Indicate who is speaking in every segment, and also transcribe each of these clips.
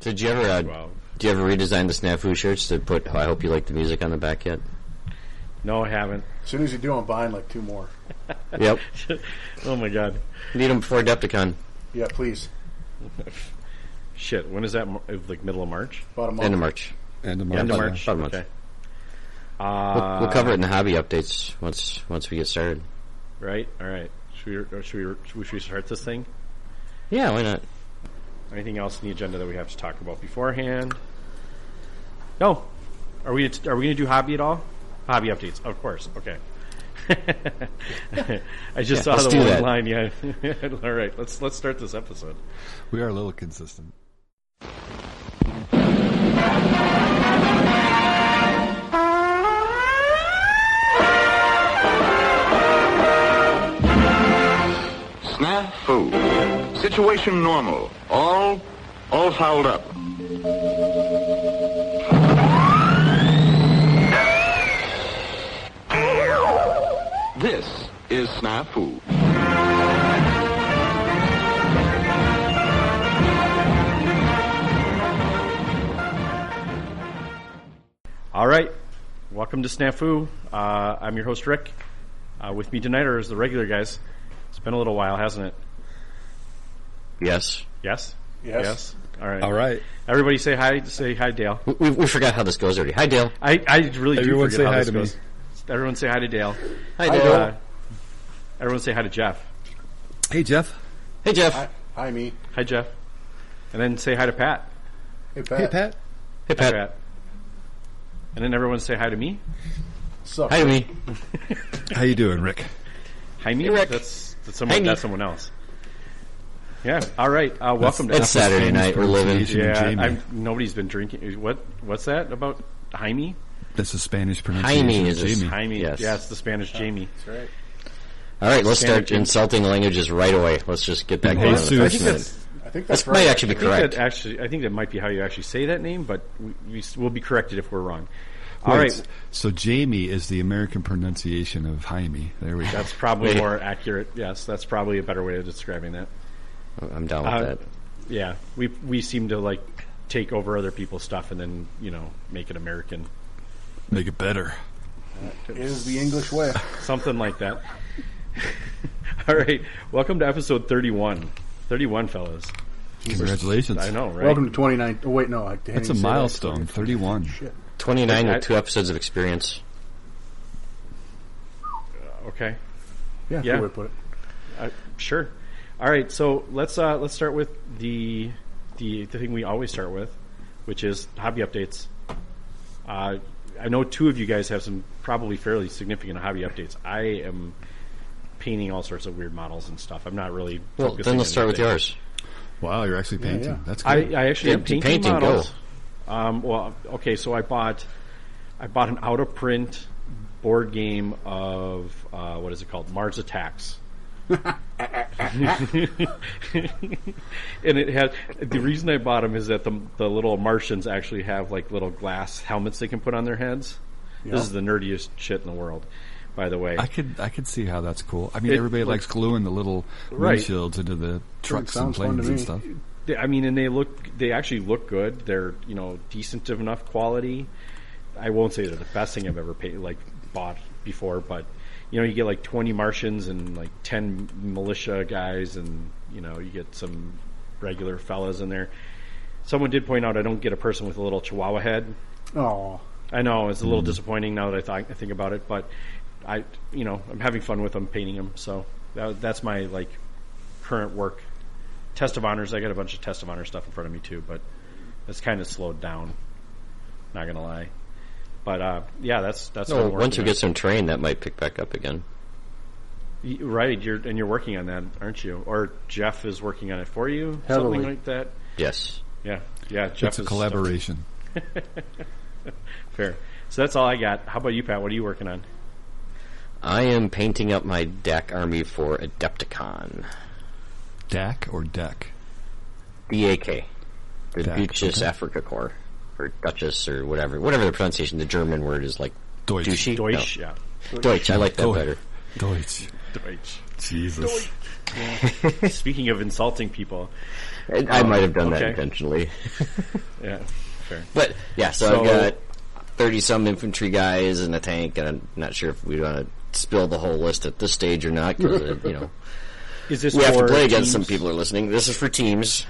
Speaker 1: Did you ever uh,
Speaker 2: Wow.
Speaker 1: do you ever redesign the snafu shirts to put "I hope you like the music" on the back yet?
Speaker 2: No, I haven't.
Speaker 3: As soon as you do, I'm buying like two more.
Speaker 1: yep,
Speaker 2: oh my god.
Speaker 1: need them before Adepticon.
Speaker 3: Yeah, please.
Speaker 2: Shit. When is that? Mar- uh, Like middle of March?
Speaker 3: About a month.
Speaker 1: End of March.
Speaker 4: End of
Speaker 2: End of
Speaker 4: March.
Speaker 2: March.
Speaker 1: about a month.
Speaker 2: Okay.
Speaker 1: We'll,
Speaker 2: Uh,
Speaker 1: we'll cover it in the hobby updates once once we get started.
Speaker 2: Right. All right. Should we, or should we? Should we? Should we start this thing?
Speaker 1: Yeah, why not?
Speaker 2: Anything else in the agenda that we have to talk about beforehand? No. Are we? Are we going to do hobby at all? Hobby updates, of course. Okay. I just saw
Speaker 1: let's
Speaker 2: the
Speaker 1: do
Speaker 2: one
Speaker 1: that.
Speaker 2: line. Yeah. all right. Let's let's start this episode.
Speaker 4: We are a little consistent.
Speaker 5: Snafu. Situation normal. All, all fouled up. This is Snafu.
Speaker 2: All right. Welcome to Snafu. Uh, I'm your host, Rick. Uh, with me tonight are the regular guys. It's been a little while, hasn't it?
Speaker 1: Yes,
Speaker 2: Yes?
Speaker 3: Yes.
Speaker 2: All right.
Speaker 4: All right.
Speaker 2: Everybody say hi. Say hi, Dale.
Speaker 1: we, we, we forgot how this goes already. Hi, Dale.
Speaker 2: I, I really
Speaker 4: Everyone
Speaker 2: do forget
Speaker 4: say
Speaker 2: how
Speaker 4: hi
Speaker 2: this
Speaker 4: to me.
Speaker 2: goes. Everyone say hi to Dale.
Speaker 1: Hi,
Speaker 2: Uh, everyone say hi to Jeff.
Speaker 4: Hey, Jeff.
Speaker 1: Hey, Jeff.
Speaker 3: Hi, hi, me.
Speaker 2: Hi, Jeff. And then say hi to Pat.
Speaker 3: Hey, Pat.
Speaker 4: Hey, Pat.
Speaker 1: hey, Pat.
Speaker 2: Pat. And then everyone say hi to me.
Speaker 3: Sup?
Speaker 1: Hi to me.
Speaker 4: How you doing, Rick?
Speaker 2: Hi, me.
Speaker 1: Hey, Rick.
Speaker 2: That's, that's someone.
Speaker 1: Hi, me.
Speaker 2: that's someone else. Yeah. All right. Uh, welcome to
Speaker 1: It's Saturday night. We're living.
Speaker 4: Pronunciation of
Speaker 2: Yeah,
Speaker 4: Jamie.
Speaker 2: I'm, nobody's been drinking. What? What's that about? Jaime?
Speaker 4: That's a Spanish pronunciation.
Speaker 1: Jaime
Speaker 4: of
Speaker 1: is a
Speaker 4: Jamie.
Speaker 2: Jaime?
Speaker 1: Yes.
Speaker 2: Yeah, it's the Spanish Jamie.
Speaker 3: That's right.
Speaker 1: All right, let's
Speaker 2: Standard
Speaker 1: start
Speaker 2: Jamie.
Speaker 1: insulting languages right away. Let's just get that
Speaker 4: Hey,
Speaker 1: going. on
Speaker 4: Sue.
Speaker 1: the
Speaker 4: I
Speaker 1: first
Speaker 4: think
Speaker 1: minute.
Speaker 2: that's-
Speaker 3: I think that's
Speaker 1: This
Speaker 3: right.
Speaker 1: might actually be
Speaker 2: I think
Speaker 1: correct.
Speaker 2: that actually, I think that might be how you actually say that name, but we, we s- we'll be corrected if we're wrong. All
Speaker 4: Wait,
Speaker 2: right,
Speaker 4: So Jamie is the American pronunciation of Jaime. There we go.
Speaker 2: that's probably
Speaker 1: Wait.
Speaker 2: more accurate. Yes, that's probably a better way of describing that.
Speaker 1: I'm down with
Speaker 2: Uh,
Speaker 1: that.
Speaker 2: Yeah, we we seem to like take over other people's stuff and then you know make it American,
Speaker 4: Make it better.
Speaker 3: It is the English way.
Speaker 2: something like that. All right, welcome to episode thirty-one. Thirty-one, fellas.
Speaker 4: Congratulations.
Speaker 2: I know, right?
Speaker 3: Welcome to 29. Oh, wait, no. I didn't
Speaker 4: That's a
Speaker 3: even say that.
Speaker 4: milestone. 31.
Speaker 1: 29
Speaker 2: I-
Speaker 1: with two episodes of experience.
Speaker 2: Okay.
Speaker 3: Yeah,
Speaker 2: Yeah.
Speaker 3: good way to put it.
Speaker 2: Uh, sure. All right. So let's uh, let's start with the the the thing we always start with, which is hobby updates. Uh, I know two of you guys have some probably fairly significant hobby updates. I am painting all sorts of weird models and stuff. I'm not really.
Speaker 1: Well,
Speaker 2: focusing
Speaker 1: then
Speaker 2: on
Speaker 1: let's start with
Speaker 2: anything.
Speaker 1: yours.
Speaker 4: Wow, you're actually painting.
Speaker 3: yeah.
Speaker 4: That's
Speaker 2: I,
Speaker 4: good.
Speaker 2: I actually
Speaker 1: Yeah,
Speaker 2: am painting,
Speaker 1: painting, go.
Speaker 2: models. Um, well, okay, so I bought I bought an out of print board game of uh, what is it called? Mars Attacks. and it had the reason I bought them is that the the little Martians actually have like little glass helmets they can put on their heads.
Speaker 3: Yeah.
Speaker 2: This is the nerdiest shit in the world, by the way.
Speaker 4: I could I could see how that's cool. I mean,
Speaker 2: It
Speaker 4: everybody
Speaker 2: looks-
Speaker 4: likes gluing the little
Speaker 2: Right.
Speaker 4: windshields into the trucks and
Speaker 3: sounds fun
Speaker 4: planes
Speaker 3: to
Speaker 4: and
Speaker 3: me.
Speaker 4: stuff.
Speaker 2: They- I mean, and they look, they actually look good. They're, you know, decent of enough quality. I won't say they're the best thing I've ever paid, like bought before, but you know, you get like 20 Martians and like 10 militia guys and, you know, you get some regular fellas in there. Someone did point out I don't get a person with a little chihuahua head.
Speaker 3: Oh,
Speaker 2: I know it's a little disappointing now that I, th- I think about it, but I, you know, I'm having fun with them, painting them. So that, that's my like current work. Test of honors. I got a bunch of test of honor stuff in front of me too, but it's kind of slowed down. Not gonna lie, but uh, yeah, that's that's what
Speaker 1: No,
Speaker 2: I'm
Speaker 1: once you
Speaker 2: working
Speaker 1: get some terrain, that might pick back up again.
Speaker 2: on. Y- right. You're and you're working on that, aren't you? Or Jeff is working on it for you, something
Speaker 3: Heavily.
Speaker 2: like that.
Speaker 1: Yes.
Speaker 2: Yeah, yeah. Jeff
Speaker 4: It's a
Speaker 2: is
Speaker 4: collaboration.
Speaker 2: Fair. So that's all I got. How about you, Pat? What are you working on?
Speaker 1: I am painting up my DAC army for Adepticon.
Speaker 4: DAC or DEC?
Speaker 1: DAK. The
Speaker 4: DAC,
Speaker 1: Duchess
Speaker 4: okay.
Speaker 1: Africa Corps. Or Duchess or whatever. Whatever the pronunciation, the German word is like
Speaker 4: Deutsch.
Speaker 1: douchey.
Speaker 2: Deutsch. Yeah.
Speaker 1: No. Deutsch. I like that
Speaker 4: Oh,
Speaker 1: better.
Speaker 4: Deutsch.
Speaker 2: Deutsch.
Speaker 4: Jesus.
Speaker 2: Speaking of insulting people,
Speaker 1: I I might have done that
Speaker 2: okay.
Speaker 1: intentionally.
Speaker 2: yeah, fair.
Speaker 1: But yeah, so,
Speaker 2: So-
Speaker 1: I've got thirty some infantry guys and a tank, and I'm not sure if we want to spill the whole list at this stage or not. 'cause, uh, you know,
Speaker 2: Is this
Speaker 1: we have to
Speaker 2: for
Speaker 1: play against some
Speaker 2: teams?
Speaker 1: people who are listening. This is for teams.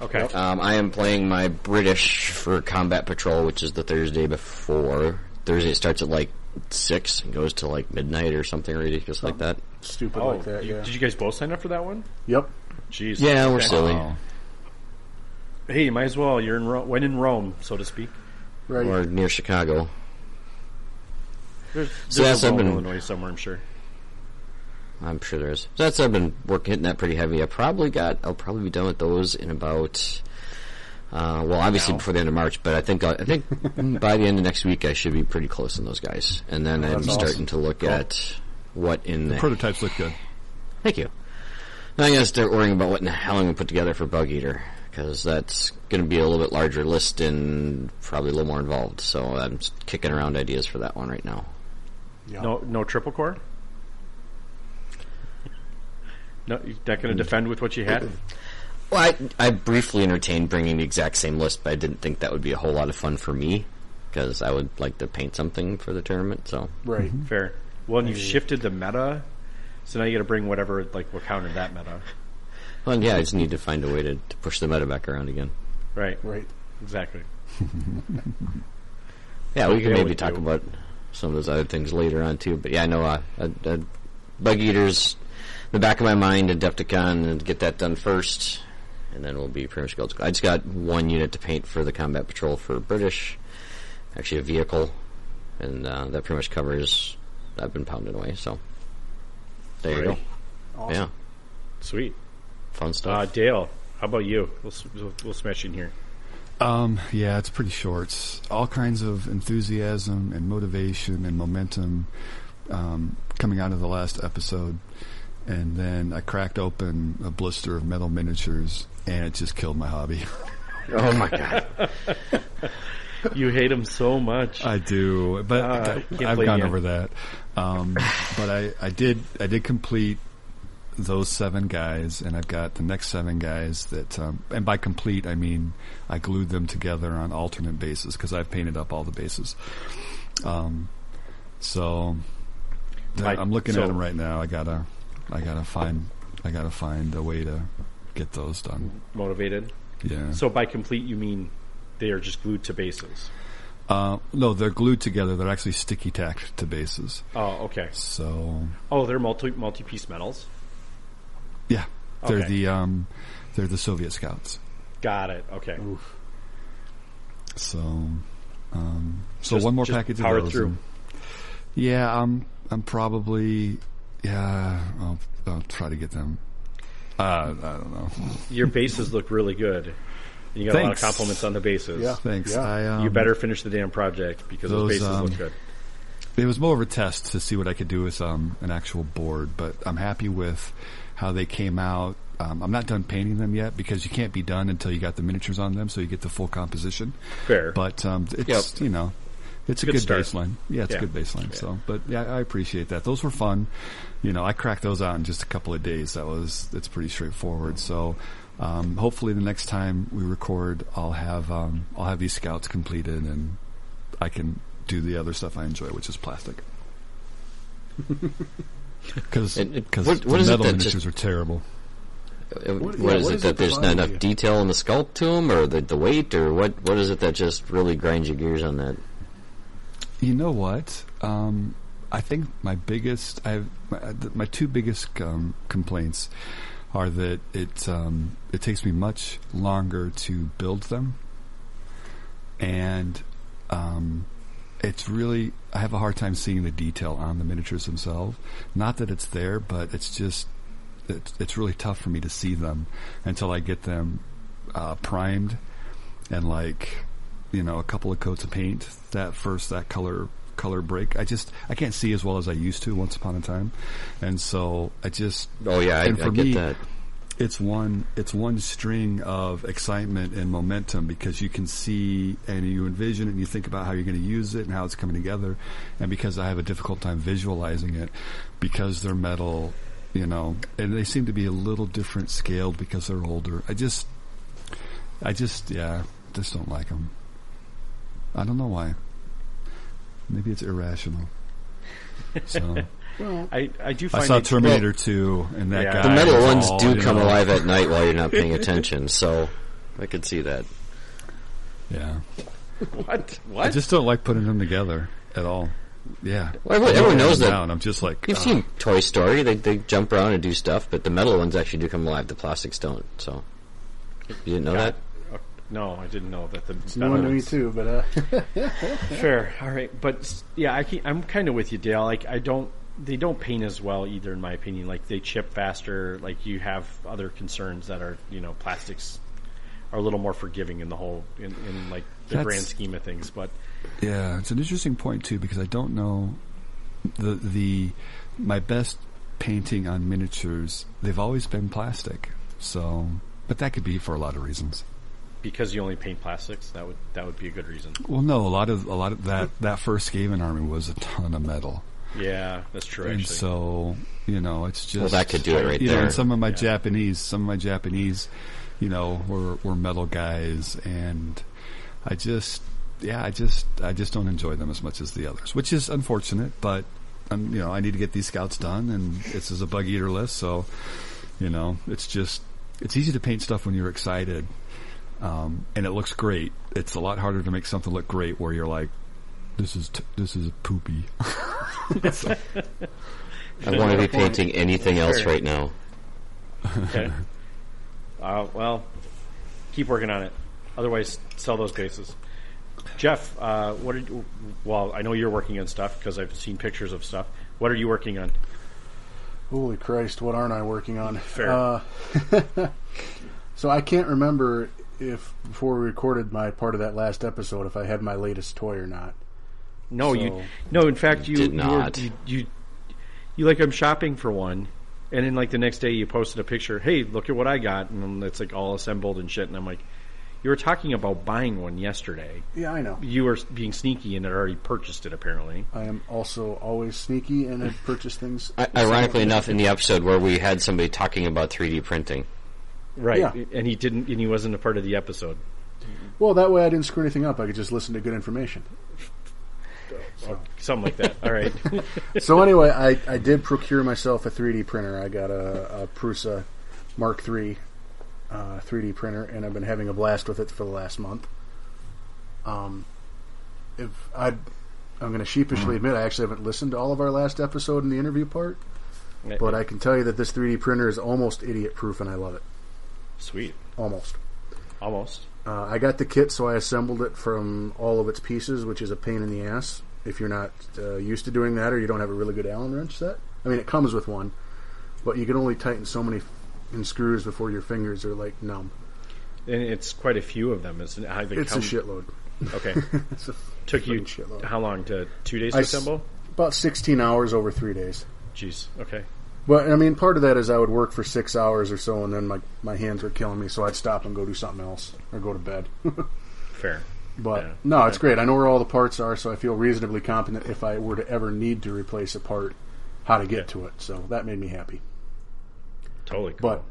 Speaker 2: Okay, Oh,
Speaker 1: Um, I am playing my British for Combat Patrol, which is the Thursday before. Thursday it starts at like six and goes to like midnight or something ridiculous like that.
Speaker 3: Stupid
Speaker 2: oh,
Speaker 3: like that.
Speaker 2: you-
Speaker 3: yeah.
Speaker 2: did you guys both sign up for that one?
Speaker 3: yep.
Speaker 2: Jeez,
Speaker 1: Yeah, we're
Speaker 2: Okay.
Speaker 1: silly.
Speaker 4: Wow.
Speaker 2: Hey, you might as well. You're in Ro- when in Rome, so to speak.
Speaker 3: Right.
Speaker 1: Or near Chicago.
Speaker 2: There's,
Speaker 1: So
Speaker 2: there's
Speaker 1: that's
Speaker 2: a Rome,
Speaker 1: something-
Speaker 2: Illinois somewhere, I'm sure.
Speaker 1: I'm sure there is. So that's I've been working hitting that pretty heavy. I probably got I'll probably be done with those in about uh, well obviously before the end of March, but I think uh, I think by the end of next week I should be pretty close on those guys. And then I'm
Speaker 3: Oh, that's
Speaker 1: starting
Speaker 3: awesome.
Speaker 1: to look at what in the
Speaker 4: Prototypes look good.
Speaker 1: Thank you. Now I'm gonna start worrying about what in the hell I'm gonna put together for Bug Eater because that's gonna be a little bit larger list and probably a little more involved. So I'm s- kicking around ideas for that one right now.
Speaker 3: Yeah.
Speaker 2: No, no triple core. No, you're not going to defend with what you had.
Speaker 1: Well, I, I briefly entertained bringing the exact same list, but I didn't think that would be a whole lot of fun for me because I would like to paint something for the tournament. So
Speaker 3: Right.
Speaker 2: Fair. Well, and you've shifted the meta, so now you got to bring whatever like what countered that meta.
Speaker 1: well, yeah, I just need to find a way to, to push the meta back around again.
Speaker 2: Right.
Speaker 3: Right.
Speaker 2: Exactly.
Speaker 1: Yeah, we
Speaker 2: Yeah,
Speaker 1: can maybe
Speaker 2: we
Speaker 1: talk
Speaker 2: do.
Speaker 1: about some of those other things later on too. But yeah, I know uh, uh, uh, bug eaters in the back of my mind, Adepticon, and get that done first, and then we'll be pretty much gold. I just got one unit to paint for the combat patrol for British, actually a vehicle, and uh, that pretty much covers. I've been pounding away, so there you go.
Speaker 2: Right.
Speaker 1: Yeah,
Speaker 3: Awesome.
Speaker 2: Sweet.
Speaker 1: fun stuff.
Speaker 2: Uh, Dale, how about you? We'll, s- we'll, we'll smash in here.
Speaker 4: Um, yeah, it's pretty short. All kinds of enthusiasm and motivation and momentum um, coming out of the last episode. And then I cracked open a blister of metal miniatures and it just killed my hobby.
Speaker 1: oh my god!
Speaker 2: You hate him so much.
Speaker 4: I do, but
Speaker 2: Uh, can't
Speaker 4: I've
Speaker 2: blame
Speaker 4: gone
Speaker 2: you.
Speaker 4: over that. Um, but I, I did I did complete those seven guys, and I've got the next seven guys that, um, and by complete I mean I glued them together on alternate bases because I've painted up all the bases. Um, so
Speaker 2: My-
Speaker 4: I'm looking
Speaker 2: so-
Speaker 4: at them right now. I gotta I gotta find I gotta find a way to get those done.
Speaker 2: Motivated.
Speaker 4: Yeah.
Speaker 2: So by complete, you mean they are just glued to bases.
Speaker 4: Uh, no, they're glued together. They're actually sticky tacked to bases.
Speaker 2: Oh, okay.
Speaker 4: So
Speaker 2: Oh, they're multi multi piece medals.
Speaker 4: Yeah, they're
Speaker 2: Okay.
Speaker 4: the um, they're the Soviet Scouts.
Speaker 2: Got it. Okay.
Speaker 3: Oof.
Speaker 4: So, um, so
Speaker 2: Just-
Speaker 4: one more
Speaker 2: just
Speaker 4: package
Speaker 2: power
Speaker 4: of those.
Speaker 2: through.
Speaker 4: and- yeah, I'm I'm probably yeah. I'll, I'll try to get them. Uh, I don't know.
Speaker 2: Your bases look really good. And you got
Speaker 4: Thanks.
Speaker 2: a lot of compliments on the bases.
Speaker 3: Yeah.
Speaker 4: Thanks.
Speaker 3: Yeah.
Speaker 4: I, um,
Speaker 2: You better finish the damn project because those,
Speaker 4: Those,
Speaker 2: bases
Speaker 4: um,
Speaker 2: look good.
Speaker 4: It was more of a test to see what I could do with um, an actual board, but I'm happy with how they came out. Um, I'm not done painting them yet because you can't be done until you got the miniatures on them, so you get the full composition.
Speaker 2: Fair.
Speaker 4: But um, it's
Speaker 1: Yep.
Speaker 4: you know, it's a
Speaker 2: Good
Speaker 4: good,
Speaker 2: start.
Speaker 4: baseline. Yeah, it's
Speaker 2: Yeah.
Speaker 4: a good baseline. So, but yeah, I appreciate that. Those were fun. You know, I cracked those out in just a couple of days. That was it's pretty straightforward. So, um, hopefully the next time we record, I'll have um, I'll have these scouts completed and I can do the other stuff I enjoy, which is plastic. Because
Speaker 1: It- it-
Speaker 4: because
Speaker 1: what- what
Speaker 4: the
Speaker 1: is it
Speaker 4: metal
Speaker 1: that
Speaker 4: miniatures
Speaker 1: just-
Speaker 4: are terrible.
Speaker 1: Uh, what
Speaker 3: What- yeah,
Speaker 1: is
Speaker 3: what
Speaker 1: it
Speaker 3: is
Speaker 1: that
Speaker 3: it
Speaker 1: there's not
Speaker 3: behind
Speaker 1: enough
Speaker 3: you?
Speaker 1: detail in the sculpt to them, or the, the weight, or what? What is it that just really grinds your gears on that?
Speaker 4: You know what? Um, I think my biggest, I've my, uh, th- my two biggest um, complaints are that it um, it takes me much longer to build them, and um, it's really I have a hard time seeing the detail on the miniatures themselves. Not that it's there, but it's just it's, it's really tough for me to see them until I get them uh, primed and like you know a couple of coats of paint that first that color color break i just i can't see as well as i used to once upon a time and so i just
Speaker 1: Oh yeah, I, I
Speaker 4: And for
Speaker 1: get
Speaker 4: me,
Speaker 1: that.
Speaker 4: it's one it's one string of excitement and momentum because you can see and you envision it and you think about how you're going to use it and how it's coming together and because I have a difficult time visualizing it because they're metal you know, and they seem to be a little different scaled because they're older. I just, I just, yeah, just don't like them. I don't know why. Maybe it's irrational. So
Speaker 3: Well,
Speaker 2: I, I do find
Speaker 4: I saw
Speaker 2: they-
Speaker 4: Terminator 2, and that
Speaker 2: Yeah.
Speaker 4: guy.
Speaker 2: The
Speaker 1: The metal
Speaker 4: was
Speaker 1: ones
Speaker 4: all,
Speaker 1: do
Speaker 4: you
Speaker 1: come
Speaker 4: know,
Speaker 1: alive at night while you're not paying attention, so I could see that.
Speaker 4: Yeah,
Speaker 2: what
Speaker 4: I
Speaker 2: what
Speaker 4: just don't like putting them together at all. Yeah,
Speaker 1: Well, everyone- everyone knows that.
Speaker 4: Now, and I'm just like,
Speaker 1: You've
Speaker 4: "Ugh."
Speaker 1: seen Toy Story; they they jump around and do stuff, but the metal ones actually do come alive. The plastics don't. So you didn't know that?
Speaker 2: Oh, no I didn't know that the
Speaker 3: it's new one to me too, but uh,
Speaker 2: Fair. All right, but s- yeah, I can, I'm kind of with you, Dale. Like I don't, they don't paint as well either, in my opinion. Like they chip faster. Like you have other concerns that are, you know, plastics are a little more forgiving in the whole, in, in like the
Speaker 4: That's-
Speaker 2: grand scheme of things. But
Speaker 4: Yeah, it's an interesting point too because I don't know the the my best painting on miniatures. They've always been plastic, so but that could be for a lot of reasons.
Speaker 2: because you only paint plastics, that would that would be a good reason.
Speaker 4: Well, no, a lot of a lot of that that first Skaven army was a ton of metal,
Speaker 2: Yeah, that's true. Actually,
Speaker 4: and so you know it's just
Speaker 1: Well, that could do it right
Speaker 4: you know,
Speaker 1: there.
Speaker 4: and some of my Japanese, some of my Japanese, you know, were were metal guys, and I just, yeah, I just, I just don't enjoy them as much as the others, which is unfortunate. But um, you know, I need to get these scouts done, and this is a bug eater list, so you know, it's just, it's easy to paint stuff when you're excited, um, and it looks great. It's a lot harder to make something look great where you're like. This is t- this is poopy.
Speaker 1: I want to be painting anything else right now.
Speaker 2: okay. Uh, well, keep working on it. Otherwise, sell those bases. Jeff, uh, what are you, well, I know you're working on stuff because I've seen pictures of stuff. What are you working on?
Speaker 3: holy Christ, what aren't I working on?
Speaker 2: Fair.
Speaker 3: Uh, so I can't remember if before we recorded my part of that last episode if I had my latest toy or not.
Speaker 2: No, you
Speaker 3: So-
Speaker 2: no. In fact, you
Speaker 1: Did
Speaker 2: you were-
Speaker 1: not.
Speaker 2: You, you you like I'm shopping for one, and then like the next day you posted a picture. Hey, look at what I got, and then it's like all assembled and shit. And I'm like, you were talking about buying one yesterday.
Speaker 3: Yeah, I know.
Speaker 2: You were being sneaky and had already purchased it. Apparently,
Speaker 3: I am also always sneaky and I purchase things.
Speaker 1: I- Ironically enough, in the episode where we had somebody talking about 3D printing,
Speaker 2: right?
Speaker 3: Yeah.
Speaker 2: And he didn't, and he wasn't a part of the episode.
Speaker 3: Well, that way I didn't screw anything up. I could just listen to good information.
Speaker 2: Something like that. All right.
Speaker 3: so anyway, I, I did procure myself a 3D printer. I got a, a Prusa Mark III uh, 3D printer, and I've been having a blast with it for the last month. Um, if I, I'm going to
Speaker 1: Mm-hmm.
Speaker 3: sheepishly admit I actually haven't listened to all of our last episode in the interview part,
Speaker 2: Eh,
Speaker 3: but I can tell you that this 3D printer is almost idiot proof, and I love it. uh,
Speaker 2: Sweet.
Speaker 3: Almost.
Speaker 2: Almost.
Speaker 3: Uh, I got the kit, so I assembled it from all of its pieces, which is a pain in the ass if you're not uh, used to doing that or you don't have a really good Allen wrench set. I mean, it comes with one, but you can only tighten so many f- in screws before your fingers are like numb.
Speaker 2: And it's quite a few of them. Isn't it? I think
Speaker 3: It's
Speaker 2: how-
Speaker 3: a shitload.
Speaker 2: Okay.
Speaker 3: It's a,
Speaker 2: Took you
Speaker 3: Fucking shitload.
Speaker 2: how long to two days to
Speaker 3: I s-
Speaker 2: assemble?
Speaker 3: about 16 hours over three days.
Speaker 2: Jeez. Okay.
Speaker 3: But I mean, part of that is I would work for six hours or so, and then my my hands were killing me, so I'd stop and go do something else or go to bed.
Speaker 2: Fair.
Speaker 3: But
Speaker 2: Yeah.
Speaker 3: no, it's great. I know where all the parts are, so I feel reasonably competent if I were to ever need to replace a part, how to get to it. So that made me happy.
Speaker 2: Totally. Cool.
Speaker 3: But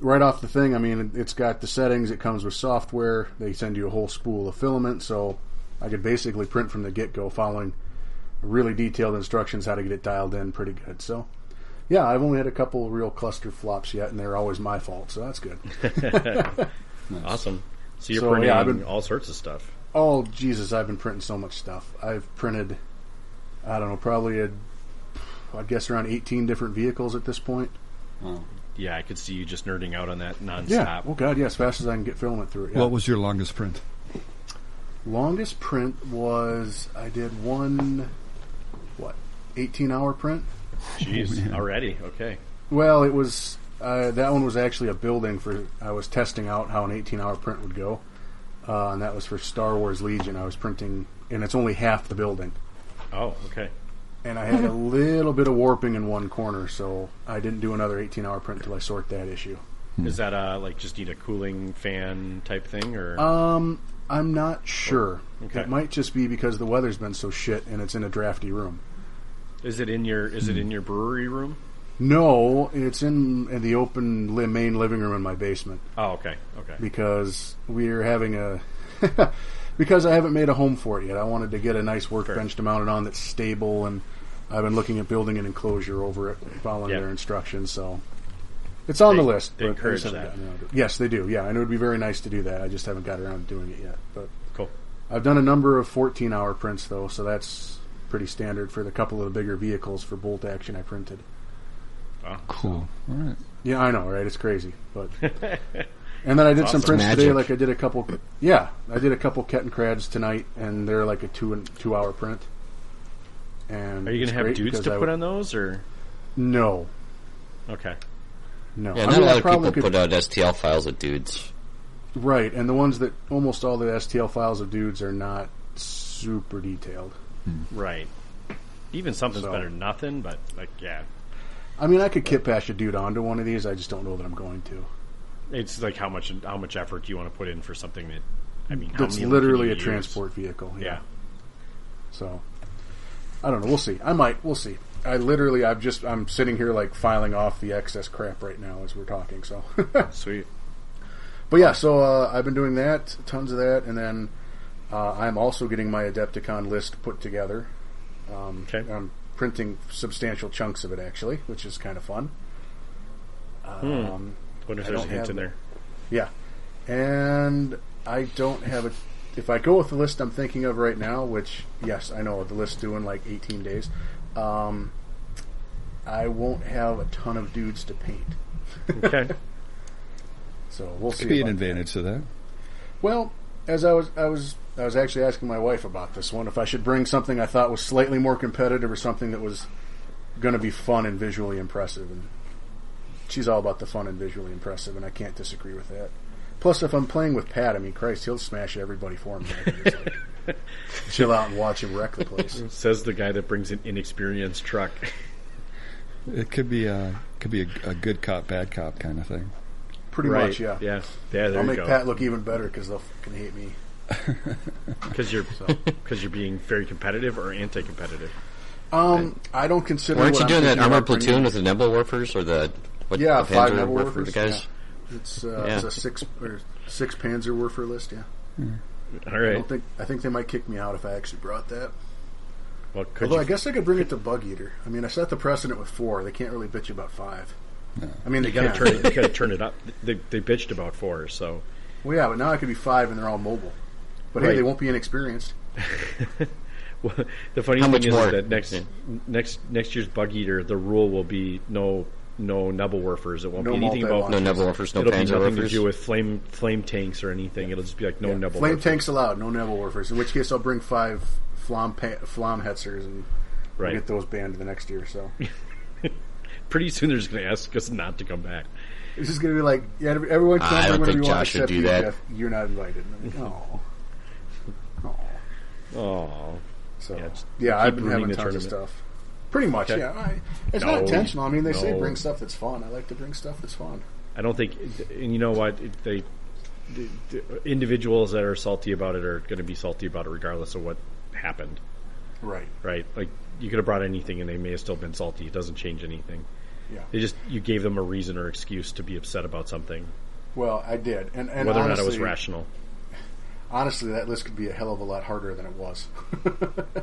Speaker 3: right off the thing, I mean, it's got the settings. It comes with software. They send you a whole spool of filament, so I could basically print from the get go, following really detailed instructions how to get it dialed in pretty good. So. Yeah, I've only had a couple real cluster flops yet, and they're always my fault, so that's good.
Speaker 2: Awesome. So you're
Speaker 3: So,
Speaker 2: printing
Speaker 3: yeah, I've been-
Speaker 2: all sorts of stuff.
Speaker 3: Oh Jesus, I've been printing so much stuff. I've printed, I don't know, probably a, I guess around eighteen different vehicles at this point.
Speaker 2: Yeah, I could see you just nerding out on that nonstop.
Speaker 3: Oh God, yeah, as fast as I can get filament through it. Yeah.
Speaker 4: What was your longest print?
Speaker 3: Longest print was I did one, what, eighteen hour print? Oh,
Speaker 2: Jeez, already. Okay.
Speaker 3: Well, it was uh, that one was actually a building for. I was testing out how an 18 hour print would go, uh, and that was for Star Wars Legion. I was printing, and it's only half the building.
Speaker 2: Oh, okay.
Speaker 3: and I had a little bit of warping in one corner, so I didn't do another 18 hour print until I sort that issue.
Speaker 2: Is that uh like just need a cooling fan type thing or
Speaker 3: Um, I'm not sure.
Speaker 2: Okay.
Speaker 3: It might just be because the weather's been so shit and it's in a drafty room. hmm.
Speaker 2: is it in your is it in your brewery room?
Speaker 3: No, it's in, in the open li- main living room in my basement
Speaker 2: Oh, okay, okay.
Speaker 3: because we're having a because I haven't made a home for it yet. I wanted to get a nice workbench to mount it on that's stable, and I've been looking at building an enclosure over it, following
Speaker 2: Yeah.
Speaker 3: their instructions. So it's on
Speaker 2: They-
Speaker 3: the list.
Speaker 2: they
Speaker 3: but I just
Speaker 2: encourage
Speaker 3: haven't
Speaker 2: that.
Speaker 3: gotten around to it. Yes, they do. Yeah, and it would be very nice to do that. I just haven't got around to doing it yet. But
Speaker 2: Cool.
Speaker 3: I've done a number of 14-hour prints though, so that's pretty standard for the couple of the bigger vehicles for bolt action I printed.
Speaker 4: Cool. All right.
Speaker 3: Yeah, I know, right? It's crazy, but and then I did some prints
Speaker 1: Magic.
Speaker 3: today. Like I did a couple, yeah, I did a couple Ketton Crads tonight, and they're like a two and two hour print. And
Speaker 2: Are you going
Speaker 3: it's
Speaker 2: to have
Speaker 3: great
Speaker 2: dudes
Speaker 3: because
Speaker 2: to
Speaker 3: I
Speaker 2: put
Speaker 3: would-
Speaker 2: on those, or
Speaker 3: No,
Speaker 2: okay?
Speaker 3: no.
Speaker 1: Yeah,
Speaker 3: I
Speaker 1: not
Speaker 3: mean,
Speaker 1: a
Speaker 3: I
Speaker 1: lot of
Speaker 3: probably
Speaker 1: people
Speaker 3: could-
Speaker 1: put out STL files of dudes.
Speaker 3: right, and the ones that almost all the STL files of dudes are not super detailed.
Speaker 2: Right. Even something's
Speaker 3: So-
Speaker 2: better than nothing, but like, yeah,
Speaker 3: I mean, I could kit bash a dude onto one of these. I just don't know that I'm going to.
Speaker 2: it's like how much how much effort do you want to put in for something that I mean, how
Speaker 3: That's
Speaker 2: many
Speaker 3: literally
Speaker 2: can
Speaker 3: a
Speaker 2: you use?
Speaker 3: transport vehicle.
Speaker 2: Yeah.
Speaker 3: So I don't know. We'll see. I might. We'll see. I literally, I'm just, I'm sitting here like filing off the excess crap right now as we're talking. So,
Speaker 2: sweet.
Speaker 3: but yeah, so uh, I've been doing that, tons of that, and then uh, I'm also getting my Adepticon list put together. Um,
Speaker 2: Okay.
Speaker 3: I'm printing substantial chunks of it actually, which is kind of fun. Um,
Speaker 2: Wonder if there's
Speaker 3: I
Speaker 2: a
Speaker 3: don't
Speaker 2: hint
Speaker 3: have
Speaker 2: in
Speaker 3: it.
Speaker 2: there.
Speaker 3: yeah, and I don't have a. If I go with the list I'm thinking of right now, which yes, I know the list's due in like 18 days, um, I won't have a ton of dudes to paint.
Speaker 2: Okay.
Speaker 3: So we'll see.
Speaker 4: Could be an
Speaker 3: about
Speaker 4: advantage to that.
Speaker 3: that. Well, as I was, I was, I was actually asking my wife about this one if I should bring something I thought was slightly more competitive or something that was going to be fun and visually impressive. And she's all about the fun and visually impressive, and I can't disagree with that. Plus, if I'm playing with Pat, I mean, Christ, he'll smash everybody for me. I can just, like, chill out and watch him wreck the place.
Speaker 2: Says the guy that brings an inexperienced truck.
Speaker 4: It could be a could be a, a good cop, bad cop kind of thing.
Speaker 3: Pretty much, yeah.
Speaker 2: Yeah. Yeah. There
Speaker 3: I'll
Speaker 2: you
Speaker 3: make
Speaker 2: go.
Speaker 3: Pat look even better because they'll fucking hate me.
Speaker 2: Because you're because you're being very competitive or anti-competitive.
Speaker 3: Um, I don't consider.
Speaker 1: Why aren't
Speaker 3: what
Speaker 1: you
Speaker 3: I'm
Speaker 1: doing that
Speaker 3: thinking
Speaker 1: armored
Speaker 3: about bringing-
Speaker 1: platoon with the Nebel Warfers or the what,
Speaker 3: Yeah,
Speaker 1: the
Speaker 3: five
Speaker 1: Panzer
Speaker 3: Nebel
Speaker 1: Warfer
Speaker 3: Warfers,
Speaker 1: guys?
Speaker 3: It's, uh,
Speaker 1: Yeah.
Speaker 3: it's a six or six Panzer Werfer list. Yeah,
Speaker 2: All
Speaker 3: I
Speaker 2: right.
Speaker 3: don't think I think they might kick me out if I actually brought that.
Speaker 2: Well, could
Speaker 3: Although
Speaker 2: you,
Speaker 3: I guess I could bring it to Bug Eater. I mean, I set the precedent with four. They can't really bitch about five. I mean, they
Speaker 2: you gotta
Speaker 3: can.
Speaker 2: turn it. You gotta turn it up. They, they bitched about four, so
Speaker 3: Well, yeah, but now I could be five and they're all mobile. But hey,
Speaker 2: Right.
Speaker 3: they won't be inexperienced.
Speaker 2: Well, the funny
Speaker 1: How
Speaker 2: thing
Speaker 1: much
Speaker 2: is
Speaker 1: more?
Speaker 2: that next next next year's bug eater, the rule will be no no Nebelwerfers. It won't
Speaker 3: No
Speaker 2: be anything about
Speaker 1: No Nebel Warfers, no
Speaker 2: it'll be
Speaker 1: Panzer
Speaker 2: nothing to
Speaker 1: Warfers.
Speaker 2: do with flame flame tanks or anything. It'll just be like no yeah.
Speaker 3: Flame tanks allowed, no Neville Warfers. In which case, I'll bring five Flom pa- Flom Hetzers and we'll
Speaker 2: Right.
Speaker 3: get those banned the next year. So
Speaker 2: Pretty soon they're just going to ask us not to come back.
Speaker 3: it's just going to be like, yeah, every- everyone can
Speaker 1: I
Speaker 3: bring
Speaker 1: don't
Speaker 3: whatever
Speaker 1: think
Speaker 3: you want
Speaker 1: Josh should
Speaker 3: except
Speaker 1: do
Speaker 3: you,
Speaker 1: that.
Speaker 3: Jeff. You're not invited. And I'm like, oh.
Speaker 2: Oh,
Speaker 3: So
Speaker 2: Yeah,
Speaker 3: yeah,
Speaker 2: just
Speaker 3: I've
Speaker 2: keep
Speaker 3: been having
Speaker 2: ruining the
Speaker 3: tons
Speaker 2: tournament.
Speaker 3: of stuff. Pretty much,
Speaker 2: Okay.
Speaker 3: yeah. I, it's
Speaker 2: No,
Speaker 3: not intentional. I mean, they say
Speaker 2: no.
Speaker 3: bring stuff that's fun. I like to bring stuff that's fun.
Speaker 2: I don't think. And you know what? It- They the, the individuals that are salty about it are going to be salty about it regardless of what happened.
Speaker 3: Right.
Speaker 2: Right? Like you could have brought anything and they may have still been salty. It doesn't change anything.
Speaker 3: Yeah.
Speaker 2: They just you gave them a reason or excuse to be upset about something,
Speaker 3: Well, I did, and and
Speaker 2: whether or not
Speaker 3: honestly,
Speaker 2: it was rational.
Speaker 3: honestly, that list could be a hell of a lot harder than it was.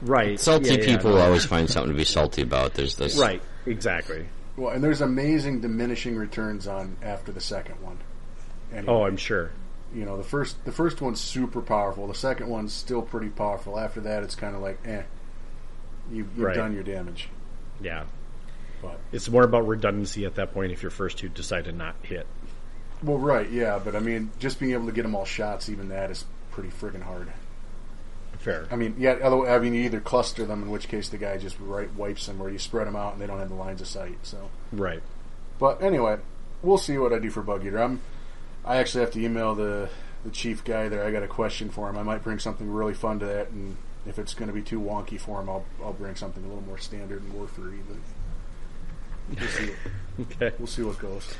Speaker 2: Right.
Speaker 1: Salty
Speaker 2: yeah, yeah,
Speaker 1: people
Speaker 2: no.
Speaker 1: always find something to be salty about. There's this
Speaker 2: Right. Exactly.
Speaker 3: well, and there's amazing diminishing returns on after the second one. And
Speaker 2: Oh, I'm sure.
Speaker 3: you know the first the first one's super powerful. The second one's still pretty powerful. After that, it's kind of like, eh, you, you've
Speaker 2: Right.
Speaker 3: done your damage.
Speaker 2: Yeah.
Speaker 3: But
Speaker 2: It's more about redundancy at that point if your first two decide to not hit.
Speaker 3: well, right, yeah, but I mean, just being able to get them all shots, even that is pretty friggin' hard.
Speaker 2: Fair.
Speaker 3: I mean, yeah. Although, I mean, you either cluster them, in which case the guy just right wipes them, or you spread them out and they don't have the lines of sight. So.
Speaker 2: Right.
Speaker 3: But anyway, we'll see what I do for Bug Eater. I'm, I actually have to email the the chief guy there. I got a question for him. I might bring something really fun to that, and if it's going to be too wonky for him, I'll I'll bring something a little more standard and warfery. But we'll see. What,
Speaker 2: Okay.
Speaker 3: we'll see what goes.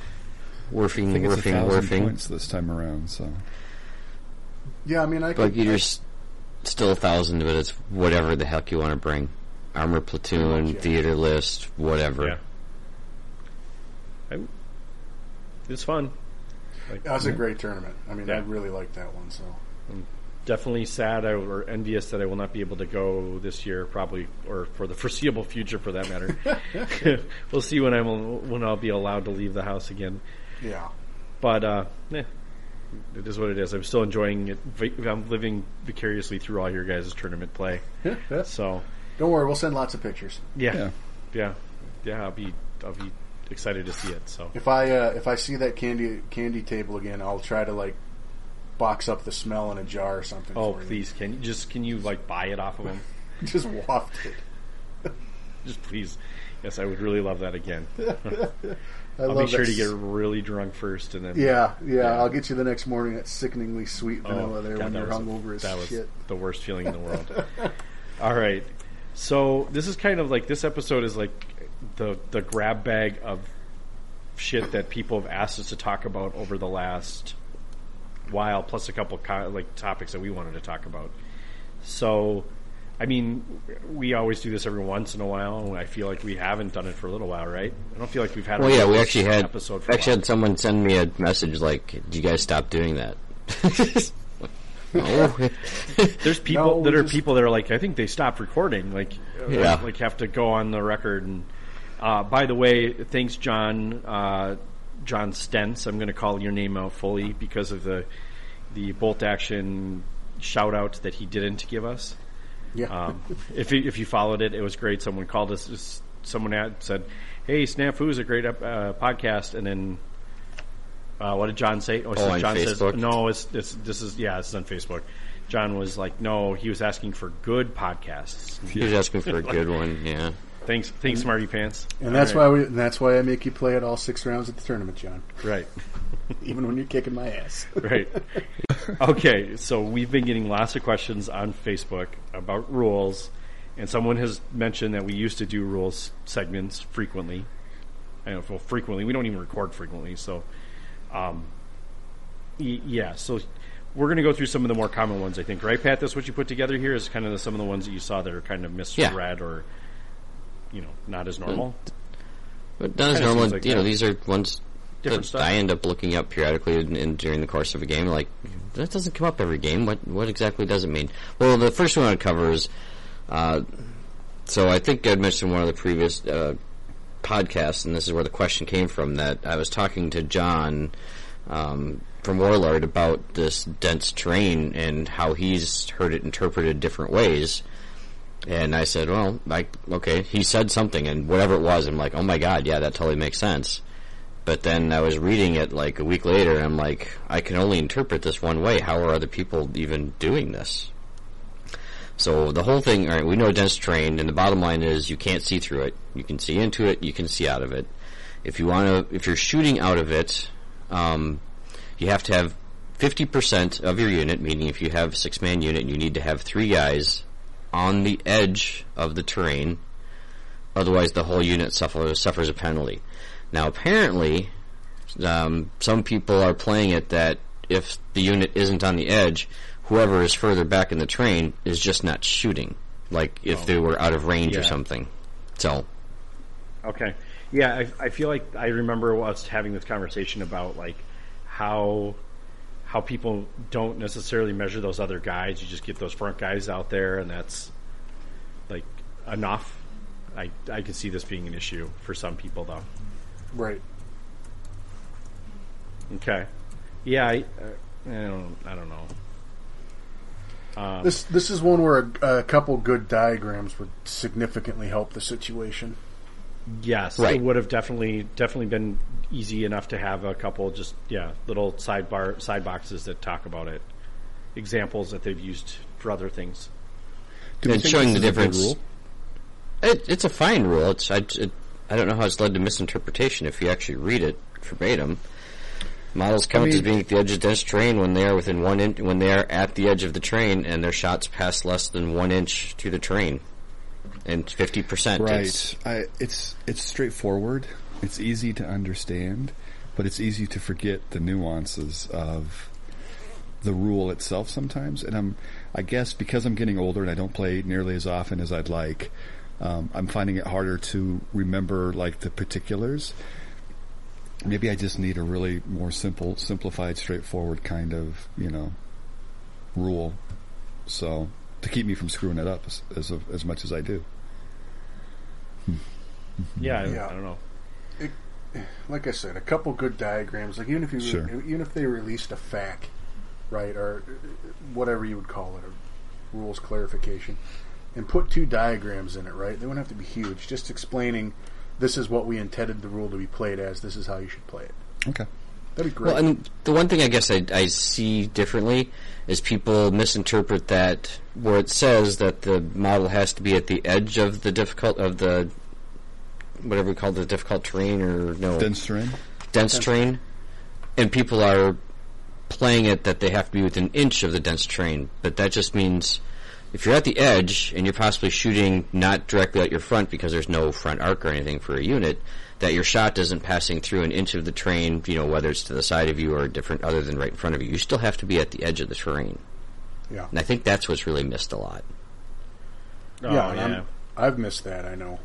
Speaker 4: I
Speaker 1: Warfing,
Speaker 4: think it's a
Speaker 1: warfing,
Speaker 4: thousand
Speaker 1: warfing.
Speaker 4: points this time around. So
Speaker 3: Yeah, I mean, I could,
Speaker 1: Bug Eater's still a thousand, but it's whatever the heck you want to bring. Armor platoon,
Speaker 3: yeah.
Speaker 1: theater list, whatever.
Speaker 2: Yeah. I, it's fun. Like,
Speaker 3: That was a great tournament. I mean, I
Speaker 2: Yeah.
Speaker 3: really liked that one. So
Speaker 2: definitely sad I- or envious that I will not be able to go this year, probably, or for the foreseeable future, for that matter. we'll see when I'm al- when I'll be allowed to leave the house again.
Speaker 3: yeah,
Speaker 2: But uh, eh, it is what it is. I'm still enjoying it. Vi- I'm living vicariously through all your guys' tournament play. So
Speaker 3: don't worry, we'll send lots of pictures.
Speaker 2: yeah,
Speaker 4: Yeah.
Speaker 2: yeah, yeah, I'll be I'll be excited to see it. So
Speaker 3: If I uh, if I see that candy candy table again, I'll try to like box up the smell in a jar or something.
Speaker 2: oh
Speaker 3: for you.
Speaker 2: please, can you just can you like buy it off of them?
Speaker 3: just waft it.
Speaker 2: Just please. Yes, I would really love that again.
Speaker 3: I
Speaker 2: I'll
Speaker 3: love
Speaker 2: be sure
Speaker 3: that
Speaker 2: to get
Speaker 3: s-
Speaker 2: really drunk first, and then
Speaker 3: Yeah, yeah, I'll get you the next morning that sickeningly sweet vanilla there
Speaker 2: Oh, God,
Speaker 3: when
Speaker 2: that
Speaker 3: you're
Speaker 2: was-
Speaker 3: hungover as
Speaker 2: that was
Speaker 3: shit.
Speaker 2: the worst feeling in the world. All right, so this is kind of like this episode is like the the grab bag of shit that people have asked us to talk about over the last while, plus a couple co- like topics that we wanted to talk about. So, I mean, we always do this every once in a while, and I feel like we haven't done it for a little while, right? I don't feel like we've had.
Speaker 1: Well,
Speaker 2: a
Speaker 1: yeah, we
Speaker 2: real
Speaker 1: actually had
Speaker 2: episode. For a
Speaker 1: actually
Speaker 2: while.
Speaker 1: had someone send me a message like, "Did you guys stop doing that?" oh,
Speaker 2: There's people
Speaker 3: No,
Speaker 2: that
Speaker 3: we
Speaker 2: are
Speaker 3: just-
Speaker 2: people that are like, I think they stopped recording. Like, uh,
Speaker 1: Yeah.
Speaker 2: like have to go on the record. And uh, by the way, thanks, John. Uh, John Stentz. I'm going to call your name out fully because of the the bolt action shout out that he didn't give us.
Speaker 3: Yeah,
Speaker 2: Um, if you- if you followed it, it was great. Someone called us. s- Someone at, said, "Hey, Snafu's a great ep- uh, podcast." And then, uh, what did John say? Oh, so
Speaker 1: on
Speaker 2: John
Speaker 1: Facebook?
Speaker 2: says, "No, it's, it's this is yeah, it's on Facebook." John was like, "No, he was asking for good podcasts."
Speaker 1: he was asking for a good one. Yeah,
Speaker 2: Thanks, thanks, Smarty Pants.
Speaker 3: and that's why we and that's why I make you play it all six rounds at the tournament, John.
Speaker 2: Right.
Speaker 3: Even when you're kicking my ass.
Speaker 2: right. Okay, so we've been getting lots of questions on Facebook about rules, and someone has mentioned that we used to do rules segments frequently. I don't know, well, frequently. We don't even record frequently, so. Um, y- yeah, so we're going to go through some of the more common ones, I think. Right, Pat? That's what you put together here is kind of the, some of the ones that you saw that are kind of misread or, you know, not as normal.
Speaker 1: but done as
Speaker 2: Kinda seems
Speaker 1: normal.
Speaker 2: like
Speaker 1: you know,
Speaker 2: that.
Speaker 1: these are ones
Speaker 2: Different
Speaker 1: that
Speaker 2: stuff.
Speaker 1: I end up looking up periodically in, in, during the course of a game. Like that doesn't come up every game. What what exactly does it mean? Well, the first one I'd cover is. Uh, so I think I'd mentioned one of the previous uh, podcasts, and this is where the question came from. That I was talking to John um, from Warlord about this dense terrain and how he's heard it interpreted different ways. And I said, "Well, like, okay." He said something, and whatever it was, I'm like, "Oh my god, yeah, that totally makes sense." But then I was reading it like a week later, and I'm like, I can only interpret this one way. How are other people even doing this? So the whole thing, all right, we know dense terrain, and the bottom line is you can't see through it. You can see into it, you can see out of it. If you want to, if you're shooting out of it, um, you have to have 50% of your unit, meaning if you have a six-man unit, you need to have three guys on the edge of the terrain Otherwise, the whole unit suffer, suffers a penalty. Now, apparently, um, some people are playing it that if the unit isn't on the edge, whoever is further back in the train is just not shooting. Like if they were out of range or
Speaker 2: Yeah.
Speaker 1: something. So,
Speaker 2: Okay. Yeah, I, I feel like I remember us having this conversation about like how how people don't necessarily measure those other guys. You just get those front guys out there, and that's like enough. I I can see this being an issue for some people though.
Speaker 3: right.
Speaker 2: Okay. Yeah, I, uh, I don't I don't know.
Speaker 3: This this is one where a, a couple good diagrams would significantly help the situation.
Speaker 2: Yes,
Speaker 1: Right.
Speaker 2: it would have definitely definitely been easy enough to have a couple just yeah little sidebar side boxes that talk about it, examples that they've used for other things.
Speaker 4: Do we
Speaker 1: It's
Speaker 4: think
Speaker 1: showing
Speaker 4: this
Speaker 1: the
Speaker 4: is a good
Speaker 1: difference.
Speaker 4: rule?
Speaker 1: it, it's a fine rule. It's I, it, I don't know how it's led to misinterpretation if you actually read it verbatim. Models count as
Speaker 4: mean-
Speaker 1: being at the edge of dense terrain when they are within one inch when they are at the edge of the terrain and their shots pass less than one inch to the terrain, and fifty percent.
Speaker 4: Right. I, it's it's straightforward. It's easy to understand, but it's easy to forget the nuances of the rule itself sometimes. And I'm, I guess, because I'm getting older and I don't play nearly as often as I'd like, um, I'm finding it harder to remember like the particulars. maybe I just need a really more simple, simplified, straightforward kind of you know rule. So to keep me from screwing it up as as, as much as I do.
Speaker 2: Yeah, I,
Speaker 3: Yeah.
Speaker 2: I don't know.
Speaker 3: like I said, a couple good diagrams. Like even if you
Speaker 4: Sure.
Speaker 3: even if they released a FAQ, right, or uh, whatever you would call it, a rules clarification, and put two diagrams in it, right? They wouldn't have to be huge. Just explaining this is what we intended the rule to be played as. This is how you should play it.
Speaker 4: Okay.
Speaker 3: That'd be great.
Speaker 1: Well, and the one thing I guess I, I see differently is people misinterpret that where it says that the model has to be at the edge of the difficult of the whatever we call the difficult terrain or no
Speaker 4: Dense terrain.
Speaker 1: dense terrain, and people are playing it that they have to be within an inch of the dense terrain. But that just means if you're at the edge and you're possibly shooting not directly at your front because there's no front arc or anything for a unit, that your shot isn't passing through an inch of the terrain. You know whether it's to the side of you or different other than right in front of you. You still have to be at the edge of the terrain,
Speaker 3: yeah,
Speaker 1: and I think that's what's really missed a lot.
Speaker 2: Oh,
Speaker 3: yeah, and I'm, I've missed that. I know.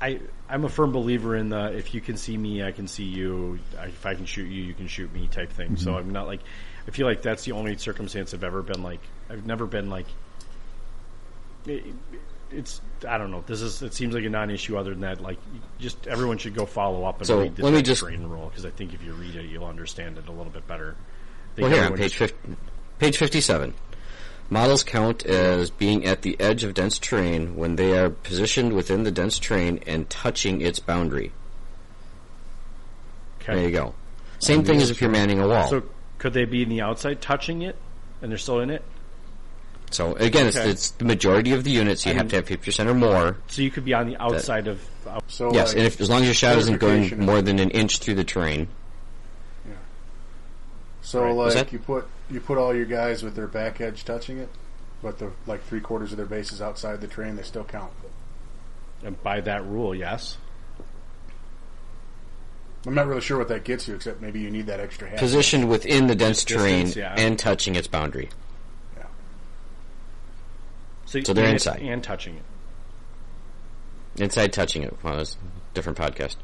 Speaker 2: I I'm a firm believer in the if you can see me, I can see you. I- If I can shoot you, you can shoot me type thing. So
Speaker 1: Mm-hmm.
Speaker 2: I'm not like I feel like that's the only circumstance I've ever been like I've never been like it- it's I don't know. This is it seems like a non-issue other than that like you just everyone should go follow up and
Speaker 1: So,
Speaker 2: read the
Speaker 1: let me
Speaker 2: Dutch
Speaker 1: just-
Speaker 2: terrain rule because I think if you read it, you'll understand it a little bit better. I think
Speaker 1: Well, here on
Speaker 2: everyone
Speaker 1: page,
Speaker 2: just-
Speaker 1: 50, page 57. Models count as being at the edge of dense terrain when they are positioned within the dense terrain and touching its boundary.
Speaker 2: okay.
Speaker 1: There you go. Same thing as if you're manning a wall.
Speaker 2: So
Speaker 1: So,
Speaker 2: could they be in the outside touching it and they're still in it?
Speaker 1: again, it's,
Speaker 2: Okay.
Speaker 1: it's the majority of the units. You have to have 50% or more.
Speaker 2: So you could be on the outside of
Speaker 3: So
Speaker 1: Yes,
Speaker 2: uh,
Speaker 3: like,
Speaker 1: and if, as long as your shot isn't going
Speaker 3: clarification.
Speaker 1: more than an inch through the terrain.
Speaker 3: so
Speaker 2: Right,
Speaker 1: was
Speaker 3: like
Speaker 1: that-
Speaker 3: you put you put all your guys with their back edge touching it, but the like three quarters of their base is outside the train. They still count.
Speaker 2: and by that rule, yes.
Speaker 3: I'm not really sure what that gets you, except maybe you need that extra half.
Speaker 1: Positioned within the dense terrain
Speaker 2: distance, yeah.
Speaker 1: and touching its boundary.
Speaker 2: So,
Speaker 1: So they're
Speaker 2: and-
Speaker 1: inside.
Speaker 2: and touching it.
Speaker 1: Inside touching it. Well, that's a different podcast.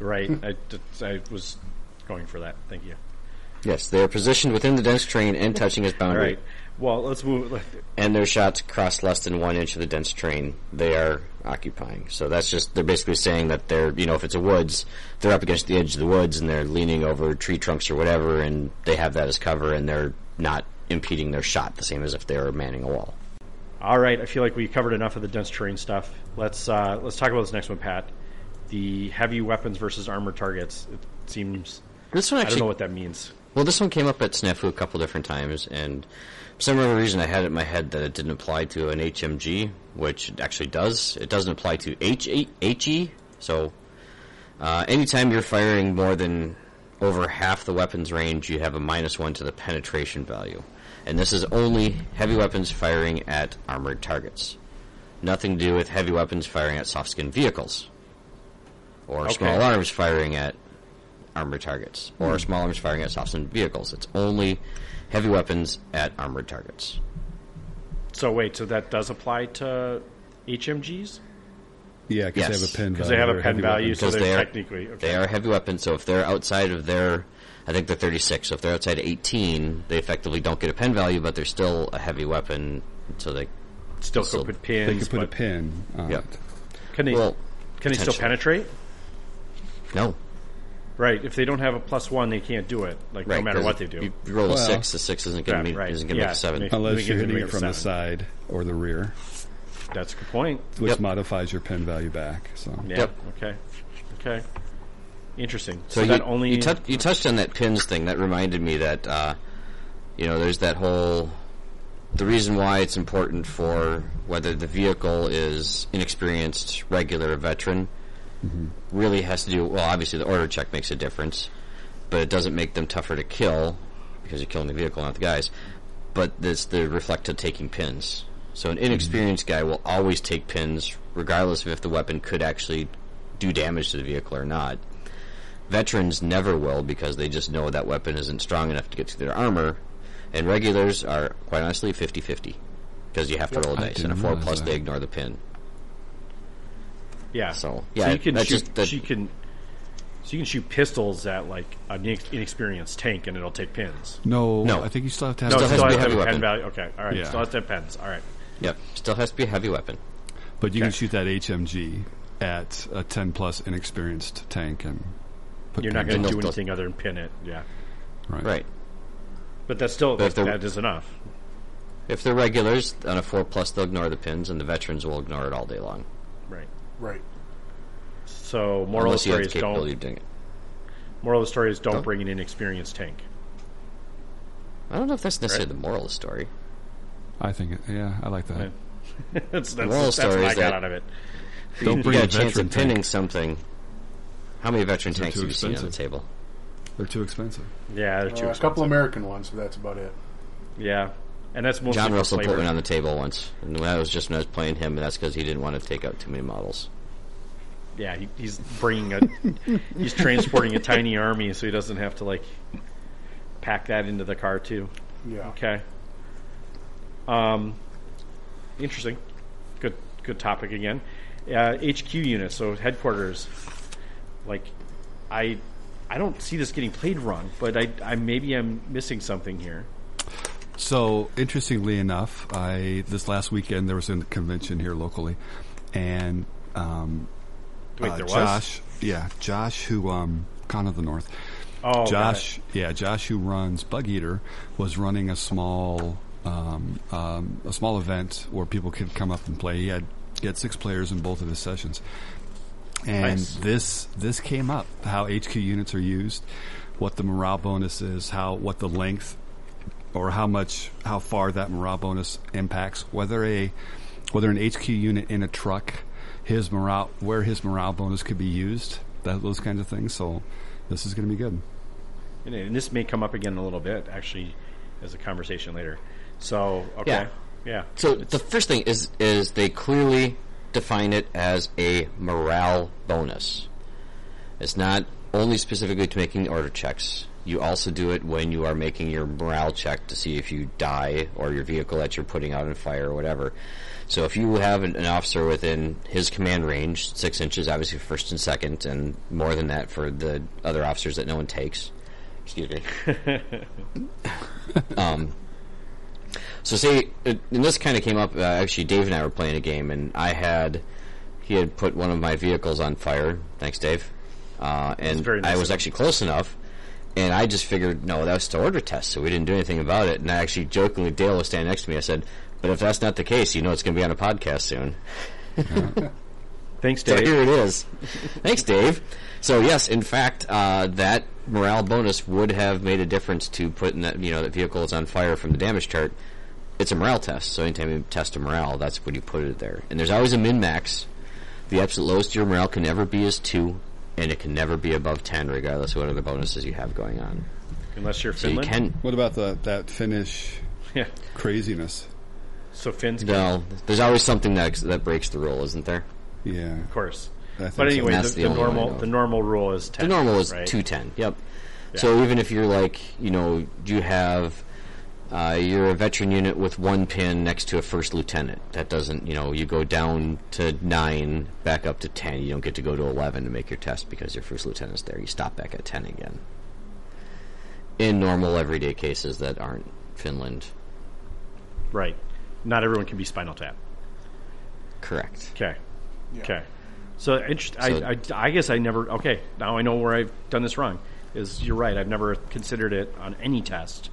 Speaker 2: Right.
Speaker 4: Hmm.
Speaker 2: I, that's- I was going for that. Thank you.
Speaker 1: Yes, they are positioned within the dense terrain and touching its
Speaker 2: All
Speaker 1: boundary.
Speaker 2: right. Well, let's move. let-
Speaker 1: and their shots cross less than one inch of the dense terrain they are occupying. So that's just they're basically saying that they're you know if it's a woods, they're up against the edge of the woods and they're leaning over tree trunks or whatever, and they have that as cover, and they're not impeding their shot the same as if they were manning a wall.
Speaker 2: All right. I feel like we covered enough of the dense terrain stuff. Let's uh, let's talk about this next one, Pat. The heavy weapons versus armor targets. It seems
Speaker 1: This one
Speaker 2: I don't
Speaker 1: actually
Speaker 2: know what that means.
Speaker 1: Well, this one came up at Snafu a couple different times, and for some other reason I had it in my head that it didn't apply to an HMG, which it actually does. It doesn't apply to HE, HE E? so uh, anytime you're firing more than over half the weapon's range, you have a minus one to the penetration value. And this is only heavy weapons firing at armored targets. Nothing to do with heavy weapons firing at soft skin vehicles. Or
Speaker 2: Okay.
Speaker 1: small arms firing at armored targets or small arms firing at soft and vehicles. It's only heavy weapons at armored targets.
Speaker 2: So wait. So that does apply to HMGs
Speaker 4: Yeah, because
Speaker 1: Yes.
Speaker 4: they have a pen value.
Speaker 2: because they have
Speaker 4: or
Speaker 2: a pen
Speaker 4: Uh, heavy
Speaker 2: value,
Speaker 4: weapons.
Speaker 2: so
Speaker 1: Because
Speaker 2: they're
Speaker 1: they are-
Speaker 2: technically okay.
Speaker 1: They are heavy weapons, so if they're outside of their, I think they're 36. So if they're outside of 18, they effectively don't get a pen value, but they're still a heavy weapon. So they,
Speaker 2: still could
Speaker 1: so
Speaker 2: put pins.
Speaker 4: They could put a
Speaker 2: but
Speaker 4: pin on
Speaker 1: Yep.
Speaker 4: it.
Speaker 2: Can they?
Speaker 1: well,
Speaker 2: can they still
Speaker 1: potentially.
Speaker 2: penetrate?
Speaker 1: no,
Speaker 2: Right. If they don't have a plus one, they can't do it. Like
Speaker 1: right?
Speaker 2: no matter
Speaker 1: 'cause
Speaker 2: what they
Speaker 1: if
Speaker 2: do.
Speaker 1: You roll a
Speaker 4: Well-
Speaker 1: six, the six isn't going
Speaker 2: Yeah,
Speaker 1: to
Speaker 2: right.
Speaker 1: isn't going to
Speaker 2: Yeah,
Speaker 1: make a seven.
Speaker 2: make- We
Speaker 4: Unless
Speaker 2: get
Speaker 4: you're
Speaker 2: to
Speaker 4: hitting
Speaker 2: make
Speaker 4: it
Speaker 2: a
Speaker 4: from the
Speaker 2: seven.
Speaker 4: side or the rear,
Speaker 2: That's a good point.
Speaker 4: which
Speaker 1: Yep.
Speaker 4: modifies your pen value back. So
Speaker 2: Yeah.
Speaker 1: Yep.
Speaker 2: Okay. Okay. Interesting. So,
Speaker 1: So
Speaker 2: that
Speaker 1: you,
Speaker 2: only
Speaker 1: you, tou- you touched on that pins thing. That reminded me that uh, you know there's that whole the reason why it's important for whether the vehicle is inexperienced, regular, or veteran really has to do. Well, obviously the order check makes a difference, but it doesn't make them tougher to kill because you're killing the vehicle, not the guys. But this the reflect to taking pins. So an inexperienced guy will always take pins, regardless of if the weapon could actually do damage to the vehicle or not. Veterans never will because they just know that weapon isn't strong enough to get through their armor. And regulars are, quite honestly, 50 50. Because you have to roll a
Speaker 4: I
Speaker 1: dice, and a
Speaker 4: didn't
Speaker 1: 4
Speaker 4: realize
Speaker 1: plus,
Speaker 4: that.
Speaker 1: they ignore the pin.
Speaker 2: yeah.
Speaker 1: So, yeah,
Speaker 2: you can
Speaker 1: that's
Speaker 2: shoot,
Speaker 1: just- that-
Speaker 2: she can So you can shoot pistols at like an inex- inexperienced tank, and it'll take pins.
Speaker 4: No,
Speaker 1: No.
Speaker 4: I think you still have to have.
Speaker 2: No,
Speaker 1: Still
Speaker 2: it
Speaker 1: has
Speaker 2: still
Speaker 1: to
Speaker 2: has
Speaker 1: be
Speaker 2: to
Speaker 1: a
Speaker 2: have
Speaker 1: heavy
Speaker 2: pen
Speaker 1: weapon.
Speaker 2: value. Okay, all right.
Speaker 4: Yeah.
Speaker 2: Still has to have pens. All right.
Speaker 1: Yep. Still has to be a heavy weapon.
Speaker 4: But you can
Speaker 2: Okay.
Speaker 4: shoot that HMG at a 10 plus inexperienced tank and put
Speaker 2: You're not
Speaker 4: pins
Speaker 2: going
Speaker 1: And
Speaker 2: to
Speaker 1: they'll
Speaker 2: do
Speaker 1: still-
Speaker 2: anything other than pin it. Yeah.
Speaker 4: on it.
Speaker 1: Right.
Speaker 2: But that's still
Speaker 1: But if they're-
Speaker 2: that is enough.
Speaker 1: If they're regulars on a four plus, they'll ignore the pins, and the veterans will ignore it all day long.
Speaker 2: Right.
Speaker 3: Right.
Speaker 2: So moral of
Speaker 1: unless
Speaker 2: the
Speaker 1: you
Speaker 2: story
Speaker 1: have the
Speaker 2: is
Speaker 1: capability
Speaker 2: don't.
Speaker 1: of doing it.
Speaker 2: Moral of the story is don't
Speaker 1: Don't.
Speaker 2: bring an inexperienced tank.
Speaker 1: I don't know if that's necessarily the moral of the story.
Speaker 4: I think, it, yeah, I like that.
Speaker 2: Yeah. that's that's,
Speaker 1: Moral
Speaker 2: that's what
Speaker 1: story
Speaker 2: I
Speaker 1: is
Speaker 2: got
Speaker 1: that-
Speaker 2: out of it.
Speaker 4: Don't
Speaker 1: you
Speaker 4: bring
Speaker 1: got
Speaker 4: a
Speaker 1: a chance
Speaker 4: veteran
Speaker 1: of pinning
Speaker 4: tank.
Speaker 1: something. How many veteran
Speaker 4: Those are
Speaker 1: tanks
Speaker 4: too
Speaker 1: have you seen on the
Speaker 4: expensive.
Speaker 1: table?
Speaker 4: They're too expensive.
Speaker 2: Yeah, they're too
Speaker 3: Uh, a couple
Speaker 2: expensive.
Speaker 3: American ones, but that's about it.
Speaker 2: Yeah, and that's mostly
Speaker 1: John
Speaker 2: for
Speaker 1: Russell put
Speaker 2: flavor.
Speaker 1: one on the table once, and that was just when I was playing him, and that's because he didn't want to take out too many models.
Speaker 2: Yeah, he, he's bringing a he's transporting a tiny army, so he doesn't have to like pack that into the car too.
Speaker 3: Yeah.
Speaker 2: Okay. Um, interesting. Good good topic again. Uh, HQ units, so headquarters. Like, I I don't see this getting played wrong, but I, I maybe I'm missing something here.
Speaker 4: So interestingly enough, I this last weekend there was a convention here locally, and um,
Speaker 2: Wait,
Speaker 4: uh,
Speaker 2: there was?
Speaker 4: Josh, yeah, Josh, who um, Con of the North,
Speaker 2: Oh, got it.
Speaker 4: Josh, yeah, Josh, who runs Bug Eater, was running a small um, um, a small event where people could come up and play. He had he had six players in both of his sessions, and
Speaker 2: Nice.
Speaker 4: this this came up how HQ units are used, what the morale bonus is, how what the length or how much how far that morale bonus impacts whether a whether an HQ unit in a truck his morale where his morale bonus could be used that those kinds of things so this is going to be good
Speaker 2: And, and this may come up again in a little bit, actually, as a conversation later. So, okay. Yeah.
Speaker 1: So the first thing is is they clearly define it as a morale bonus. It's not only specifically to making order checks. You also do it when you are making your morale check to see if you die or your vehicle that you're putting out on fire or whatever. So if you have an, an officer within his command range, six inches obviously for first and second, and more than that for the other officers that no one takes. Excuse me. Um, So say, uh, and this kind of came up. Uh, actually, Dave and I were playing a game, and I had he had put one of my vehicles on fire. Thanks, Dave. Uh, and
Speaker 2: very nice
Speaker 1: I
Speaker 2: of
Speaker 1: was actually close enough, and I just figured, no, that was to order test, so we didn't do anything about it. And I actually jokingly, Dale was standing next to me. I said, "But if that's not the case, you know it's going to be on a podcast soon."
Speaker 2: Thanks,
Speaker 1: So
Speaker 2: Dave.
Speaker 1: here it is. Thanks, Dave. So yes, in fact, uh, that morale bonus would have made a difference to putting that you know that vehicle is on fire from the damage chart. It's a morale test, so anytime you test a morale, that's when you put it there. And there's always a min max. The absolute lowest your morale can ever be is two, and it can never be above ten, regardless of what other bonuses you have going on.
Speaker 2: Unless you're
Speaker 1: So you
Speaker 2: Finland.
Speaker 1: can
Speaker 4: what about the that finnish
Speaker 2: Yeah.
Speaker 4: craziness
Speaker 2: So Finn's of
Speaker 1: no. There's always something that that breaks the rule, isn't there?
Speaker 4: yeah
Speaker 2: course.
Speaker 4: I think
Speaker 2: But
Speaker 4: so.
Speaker 2: anyway, the,
Speaker 1: That's the
Speaker 2: the
Speaker 1: only one I know
Speaker 2: normal
Speaker 1: of.
Speaker 2: the normal rule is ten.
Speaker 1: The normal is
Speaker 2: right?
Speaker 1: two ten. Yep. So even if you're like, you know, you have, uh, you're a veteran unit with one pin next to a first lieutenant. That doesn't, you know, you go down to nine, back up to ten. You don't get to go to eleven to make your test because your first lieutenant's there. You stop back at ten again. In normal everyday cases that aren't Finland,
Speaker 2: Right. Not everyone can be spinal tap.
Speaker 1: correct?
Speaker 2: Okay. Okay. So, interest,
Speaker 1: So-
Speaker 2: I, I, I guess I never. Okay, now I know where I've done this wrong. Is you're right. I've never considered it on any test,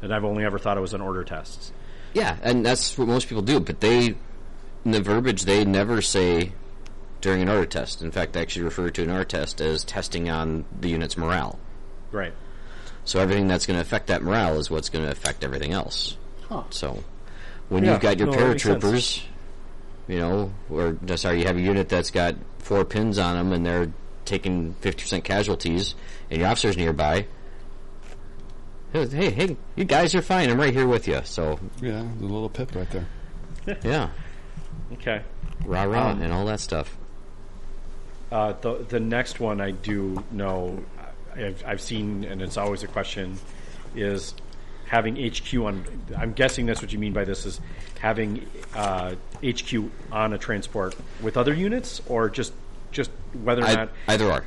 Speaker 2: and I've only ever thought it was on order tests.
Speaker 1: Yeah, and that's what most people do. But they, in the verbiage, they never say during an order test. In fact, they actually refer to an order test as testing on the unit's morale.
Speaker 2: Right.
Speaker 1: So everything that's going to affect that morale is what's going to affect everything else. So when
Speaker 2: Yeah,
Speaker 1: you've got your
Speaker 2: no, that makes
Speaker 1: paratroopers, you know, or no, sorry, you have a unit that's got four pins on them and they're taking fifty percent casualties, and your officer's nearby. Hey, hey, hey, you guys are fine. I'm right here with you. So
Speaker 4: yeah the little pip right there
Speaker 1: yeah,
Speaker 2: Okay.
Speaker 1: rah rah
Speaker 2: Um,
Speaker 1: and all that stuff.
Speaker 2: Uh, the the next one I do know, I- I've, I've seen, and it's always a question, is having HQ on. I'm guessing that's what you mean by this is having uh, HQ on a transport with other units, or just just whether or
Speaker 1: I,
Speaker 2: not
Speaker 1: either or.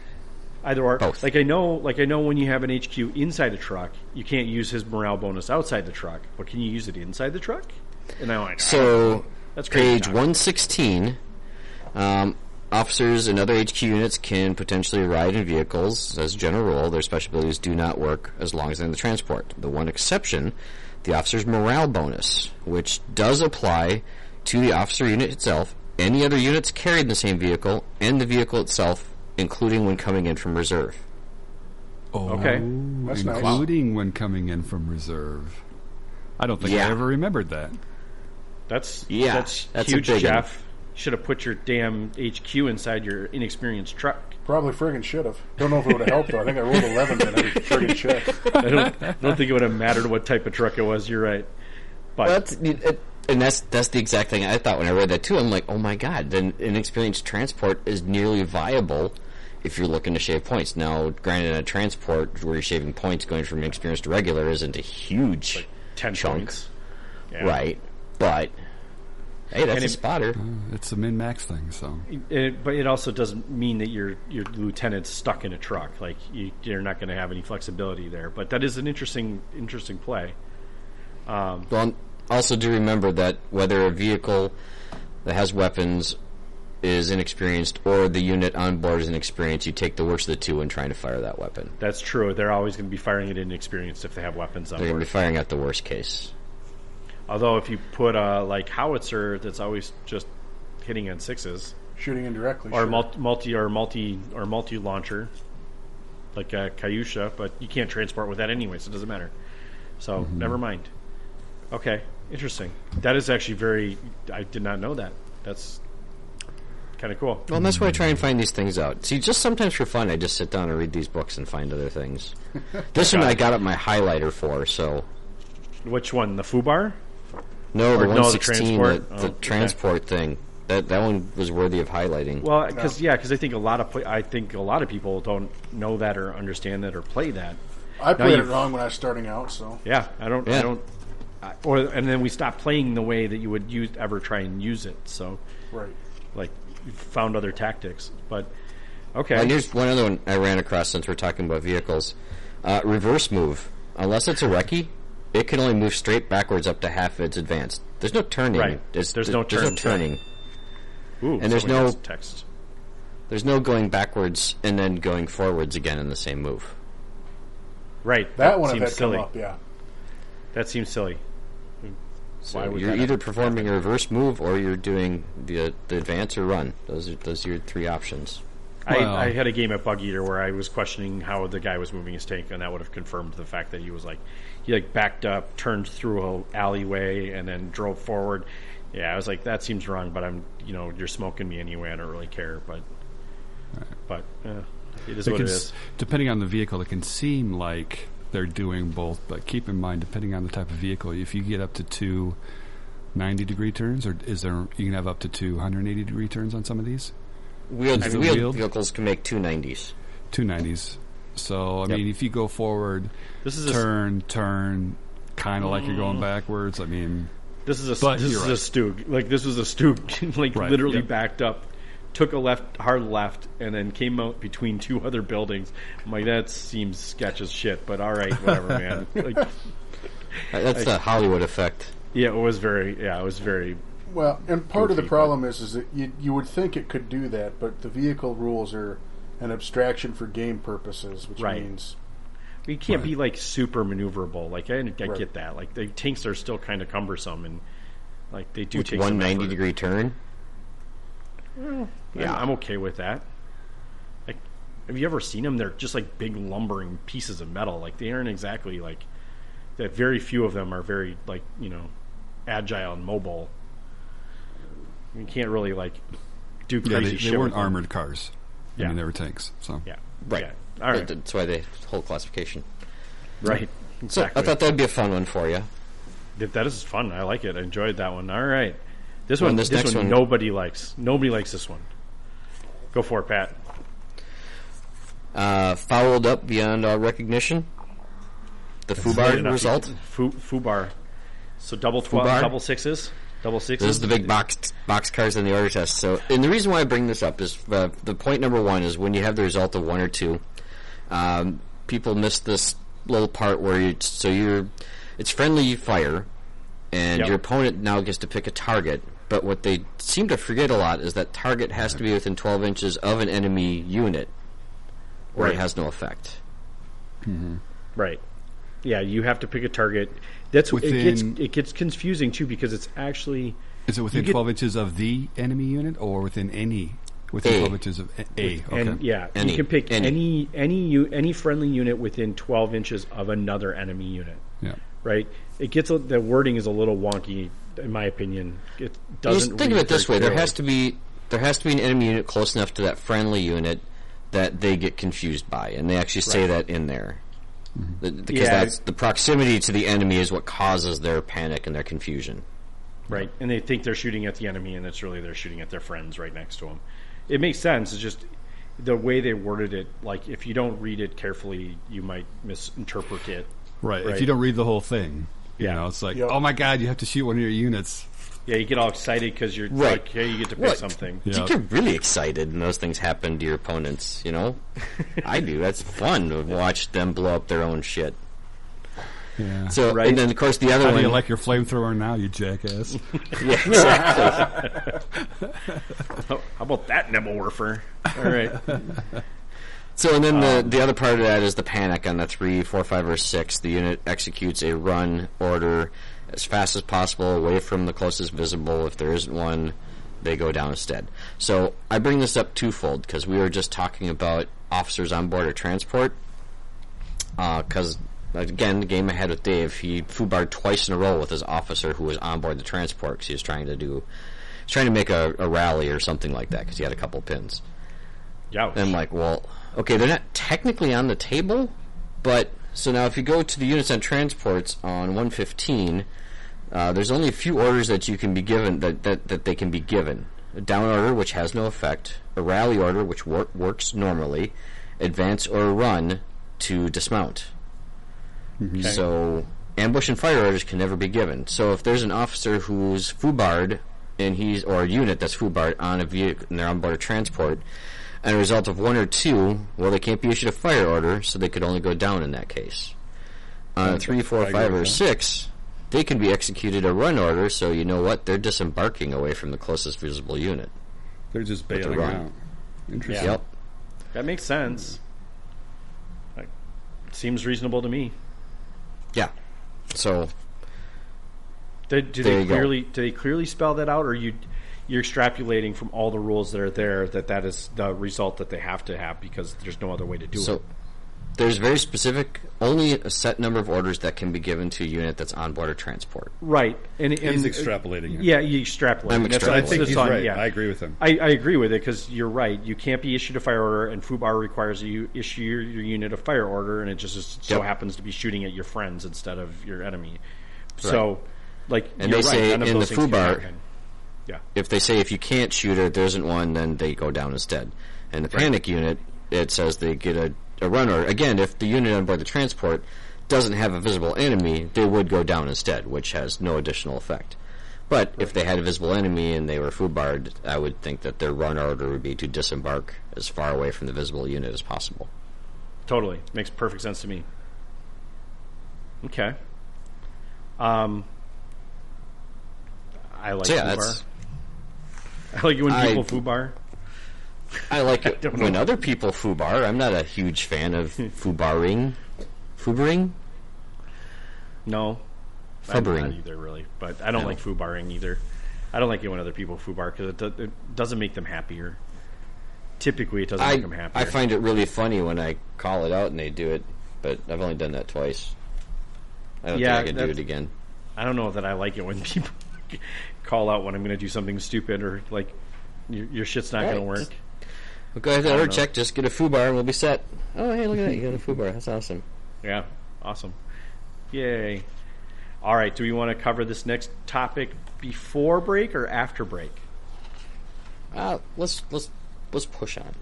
Speaker 2: Either or,
Speaker 1: Both.
Speaker 2: like I know, like I know when you have an HQ inside a truck, you can't use his morale bonus outside the truck, but can you use it inside the truck? And now I know.
Speaker 1: So,
Speaker 2: That's crazy
Speaker 1: page
Speaker 2: talk.
Speaker 1: 116, um, officers and other HQ units can potentially ride in vehicles. As a general rule, their special abilities do not work as long as they're in the transport. The one exception, the officer's morale bonus, which does apply to the officer unit itself, any other units carried in the same vehicle, and the vehicle itself, including when coming in from reserve.
Speaker 4: Oh,
Speaker 2: Okay.
Speaker 3: That's nice.
Speaker 4: including when coming in from reserve. I don't think
Speaker 1: Yeah.
Speaker 4: I ever remembered that.
Speaker 2: That's
Speaker 1: Yeah,
Speaker 2: that's,
Speaker 1: that's a
Speaker 2: huge,
Speaker 1: big one.
Speaker 2: Jeff. Should have put your damn HQ inside your inexperienced truck.
Speaker 3: Probably friggin' should have. Don't know if it would have helped though. I think I rolled 11 and I friggin' should.
Speaker 2: I don't, I don't think it would have mattered what type of truck it was. You're right, but
Speaker 1: Well, that's it, it- and that's that's the exact thing I thought when I read that too. I'm like, oh my god, then inexperienced transport is nearly viable if you're looking to shave points. Now, granted, a transport where you're shaving points going from inexperienced to regular isn't a huge
Speaker 2: ten
Speaker 1: chunk,
Speaker 2: points, Yeah.
Speaker 1: right? But hey, that's
Speaker 2: And
Speaker 1: a
Speaker 2: it-
Speaker 1: spotter.
Speaker 4: It's a min max thing, so
Speaker 2: It, but it also doesn't mean that your your lieutenant's stuck in a truck. Like you, you're not going to have any flexibility there. But that is an interesting interesting play.
Speaker 1: Well, and also do remember that whether a vehicle that has weapons is inexperienced or the unit on board is inexperienced, you take the worst of the two when trying to fire that weapon.
Speaker 2: That's true. They're always going to be firing at inexperienced if they have weapons on
Speaker 1: They're going
Speaker 2: board.
Speaker 1: to be firing at the worst case.
Speaker 2: Although if you put a like howitzer that's always just hitting on sixes
Speaker 3: Shooting indirectly.
Speaker 2: or
Speaker 3: sure.
Speaker 2: multi, multi or multi or multi launcher like a Kyusha, but you can't transport with that anyway, so it doesn't matter. So never mind. Okay, interesting. That is actually very. I did not know that. That's kind of cool.
Speaker 1: Well, and that's why I try and find these things out. See, just sometimes for fun, I just sit down and read these books and find other things. this one I got up my highlighter for, so
Speaker 2: Which one? The Fubar?
Speaker 1: no, the
Speaker 2: Or no, the
Speaker 1: 116, the
Speaker 2: transport?
Speaker 1: the,
Speaker 2: Oh, okay.
Speaker 1: transport thing. That that one was worthy of highlighting.
Speaker 2: Well, because yeah, because I think a lot of pla I think a lot of people don't know that or understand that or play that.
Speaker 3: I played it
Speaker 2: you've-
Speaker 3: wrong when I was starting out, so
Speaker 2: Yeah, I don't. I
Speaker 1: Yeah.
Speaker 2: don't. I, or and then we stop playing the way that you would use ever try and use it. So
Speaker 3: right.
Speaker 2: like you found other tactics. But okay,
Speaker 1: And here's one other one I ran across since we're talking about vehicles. Uh, reverse move. Unless it's a recce, it can only move straight backwards up to half its advance. There's no turning.
Speaker 2: Right.
Speaker 1: It's-
Speaker 2: There's no
Speaker 1: there's
Speaker 2: turn.
Speaker 1: no turning.
Speaker 2: Ooh,
Speaker 1: and there's
Speaker 2: someone
Speaker 1: no-
Speaker 2: has text.
Speaker 1: There's no going backwards and then going forwards again in the same move.
Speaker 2: Right,
Speaker 3: That one I've
Speaker 2: seems
Speaker 3: had come
Speaker 2: silly.
Speaker 3: up, yeah.
Speaker 2: That seems silly. Why
Speaker 1: So
Speaker 2: would
Speaker 1: you're
Speaker 2: that
Speaker 1: either performing a reverse move or you're doing the the advance or run. Those are those are your three options.
Speaker 4: Well-
Speaker 2: I, I had a game at Bug Eater where I was questioning how the guy was moving his tank, and that would have confirmed the fact that he was like, he like backed up, turned through a alleyway, and then drove forward. Yeah, I was like, that seems wrong, but I'm, you know, you're smoking me anyway. I don't really care, but, but uh, it is
Speaker 4: It
Speaker 2: what
Speaker 4: can
Speaker 2: it
Speaker 4: s-
Speaker 2: is.
Speaker 4: Depending on the vehicle, it can seem like they're doing both, but keep in mind, depending on the type of vehicle, if you get up to two 90 degree turns, or is there, you can have up to two 180 degree turns on some of these?
Speaker 1: Wheeled,
Speaker 4: I mean-
Speaker 1: wheeled
Speaker 4: Wheeled?
Speaker 1: vehicles can make two nineties.
Speaker 4: 290s. So, I
Speaker 1: Yep.
Speaker 4: mean, if you go forward,
Speaker 2: This is a s-
Speaker 4: turn, turn, kind of like you're going backwards, I mean,
Speaker 2: This is a
Speaker 4: But
Speaker 2: this is
Speaker 4: you're
Speaker 2: a Stug. Like this was a Stug. like
Speaker 4: Right,
Speaker 2: literally
Speaker 4: yep.
Speaker 2: backed up, took a left, hard left, and then came out between two other buildings. I'm like that seems sketch as shit. But all right, whatever, man. Like,
Speaker 1: Uh, That's the Hollywood effect.
Speaker 2: yeah, it was very. Yeah, it was very.
Speaker 3: Well, and part of the
Speaker 2: Goofy,
Speaker 3: problem is is that you you would think it could do that, but the vehicle rules are an abstraction for game purposes, which
Speaker 2: Right.
Speaker 3: means
Speaker 2: You can't be like super maneuverable. Like I, I
Speaker 3: Right.
Speaker 2: get that. Like the tanks are still kind of cumbersome and like they do take some
Speaker 1: One ninety
Speaker 2: effort.
Speaker 1: degree turn.
Speaker 2: Yeah, I'm okay with that. Like, have you ever seen them? They're just like big lumbering pieces of metal. Like they aren't exactly like that. Very few of them are very like you know agile and mobile. You can't really like do
Speaker 4: yeah,
Speaker 2: crazy
Speaker 4: they,
Speaker 2: shit.
Speaker 4: they weren't
Speaker 2: with them.
Speaker 4: armored cars. I
Speaker 2: Yeah.
Speaker 4: mean, they were tanks. So,
Speaker 2: Yeah.
Speaker 1: Right.
Speaker 2: Yeah. All right.
Speaker 1: That's why they whole classification.
Speaker 2: right.
Speaker 1: So
Speaker 2: Exactly.
Speaker 1: I thought that'd be a fun one for you.
Speaker 2: That- that is fun. I like it. I enjoyed that one. All right. This
Speaker 1: Well,
Speaker 2: one.
Speaker 1: this
Speaker 2: This,
Speaker 1: next
Speaker 2: one,
Speaker 1: one-
Speaker 2: Nobody likes. Nobody likes this one. Go for it, Pat.
Speaker 1: Uh, fouled up beyond all recognition. The Fubar result.
Speaker 2: Fu, fubar. So double twelve,
Speaker 1: Fubar?
Speaker 2: double sixes, double sixes.
Speaker 1: This is the big box box cars in the order test. So, and the reason why I bring this up is uh, the point number one is when you have the result of one or two, Um, people missed this little part where you so you're it's friendly fire, and
Speaker 2: Yep.
Speaker 1: your opponent now gets to pick a target. But what they seem to forget a lot is that target has to be within 12 inches of an enemy unit, or it
Speaker 2: Right.
Speaker 1: has no effect.
Speaker 2: Right. Yeah, you have to pick a target. That's it gets
Speaker 4: Within-
Speaker 2: it gets confusing too because it's actually
Speaker 4: Is it within
Speaker 2: get-
Speaker 4: 12 inches of the enemy unit or within any? Within
Speaker 1: A.
Speaker 4: 12 inches of a. a, Okay.
Speaker 2: and yeah,
Speaker 1: Any-
Speaker 2: you can pick
Speaker 1: any.
Speaker 2: any any u- any friendly unit within 12 inches of another enemy unit.
Speaker 4: Yeah.
Speaker 2: Right? It gets a, the wording is a little wonky in my opinion. It doesn't
Speaker 1: Just think of
Speaker 2: read
Speaker 1: it this way:
Speaker 2: very
Speaker 1: there has
Speaker 2: clearly.
Speaker 1: to be there has to be an enemy unit close enough to that friendly unit that they get confused by, and they actually say that in there. The- because
Speaker 2: Yeah.
Speaker 1: that's the proximity to the enemy is what causes their panic and their confusion.
Speaker 2: Right. And they think they're shooting at the enemy, and it's really they're shooting at their friends right next to them. It makes sense. It's just the way they worded it. Like, if you don't read it carefully, you might misinterpret it.
Speaker 4: Right. If
Speaker 2: Right.
Speaker 4: you don't read the whole thing, you
Speaker 2: Yeah.
Speaker 4: know, it's like,
Speaker 3: Yep.
Speaker 4: oh my God, you have to shoot one of your units.
Speaker 2: Yeah, you get all excited because you're
Speaker 1: Right.
Speaker 2: like, hey, you get to pick
Speaker 1: Right.
Speaker 2: something.
Speaker 4: Yeah.
Speaker 1: You get really excited when those things happen to your opponents. You know, I do. That's fun to watch them blow up their own shit.
Speaker 4: Yeah.
Speaker 1: So,
Speaker 2: Right.
Speaker 1: and then of course the other
Speaker 4: How do
Speaker 1: one,
Speaker 4: you like your flamethrower now, you jackass?
Speaker 1: yeah, exactly.
Speaker 2: How how about that, Nebelwerfer? All right.
Speaker 1: So and then the the other part of that is the panic on the three, four, five, or six. The unit executes a run order as fast as possible away from the closest visible. If there isn't one, they go down instead. So I bring this up twofold because we were just talking about officers on board or transport. Because again, the game I had with Dave, he foobarred twice in a row with his officer who was on board the transport because he was trying to do, he was trying to make a, a rally or something like that because he had a couple pins.
Speaker 2: Yeah.
Speaker 1: And I'm like, well, okay, they're not technically on the table, but so now if you go to the units on transports on 115, uh, there's only a few orders that you can be given that, that, that they can be given. A down order, which has no effect, a rally order, which wor- works normally, advance or run to dismount. So ambush and fire orders can never be given. So if there's an officer who's foobarred and he's or a unit that's foobarred on a vehicle and they're on board a transport, and a result of one or two, well, they can't be issued a fire order, so they could only go down in that case. On a three,
Speaker 3: I
Speaker 1: four,
Speaker 3: agree
Speaker 1: five,
Speaker 3: with
Speaker 1: or
Speaker 3: that.
Speaker 1: six, they can be executed a run order. So you know what? They're disembarking away from the closest visible unit.
Speaker 4: They're just
Speaker 1: the bailing wrong- out.
Speaker 4: Interesting.
Speaker 1: Yep.
Speaker 2: That makes sense. Like, seems reasonable to me.
Speaker 1: Yeah. So
Speaker 2: They, do
Speaker 1: There
Speaker 2: they
Speaker 1: you go.
Speaker 2: clearly do they clearly spell that out, or you you're extrapolating from all the rules that are there that that is the result that they have to have because there's no other way to do it.
Speaker 1: So there's very specific, only a set number of orders that can be given to a unit that's on board or transport.
Speaker 2: Right, and, and uh,
Speaker 4: uh,
Speaker 6: He's extrapolating it.
Speaker 2: Yeah, you extrapolate.
Speaker 1: I'm
Speaker 2: That's-
Speaker 1: extrapolating.
Speaker 6: I
Speaker 2: that's
Speaker 6: think
Speaker 2: the
Speaker 6: he's
Speaker 2: thought,
Speaker 6: right.
Speaker 2: yeah.
Speaker 6: I agree with him.
Speaker 2: I, I agree with it because you're right. You can't be issued a fire order, and FUBAR requires you issue your, your unit a fire order, and it just is- so
Speaker 1: Yep.
Speaker 2: happens to be shooting at your friends instead of your enemy. So, like,
Speaker 1: And
Speaker 2: you're
Speaker 1: they
Speaker 2: right,
Speaker 1: say
Speaker 2: none of
Speaker 1: in
Speaker 2: those
Speaker 1: the
Speaker 2: things can
Speaker 1: FUBAR
Speaker 2: happen.
Speaker 1: If they say if you can't shoot or there isn't one, then they go down instead. And the panic unit, it says they get a, a run order. Again, if the unit on board the transport doesn't have a visible enemy, they would go down instead, which has no additional effect. But if they had a visible enemy and they were foobarred, I would think that their run order would be to disembark as far away from the visible unit as possible.
Speaker 2: Totally makes perfect sense to me. Okay. Um, I like
Speaker 1: So yeah,
Speaker 2: FUBAR.
Speaker 1: that's
Speaker 2: I like it when
Speaker 1: I-
Speaker 2: people FUBAR.
Speaker 1: I like it
Speaker 2: don't
Speaker 1: when
Speaker 2: know.
Speaker 1: other people foobar. I'm not a huge fan of foobarring. Foobaring?
Speaker 2: No, I'm not
Speaker 1: Fubbering.
Speaker 2: either, really. But I don't like foobarring either. I don't like it when other people foobar because it, do- it doesn't make them happier. Typically, it doesn't make
Speaker 1: I,
Speaker 2: them happier.
Speaker 1: I find it really funny when I call it out and they do it, but I've only done that twice. I don't
Speaker 2: Yeah,
Speaker 1: think I can do
Speaker 2: that's-
Speaker 1: it again.
Speaker 2: I don't know that I like it when people call out when I'm going to do something stupid or like your, your shit's not going to
Speaker 1: Right.
Speaker 2: work.
Speaker 1: We'll go ahead and
Speaker 2: don't
Speaker 1: order
Speaker 2: know.
Speaker 1: check, just get a foobar and we'll be set. Oh, hey, look at that. You got a foobar. That's awesome.
Speaker 2: Yeah, awesome. Yay. All right, do we want to cover this next topic before break or after break?
Speaker 1: Uh, let's, let's, let's push on.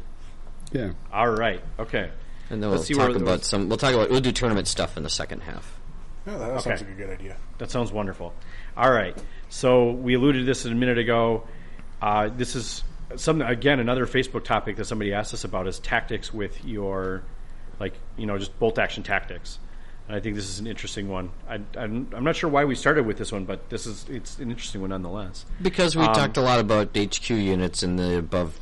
Speaker 4: Yeah.
Speaker 2: All right, okay.
Speaker 1: And then
Speaker 2: Let's see
Speaker 1: we'll
Speaker 2: where
Speaker 1: talk
Speaker 2: it
Speaker 1: about
Speaker 2: goes.
Speaker 1: some, we'll talk about, we'll do tournament stuff in the second half.
Speaker 3: Oh, that sounds
Speaker 2: Okay.
Speaker 3: like a good idea.
Speaker 2: That sounds wonderful. All right. So we alluded to this a minute ago. Uh, this is some again another Facebook topic that somebody asked us about is tactics with your like you know just bolt action tactics. And I think this is an interesting one. I, I'm, I'm not sure why we started with this one, but this is it's an interesting one nonetheless.
Speaker 1: Because
Speaker 2: Um,
Speaker 1: we talked a lot about HQ units and the above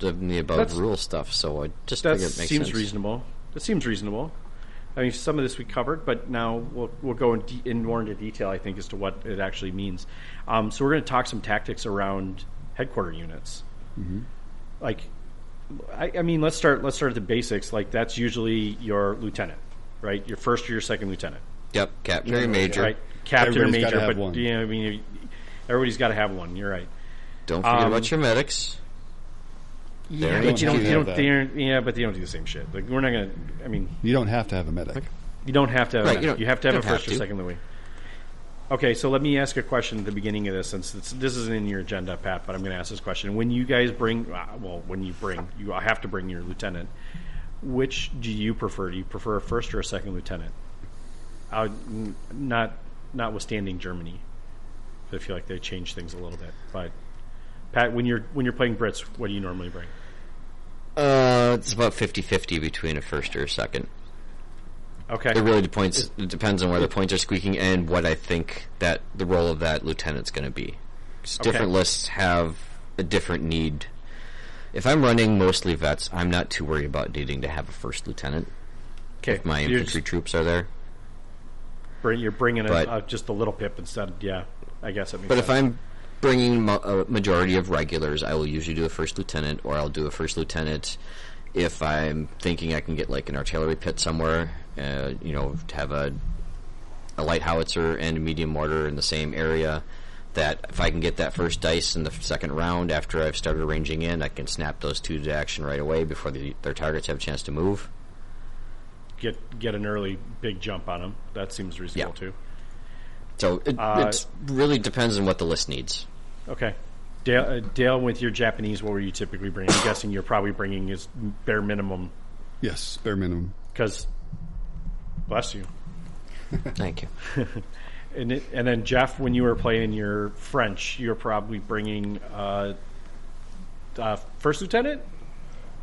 Speaker 1: the, the above
Speaker 2: That's-
Speaker 1: rule stuff, so I just
Speaker 2: That
Speaker 1: think it makes
Speaker 2: seems
Speaker 1: sense.
Speaker 2: reasonable. That seems reasonable. I mean, some of this we covered, but now we'll we'll go in, de- in more into detail. I think as to what it actually means. Um, so we're going to talk some tactics around headquarter units. Like, I, I mean, let's start. Let's start at the basics. Like that's usually your lieutenant, right? Your first or your second lieutenant,
Speaker 1: Yep, captain or major.
Speaker 2: right? Captain
Speaker 4: Everybody's
Speaker 2: or
Speaker 4: gotta
Speaker 2: major,
Speaker 4: have
Speaker 2: but
Speaker 4: one.
Speaker 2: you know, I mean, you- everybody's got to have one. You're right.
Speaker 1: Don't forget
Speaker 2: Um,
Speaker 1: about your medics.
Speaker 2: Yeah,
Speaker 1: They're
Speaker 2: but you
Speaker 1: not
Speaker 2: don't.
Speaker 1: gonna
Speaker 2: You
Speaker 4: have
Speaker 2: don't.
Speaker 4: that.
Speaker 2: They aren't, yeah, but they don't do the same shit. Like we're not going to. I mean.
Speaker 4: You don't have to have a medic.
Speaker 2: You don't have to have
Speaker 1: Right, you
Speaker 2: a, you,
Speaker 1: don't-
Speaker 2: have to have
Speaker 1: you
Speaker 2: a
Speaker 1: don't
Speaker 2: first
Speaker 1: have to.
Speaker 2: or second Louis. Okay, so let me ask a question at the beginning of this, since this, this isn't in your agenda, Pat, but I'm going to ask this question. When you guys bring, uh, well, when you bring, you have to bring your lieutenant. Which do you prefer? Do you prefer a first or a second lieutenant? I would, n- not notwithstanding Germany, I feel like they changed things a little bit. But Pat, when you're when you're playing Brits, what do you normally bring?
Speaker 1: Uh, it's about 50-50 between a first or a second.
Speaker 2: Okay,
Speaker 1: It really depends. It depends on where the points are squeaking and what I think that the role of that lieutenant's going to be. 'Cause
Speaker 2: Okay.
Speaker 1: Different lists have a different need. If I'm running mostly vets, I'm not too worried about needing to have a first lieutenant.
Speaker 2: okay.
Speaker 1: If my
Speaker 2: You're
Speaker 1: infantry
Speaker 2: just
Speaker 1: troops are there,
Speaker 2: bring- you're bringing a,
Speaker 1: But-
Speaker 2: uh, just a little pip instead. Yeah, I guess that makes
Speaker 1: But
Speaker 2: sense.
Speaker 1: if I'm bringing mo- a majority of regulars, I will usually do a first lieutenant, or I'll do a first lieutenant if I'm thinking I can get like an artillery pit somewhere. Uh, you know, to have a a light howitzer and a medium mortar in the same area. That if I can get that first dice in the second round after I've started ranging in, I can snap those two to action right away before the, their targets have a chance to move.
Speaker 2: get get an early big jump on him. That seems reasonable
Speaker 1: Yeah.
Speaker 2: too.
Speaker 1: So it
Speaker 2: Uh,
Speaker 1: it's really depends on what the list needs.
Speaker 2: Okay, Dale, uh, Dale, with your Japanese, what were you typically bringing? I'm guessing you're probably bringing his bare minimum
Speaker 4: Yes, bare minimum.
Speaker 2: because bless you.
Speaker 1: Thank you.
Speaker 2: And it, and then Jeff, when you were playing your French, you were probably bringing uh, uh, first lieutenant.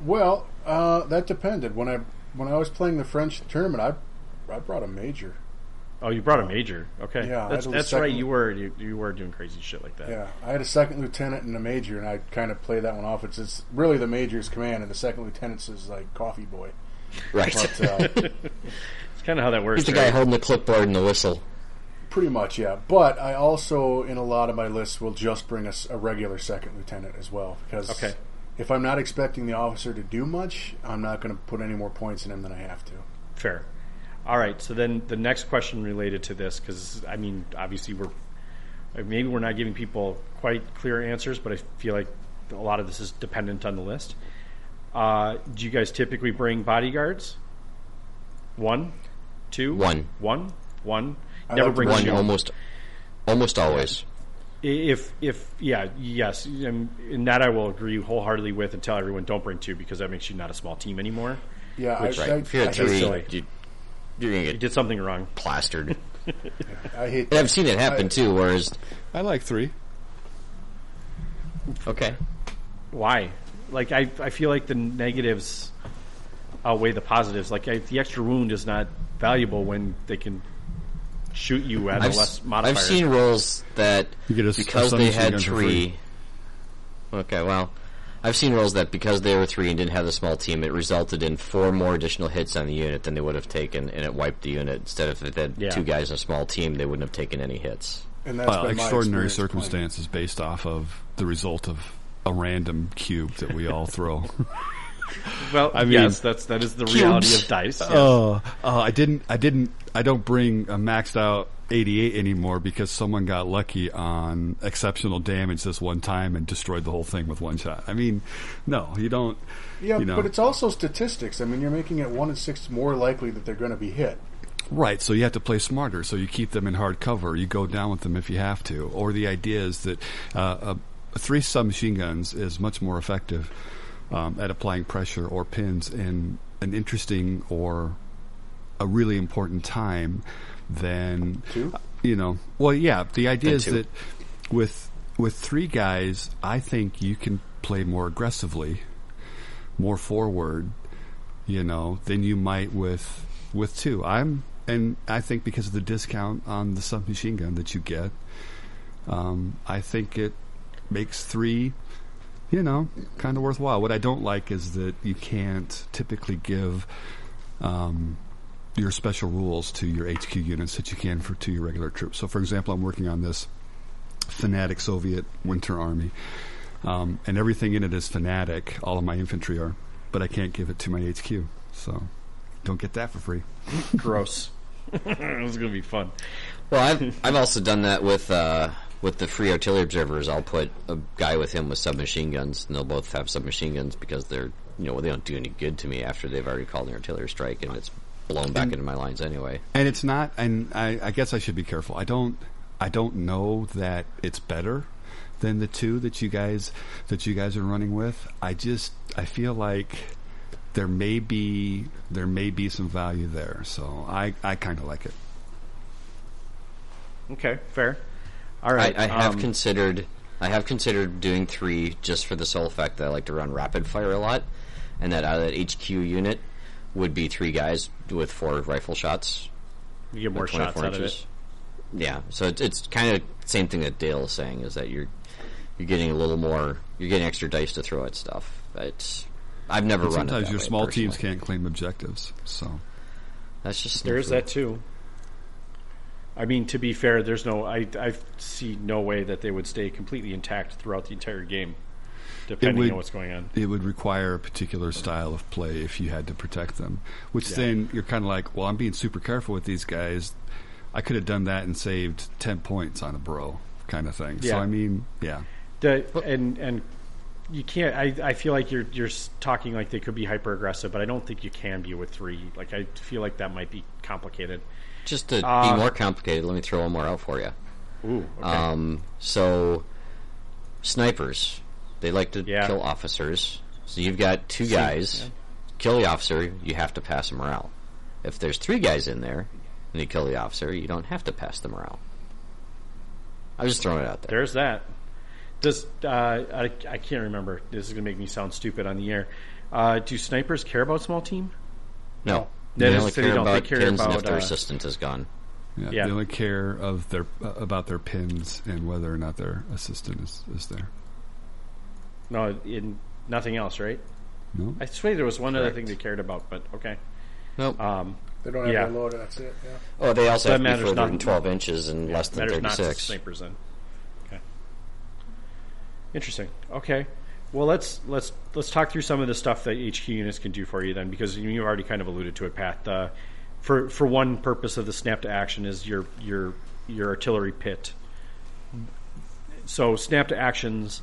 Speaker 3: Well, uh, that depended. When I when I was playing the French tournament, I I brought a major.
Speaker 2: Oh, you brought a major. Okay,
Speaker 3: Yeah, I
Speaker 2: that's,
Speaker 3: had a
Speaker 2: that's
Speaker 3: second-
Speaker 2: right. You were you, you were doing crazy shit like that.
Speaker 3: Yeah, I had a second lieutenant and a major, and I kind of play that one off. It's, it's really the major's command, and the second lieutenant's is like coffee boy.
Speaker 1: Right.
Speaker 3: But uh,
Speaker 2: It's kind of how that works.
Speaker 1: He's the
Speaker 2: right?
Speaker 1: guy holding the clipboard and the whistle.
Speaker 3: pretty much, yeah. But I also, in a lot of my lists, will just bring us a, regular second lieutenant as well because
Speaker 2: Okay.
Speaker 3: if I'm not expecting the officer to do much, I'm not going to put any more points in him than I have to.
Speaker 2: Fair. All right. So then the next question related to this, because I mean, obviously we're uh, maybe we're not giving people quite clear answers, but I feel like a lot of this is dependent on the list. Uh, do you guys typically bring bodyguards? One, two,
Speaker 1: One.
Speaker 2: one, one.
Speaker 3: I
Speaker 2: Never
Speaker 3: like
Speaker 2: bring
Speaker 1: one
Speaker 2: two.
Speaker 1: almost almost always
Speaker 2: If if yeah yes, and, and that I will agree wholeheartedly with, and tell everyone don't bring two because that makes you not a small team anymore.
Speaker 3: Yeah,
Speaker 2: Which,
Speaker 3: I,
Speaker 1: right
Speaker 3: I,
Speaker 1: if you're
Speaker 3: I
Speaker 1: at three
Speaker 3: hate,
Speaker 2: silly.
Speaker 1: you, you're gonna
Speaker 2: You
Speaker 1: get
Speaker 2: did something wrong.
Speaker 1: plastered and
Speaker 3: I hate
Speaker 1: i've seen it happen
Speaker 3: I-
Speaker 1: too whereas
Speaker 4: I like three.
Speaker 1: okay
Speaker 2: why? Like I, I feel like the negatives outweigh the positives. Like I, the extra wound is not valuable when they can shoot you at
Speaker 1: i've,
Speaker 2: a less
Speaker 1: s-
Speaker 2: modifier.
Speaker 1: I've seen roles that
Speaker 4: You get a s- a
Speaker 1: because
Speaker 4: submachine
Speaker 1: they had
Speaker 4: gun for
Speaker 1: three okay well i've seen roles that because they were three and didn't have the small team it resulted in four more additional hits on the unit than they would have taken and it wiped the unit instead of if they had
Speaker 2: Yeah.
Speaker 1: two guys in a small team they wouldn't have taken any hits
Speaker 3: and that's
Speaker 4: Well,
Speaker 3: been my
Speaker 4: extraordinary
Speaker 3: experience playing.
Speaker 4: circumstances based off of the result of a random cube that we all throw.
Speaker 2: well,
Speaker 4: I mean-
Speaker 2: yes, that's that is the reality of dice. yes.
Speaker 4: Oh, oh, I didn't, I didn't, I don't bring a maxed out 88 anymore because someone got lucky on exceptional damage this one time and destroyed the whole thing with one shot. I mean, no, you don't.
Speaker 3: Yeah,
Speaker 4: you know,
Speaker 3: but it's also statistics. I mean, you're making it one in six more likely that they're going to be hit.
Speaker 4: Right, so you have to play smarter. So you keep them in hard cover. You go down with them if you have to. Or the idea is that uh, a, three submachine guns is much more effective um, at applying pressure or pins in an interesting or a really important time than
Speaker 3: Two?
Speaker 4: you know. Well, yeah. The idea
Speaker 1: Than
Speaker 4: is
Speaker 1: two.
Speaker 4: that with with three guys, I think you can play more aggressively, more forward, you know, than you might with with two. I'm and I think because of the discount on the submachine gun that you get, um, I think it makes three, you know, kind of worthwhile. What I don't like is that you can't typically give um, your special rules to your HQ units that you can for to your regular troops. So, for example, I'm working on this fanatic Soviet Winter Army, um, and everything in it is fanatic. All of my infantry are, but I can't give it to my HQ. So, don't get that for free.
Speaker 2: Gross. it was going to be fun.
Speaker 1: Well, I've I've also done that with uh, with the free artillery observers. I'll put a guy with him with submachine guns, and they'll both have submachine guns because they're you know they don't do any good to me after they've already called an artillery strike and it's blown back into my lines anyway.
Speaker 4: And it's not. And I, I guess I should be careful. I don't. I don't know that it's better than the two that you guys that you guys are running with. I just. I feel like there may be there may be some value there. So I I kind of like it.
Speaker 2: Okay, fair. All right.
Speaker 1: I, I have
Speaker 2: um,
Speaker 1: considered I have considered doing three just for the sole fact that I like to run rapid fire a lot, and that out of that HQ unit would be three guys with four rifle shots,
Speaker 2: you get more
Speaker 1: like 24
Speaker 2: shots out of it.
Speaker 1: Yeah, so it's, it's kind of same thing that Dale is saying is that you're you're getting a little more, you're getting extra dice to throw at stuff. It's I've never
Speaker 4: And
Speaker 1: run it
Speaker 4: sometimes
Speaker 1: that
Speaker 4: your
Speaker 1: way
Speaker 4: small
Speaker 1: personally.
Speaker 4: teams can't claim objectives. So
Speaker 1: That's just
Speaker 2: There is that too. I mean, to be fair, there's no. I I see no way that they would stay completely intact throughout the entire game, depending
Speaker 4: would-
Speaker 2: on what's going on.
Speaker 4: it would require a particular style of play if you had to protect them. Which
Speaker 2: Yeah.
Speaker 4: then you're kind of like, well, I'm being super careful with these guys. I could have done that and saved ten points on a bro kind of thing. So
Speaker 2: Yeah.
Speaker 4: I mean, yeah,
Speaker 2: The, and and you can't. I, I feel like you're you're s- talking like they could be hyper aggressive, but I don't think you can be with three. Like I feel like that might be complicated.
Speaker 1: Just to
Speaker 2: Uh,
Speaker 1: be more complicated, let me throw one more out for you.
Speaker 2: Ooh, okay.
Speaker 1: Um, so snipers, they like to
Speaker 2: Yeah.
Speaker 1: kill officers. So you've got two guys, kill the officer, you have to pass the morale. If there's three guys in there and you kill the officer, you don't have to pass the morale. I'm just throwing it out there.
Speaker 2: There's that. Does uh, I, I can't remember. This is gonna make me sound stupid on the air. Uh, do snipers care about small team?
Speaker 1: No.
Speaker 2: They
Speaker 1: They
Speaker 2: just
Speaker 1: only
Speaker 2: say
Speaker 1: care
Speaker 2: they don't- they
Speaker 1: about
Speaker 2: care
Speaker 1: pins and
Speaker 2: about,
Speaker 1: if their
Speaker 2: uh,
Speaker 1: assistant is gone.
Speaker 4: yeah.
Speaker 2: Yeah.
Speaker 4: They only care of their uh, about their pins and whether or not their assistant is, is there.
Speaker 2: No, in nothing else, right?
Speaker 4: No,
Speaker 2: I swear there was one other
Speaker 1: Correct.
Speaker 2: thing they cared about, but okay.
Speaker 1: Nope.
Speaker 2: Um,
Speaker 3: They don't have
Speaker 2: Yeah.
Speaker 3: to load it. That's it. Yeah.
Speaker 1: oh, they also
Speaker 2: that
Speaker 1: have to be
Speaker 2: matters
Speaker 1: further
Speaker 2: not-
Speaker 1: than 12 inches and less than
Speaker 2: matters not to
Speaker 1: 36.
Speaker 2: snipers then. Okay. Interesting. Okay. Well, let's let's let's talk through some of the stuff that HQ units can do for you then, because you- you've already kind of alluded to it, Pat. The, for for one purpose of the snap to action is your your your artillery pit. So snap to actions.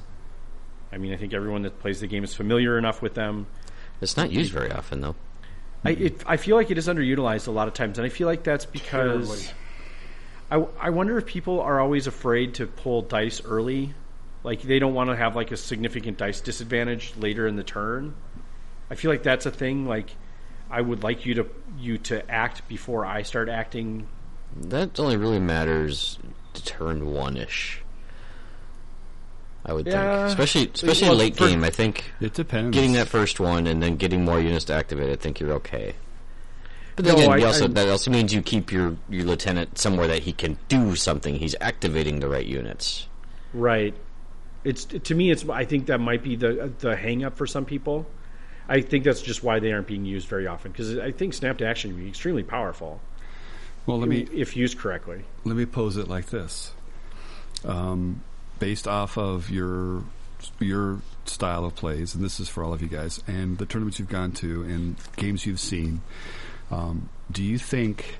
Speaker 2: I mean, I think everyone that plays the game is familiar enough with them.
Speaker 1: It's not used very often, though.
Speaker 2: I, it, I feel like it is underutilized a lot of times, and I feel like that's because I, I wonder if people are always afraid to pull dice early, like they don't want to have like a significant dice disadvantage later in the turn. I feel like that's a thing. Like I would like you to you to act before I start acting.
Speaker 1: That only really matters to turn one ish. I would
Speaker 2: Yeah.
Speaker 1: think, especially especially
Speaker 2: Well,
Speaker 1: late
Speaker 2: for-
Speaker 1: game. I think
Speaker 4: it depends.
Speaker 1: getting that first one and then getting more units to activate. I think you're okay. But then
Speaker 2: No,
Speaker 1: again,
Speaker 2: I-
Speaker 1: you also
Speaker 2: I-
Speaker 1: that also means you keep your your lieutenant somewhere that he can do something. He's activating the right units.
Speaker 2: Right. It's to me. It's I think that might be the the hang up for some people. I think that's just why they aren't being used very often because I think snap to action can be extremely powerful
Speaker 4: well, let me
Speaker 2: if used correctly.
Speaker 4: let me pose it like this. Um, based off of your your style of plays, and this is for all of you guys, and the tournaments you've gone to and games you've seen, um, do you think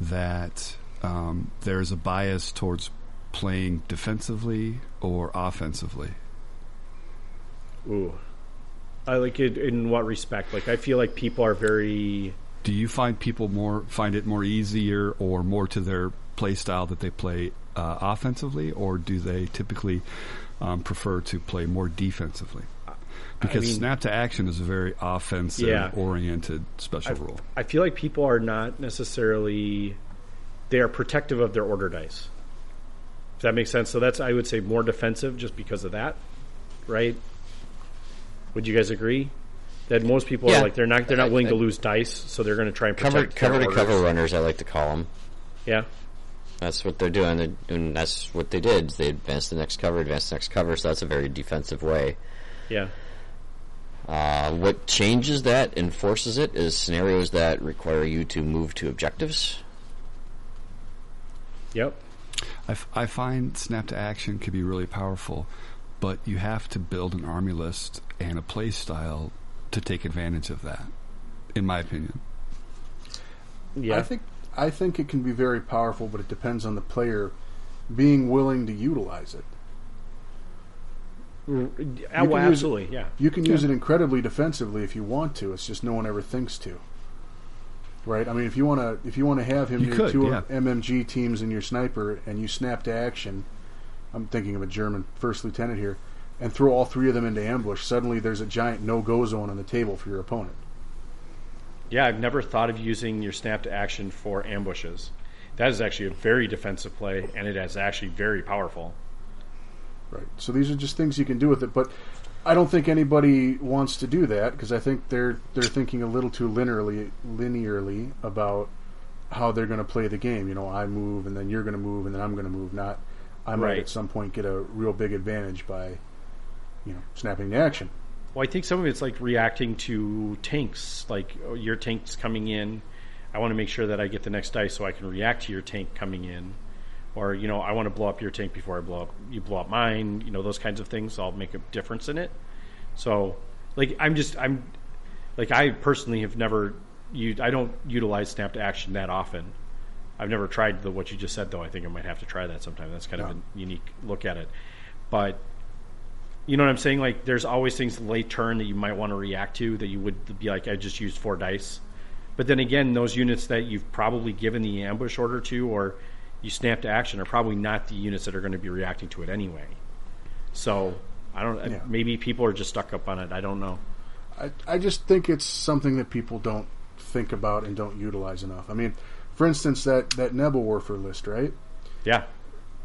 Speaker 4: that um, there is a bias towards playing defensively or offensively?
Speaker 2: Ooh. I like it in what respect? Like I feel like people are very
Speaker 4: Do you find people more find it more easier or more to their play style that they play uh, offensively, or do they typically um, prefer to play more defensively? Because
Speaker 2: mean-
Speaker 4: snap to action is a very offensive
Speaker 2: Yeah.
Speaker 4: oriented special rule.
Speaker 2: I feel like people are not necessarily they are protective of their order dice. If that makes sense. So that's I would say more defensive just because of that. Right? Would you guys agree? that most people
Speaker 1: Yeah.
Speaker 2: are like they're not they're not willing to
Speaker 1: I- I-
Speaker 2: lose dice, so they're going to try and protect
Speaker 1: cover cover
Speaker 2: their
Speaker 1: to cover
Speaker 2: orders.
Speaker 1: runners. I like to call them.
Speaker 2: Yeah,
Speaker 1: That's what they're doing, they're, and that's what they did. They advanced the next cover, advanced the next cover. So that's a very defensive way.
Speaker 2: yeah,
Speaker 1: Uh, what changes that and forces it is scenarios that require you to move to objectives.
Speaker 2: yep,
Speaker 4: I, f- I find snap to action can be really powerful, but you have to build an army list and a play style to take advantage of that, in my opinion.
Speaker 2: yeah.
Speaker 3: I think I think it can be very powerful, but it depends on the player being willing to utilize it.
Speaker 2: R- yeah,
Speaker 3: You
Speaker 2: well,
Speaker 3: can use-
Speaker 2: absolutely, yeah.
Speaker 3: You can use it incredibly defensively if you want to. It's just no one ever thinks to. Right? I mean, if you want to, if you want to have him
Speaker 4: You
Speaker 3: near
Speaker 4: could,
Speaker 3: two
Speaker 4: yeah.
Speaker 3: MMG teams in your sniper, and you snap to action, I'm thinking of a German first lieutenant here, and throw all three of them into ambush. Suddenly, there's a giant no-go zone on the table for your opponent.
Speaker 2: Yeah, I've never thought of using your snap to action for ambushes. That is actually a very defensive play, and it is actually very powerful.
Speaker 3: Right. So these are just things you can do with it, but I don't think anybody wants to do that because I think they're they're thinking a little too linearly linearly about how they're going to play the game. You know, I move and then you're going to move and then I'm going to move. Not I might
Speaker 2: Right.
Speaker 3: at some point get a real big advantage by you know snapping the action.
Speaker 2: Well, I think some of it's like reacting to tanks, like oh, your tank's coming in. I want to make sure that I get the next dice so I can react to your tank coming in, or you know, I want to blow up your tank before I blow up you blow up mine. You know, those kinds of things. I'll make a difference in it. So, like, I'm just I'm like I personally have never you I don't utilize snap to action that often. I've never tried the what you just said though. I think I might have to try that sometime. That's kind of a unique look at it, but you know what I'm saying? Like, there's always things late turn that you might want to react to that you would be like, I just used four dice. But then again, those units that you've probably given the ambush order to or you snap to action are probably not the units that are going to be reacting to it anyway. So I don't.
Speaker 3: Yeah.
Speaker 2: Maybe people are just stuck up on it. I don't know.
Speaker 3: I, I just think it's something that people don't think about and don't utilize enough. I mean, for instance, that that Nebel Warfer list, right?
Speaker 2: Yeah,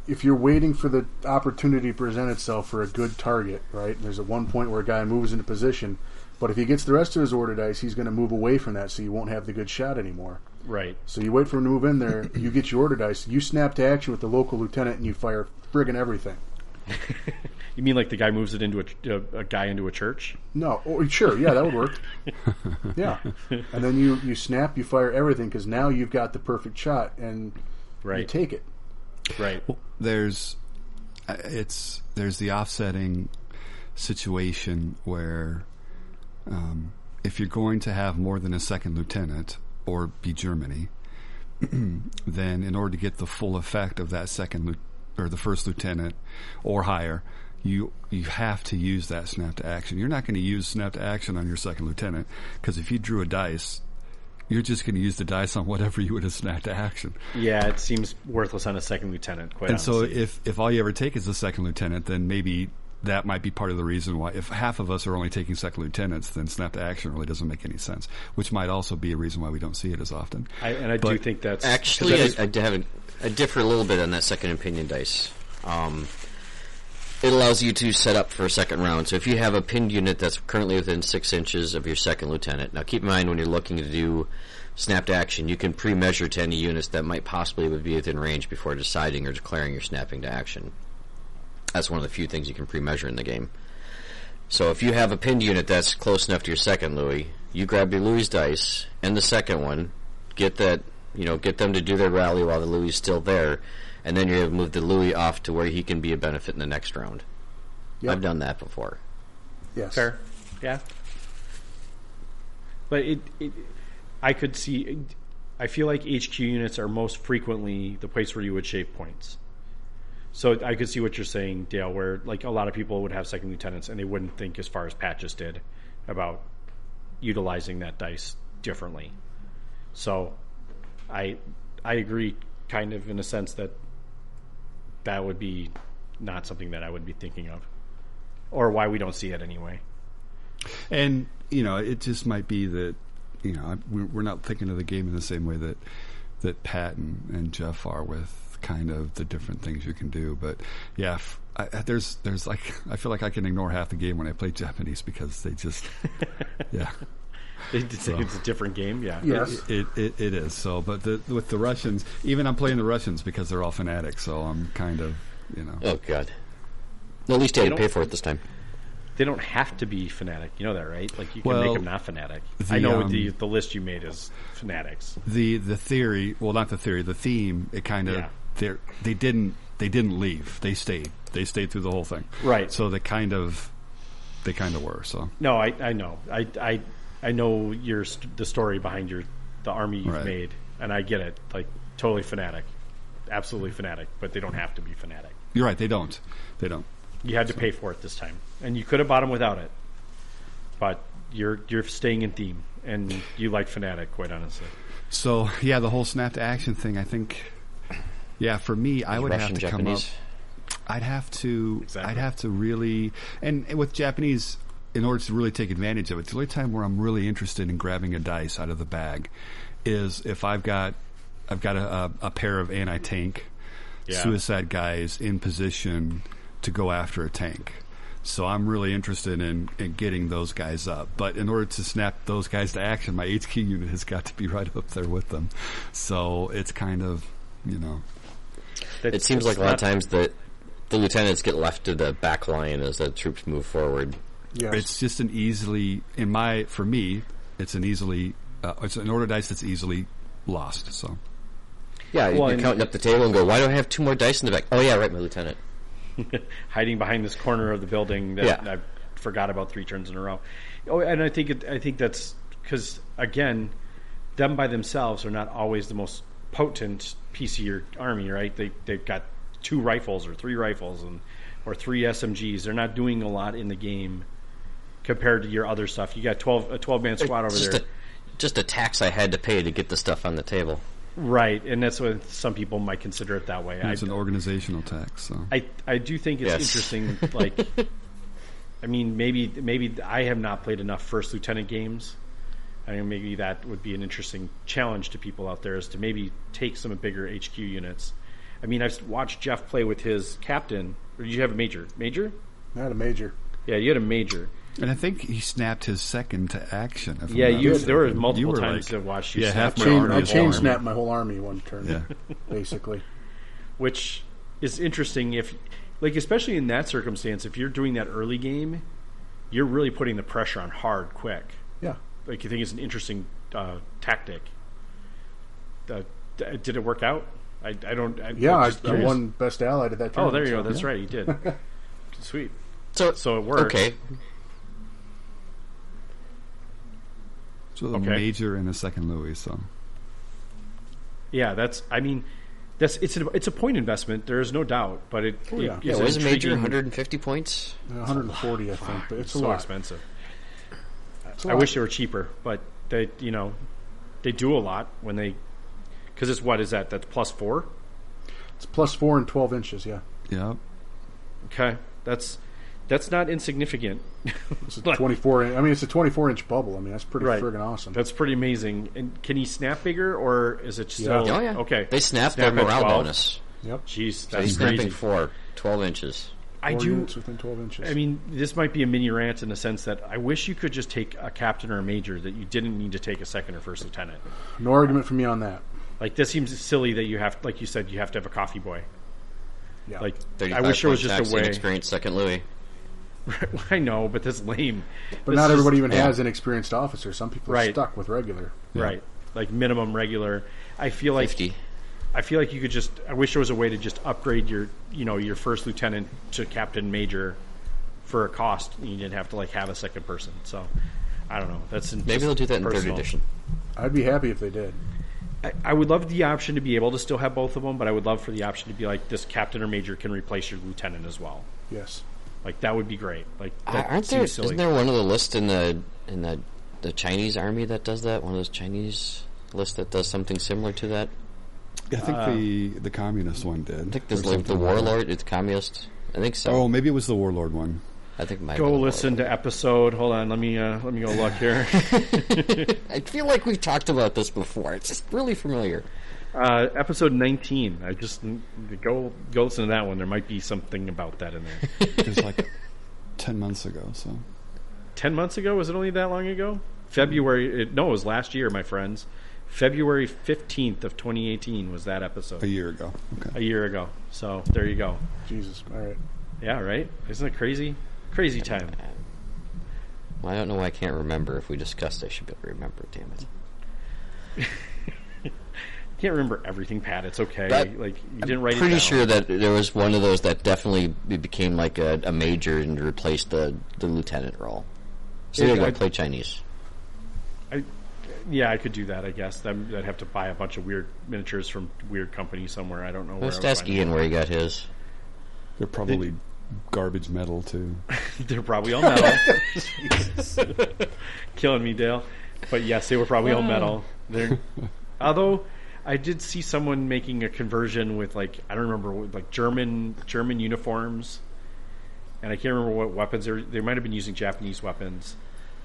Speaker 3: if you're waiting for the opportunity to present itself for a good target, right? There's a one point where a guy moves into position, but if he gets the rest of his order dice, he's going to move away from that, so you won't have the good shot anymore.
Speaker 2: right.
Speaker 3: So you wait for him to move in there, you get your order dice, you snap to action with the local lieutenant, and you fire friggin' everything.
Speaker 2: You mean like the guy moves it into a, a, a guy into a church?
Speaker 3: No, oh, sure, yeah, that would work. yeah, and then you you snap, you fire everything because now you've got the perfect shot, and you
Speaker 2: Right.
Speaker 3: take it.
Speaker 2: right.
Speaker 4: there's uh, it's there's the offsetting situation where um, if you're going to have more than a second lieutenant or be Germany, then in order to get the full effect of that second lieu- or the first lieutenant or higher, you you have to use that snap to action. You're not going to use snap to action on your second lieutenant because if you drew a dice, you're just going to use the dice on whatever you would have snapped to action.
Speaker 2: Yeah, it seems worthless on a second lieutenant. Quite
Speaker 4: And so
Speaker 2: honestly.
Speaker 4: if, if all you ever take is the second lieutenant, then maybe that might be part of the reason why if half of us are only taking second lieutenants, then snap to action really doesn't make any sense, which might also be a reason why we don't see it as often.
Speaker 2: I, and I do
Speaker 4: but-
Speaker 2: think that's
Speaker 1: Actually,
Speaker 2: that
Speaker 1: I,
Speaker 2: is-
Speaker 1: I, d- have a, I differ a little bit on that second opinion dice. Um, it allows you to set up for a second round. So if you have a pinned unit that's currently within six inches of your second lieutenant, now keep in mind when you're looking to do snapped action, you can pre-measure to any units that might possibly would be within range before deciding or declaring your snapping to action. That's one of the few things you can pre-measure in the game. So if you have a pinned unit that's close enough to your second Louis, you grab your Louis dice and the second one, get that, you know, get them to do their rally while the Louis is still there, and then you're able to move the Louis off to where he can be a benefit in the next round.
Speaker 3: Yep.
Speaker 1: I've done that before.
Speaker 3: Yes,
Speaker 2: Fair. Yeah. But it, it I could see I feel like HQ units are most frequently the place where you would shave points. So I could see what you're saying, Dale, where like a lot of people would have second lieutenants and they wouldn't think as far as Patches did about utilizing that dice differently. So I I agree kind of in a sense that that would be not something that I would be thinking of. Or why we don't see it anyway.
Speaker 4: And, you know, it just might be that, you know, I- we're we're not thinking of the game in the same way that, that Pat and, and Jeff are with kind of the different things you can do. But yeah, f I I there's there's like I feel like I can ignore half the game when I play Japanese because they just yeah.
Speaker 2: It's, it's a different game, yeah.
Speaker 3: Yes.
Speaker 4: It, it it is so, but the, with the Russians, even I'm playing the Russians because they're all fanatics. So I'm kind of, you know,
Speaker 1: Oh god. Well, at least I had to pay for it this time.
Speaker 2: They don't have to be fanatic. You know that, right? Like you can
Speaker 4: Well,
Speaker 2: make them not fanatic.
Speaker 4: the,
Speaker 2: I know
Speaker 4: um,
Speaker 2: the the list you made is fanatics.
Speaker 4: the the theory well not the theory the theme it kind of
Speaker 2: Yeah.
Speaker 4: they they didn't they didn't leave they stayed they stayed through the whole thing
Speaker 2: Right.
Speaker 4: so they kind of they kind of were so
Speaker 2: No, I, I know. I, I, I know your st- the story behind your the army you've
Speaker 4: Right.
Speaker 2: made, and I get it. Like totally fanatic, absolutely fanatic. But they don't have to be fanatic.
Speaker 4: you're right they don't they don't
Speaker 2: You had to pay for it this time, and you could have bought them without it. But you're you're staying in theme, and you like fanatic, quite honestly.
Speaker 4: so yeah the whole snap to action thing I think yeah for me I would
Speaker 1: Russian
Speaker 4: have to
Speaker 1: Japanese.
Speaker 4: come up I'd have to.
Speaker 2: Exactly.
Speaker 4: I'd have to really. And with Japanese, in order to really take advantage of it, the only time where I'm really interested in grabbing a dice out of the bag is if I've got, I've got a, a, a pair of anti tank
Speaker 2: Yeah.
Speaker 4: suicide guys in position to go after a tank. So I'm really interested in, in getting those guys up. But in order to snap those guys to action, my HQ unit has got to be right up there with them. So it's kind of, you know,
Speaker 2: That's,
Speaker 1: It seems like
Speaker 2: that's
Speaker 1: a lot of
Speaker 2: not-
Speaker 1: times that the lieutenants get left to the back line as the troops move forward.
Speaker 3: Yes.
Speaker 4: It's just an easily, in my, for me, it's an easily, uh, it's an order dice that's easily lost. So
Speaker 1: Yeah,
Speaker 2: Well,
Speaker 1: you're
Speaker 2: and-
Speaker 1: counting up the table and go, why do I have two more dice in the back? Oh yeah, right, my lieutenant.
Speaker 2: hiding behind this corner of the building that
Speaker 1: Yeah.
Speaker 2: I forgot about three turns in a row. Oh, and I think it, I think that's because again, them by themselves are not always the most potent piece of your army, right? They they've got two rifles or three rifles and or three SMGs. They're not doing a lot in the game compared to your other stuff. You got twelve a twelve man squad over
Speaker 1: just
Speaker 2: there.
Speaker 1: A, just a tax I had to pay to get the stuff on the table.
Speaker 2: Right, and that's what some people might consider it that way. I-
Speaker 4: it's an organizational tax. So
Speaker 2: I I do think it's
Speaker 1: Yes.
Speaker 2: interesting. Like, I mean, maybe maybe I have not played enough first lieutenant games. I mean, maybe that would be an interesting challenge to people out there is to maybe take some bigger HQ units. I mean, I've watched Jeff play with his captain. Or did you have a major? Major?
Speaker 3: not a major.
Speaker 2: Yeah, you had a major.
Speaker 4: and I think he snapped his second to action. If I'm
Speaker 2: Yeah,
Speaker 4: not
Speaker 2: you.
Speaker 4: mistaken.
Speaker 2: There were
Speaker 4: You
Speaker 2: multiple
Speaker 4: were
Speaker 2: times
Speaker 4: like-
Speaker 2: that I watched you.
Speaker 4: Yeah,
Speaker 2: snap
Speaker 4: half my
Speaker 2: your
Speaker 4: army
Speaker 3: Chain,
Speaker 2: arm
Speaker 3: I
Speaker 4: is
Speaker 3: chain
Speaker 4: armed.
Speaker 3: snapped my whole army one turn,
Speaker 4: Yeah.
Speaker 3: basically.
Speaker 2: which is interesting if like especially in that circumstance if you're doing that early game you're really putting the pressure on hard quick
Speaker 3: Yeah.
Speaker 2: like you think it's an interesting uh, tactic uh, d- did it work out i, I don't I,
Speaker 3: Yeah,
Speaker 2: I'm
Speaker 3: I,
Speaker 2: just
Speaker 3: I
Speaker 2: curious.
Speaker 3: won best allied at that time.
Speaker 2: oh there you go that's right you did sweet
Speaker 1: So,
Speaker 2: so it worked
Speaker 1: okay,
Speaker 4: So a
Speaker 2: Okay.
Speaker 4: major and a second Louis. So
Speaker 2: yeah that's i mean that's it's a, it's a point investment there is no doubt but it, it
Speaker 3: Oh, yeah.
Speaker 1: yeah,
Speaker 2: is
Speaker 1: what is a major?
Speaker 2: intriguing.
Speaker 1: 150 points?
Speaker 3: 140, I think. But it's a
Speaker 2: so
Speaker 3: lot.
Speaker 2: expensive
Speaker 3: It's a
Speaker 2: I
Speaker 3: lot.
Speaker 2: wish they were cheaper, but they, you know, they do a lot when they, because it's what is that? That's plus four.
Speaker 3: it's plus four and 12 inches. Yeah,
Speaker 4: yeah,
Speaker 2: Okay, that's that's not insignificant.
Speaker 3: it's a
Speaker 2: Like-
Speaker 3: 24. in- I mean, it's a 24 inch bubble. I mean, that's pretty
Speaker 2: Right.
Speaker 3: friggin' awesome.
Speaker 2: That's pretty amazing. And can he snap bigger, or is it still?
Speaker 3: Yeah.
Speaker 1: Oh yeah.
Speaker 2: Okay.
Speaker 1: They snapped
Speaker 2: Snap
Speaker 1: their
Speaker 2: at
Speaker 1: morale
Speaker 2: 12.
Speaker 1: bonus.
Speaker 3: yep,
Speaker 2: Jeez,
Speaker 1: So he's
Speaker 2: that's
Speaker 1: snapping
Speaker 2: crazy.
Speaker 1: four, 12 inches.
Speaker 2: I
Speaker 3: four
Speaker 2: do.
Speaker 3: units within 12 inches.
Speaker 2: I mean, this might be a mini rant in the sense that I wish you could just take a captain or a major that you didn't need to take a second or first lieutenant.
Speaker 3: no argument from me on that.
Speaker 2: Like this seems silly that you have, like you said, you have to have a coffee boy.
Speaker 3: Yeah,
Speaker 2: Like I
Speaker 1: 35
Speaker 2: wish there was
Speaker 1: point
Speaker 2: just
Speaker 1: tax
Speaker 2: a way.
Speaker 1: Inexperienced second Louis.
Speaker 2: I know, but that's lame.
Speaker 3: but
Speaker 2: This
Speaker 3: not
Speaker 2: is-
Speaker 3: everybody even
Speaker 1: yeah.
Speaker 3: has an experienced officer. Some people are
Speaker 2: Right.
Speaker 3: stuck with regular.
Speaker 2: right? Like minimum regular. I feel like
Speaker 1: 50.
Speaker 2: I feel like you could just. I wish there was a way to just upgrade your, you know, your first lieutenant to captain major for a cost. You didn't have to like have a second person. So I don't know. That's in,
Speaker 1: Maybe they'll do that in third
Speaker 2: personal.
Speaker 1: edition.
Speaker 3: I'd be happy if they did.
Speaker 2: I, I would love the option to be able to still have both of them, but I would love for the option to be like this captain or major can replace your lieutenant as well.
Speaker 3: Yes,
Speaker 2: Like that would be great. Like
Speaker 1: Uh,
Speaker 2: that
Speaker 1: aren't there?
Speaker 2: seems silly.
Speaker 1: Isn't there one of the lists in the in the the Chinese army that does that? One of those Chinese lists that does something similar to that.
Speaker 4: I think
Speaker 2: Uh,
Speaker 4: the the communist one did.
Speaker 1: I think there's like the warlord. It's communist. I think so.
Speaker 4: Oh, maybe it was the warlord one.
Speaker 1: I think my
Speaker 2: Go listen to episode. Hold on, let me uh, let me go look here.
Speaker 1: I feel like we've talked about this before. It's just really familiar.
Speaker 2: Uh, episode 19. I just go go listen to that one. There might be something about that in there.
Speaker 6: It was like ten months ago. So
Speaker 2: Ten months ago? Was it only that long ago? February? It, no, it was last year, my friends. February 15th of 2018 was that
Speaker 6: a
Speaker 2: episode.
Speaker 6: year ago. Okay.
Speaker 2: A year ago. So there you go.
Speaker 3: Jesus. All right.
Speaker 2: Yeah, right. Isn't it crazy? Crazy time.
Speaker 1: Um, Well, I don't know why I can't remember. If we discussed, I should be able to remember. Damn it!
Speaker 2: Can't remember everything, Pat. It's okay.
Speaker 1: That-
Speaker 2: like you didn't write. it
Speaker 1: Pretty
Speaker 2: down.
Speaker 1: sure that there was one of those that definitely be- became like a, a major and replaced the, the lieutenant role. So
Speaker 2: Yeah,
Speaker 1: there you
Speaker 2: I-
Speaker 1: go. Play Chinese.
Speaker 2: I, yeah, I could do that. I guess Then I'd have to buy a bunch of weird miniatures from weird company somewhere. I don't know.
Speaker 1: Let's
Speaker 2: where I would
Speaker 1: ask
Speaker 2: find
Speaker 1: Ian where he got his.
Speaker 6: They're probably garbage metal too.
Speaker 2: them. They're probably all metal. Killing me, Dale. But yes, they were probably all metal. They're, although I did see someone making a conversion with like I don't remember what- like German German uniforms, and I can't remember what weapons they were, they might have been using Japanese weapons.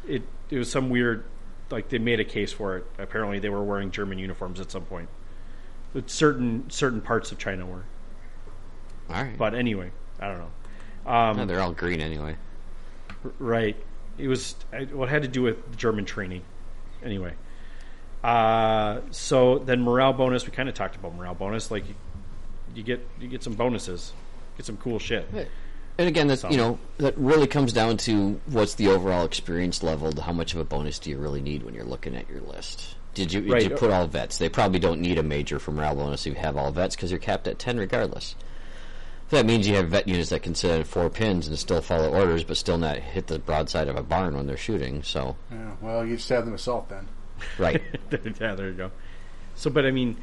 Speaker 2: It it was some weird like they made a case for it. Apparently, they were wearing German uniforms at some point. But certain certain parts of China were.
Speaker 1: All right.
Speaker 2: But anyway, I don't know.
Speaker 1: no,
Speaker 2: Um,
Speaker 1: they're all green anyway.
Speaker 2: right. It was I- well, it had to do with German training. Anyway. Uh, so then morale bonus. We kind of talked about morale bonus. Like you, you get you get some bonuses, get some cool shit.
Speaker 1: And again, that's you know that really comes down to what's the overall experience level. to How much of a bonus do you really need when you're looking at your list? Did you
Speaker 2: Right.
Speaker 1: did you put all vets? They probably don't need a major for morale bonus if you have all vets because you're capped at ten regardless. So that means you have vet units that can sit at four pins and still follow orders, but still not hit the broadside of a barn when they're shooting. So
Speaker 3: Yeah, well, you just have them assault then.
Speaker 1: right,
Speaker 2: yeah, there you go. So, but I mean,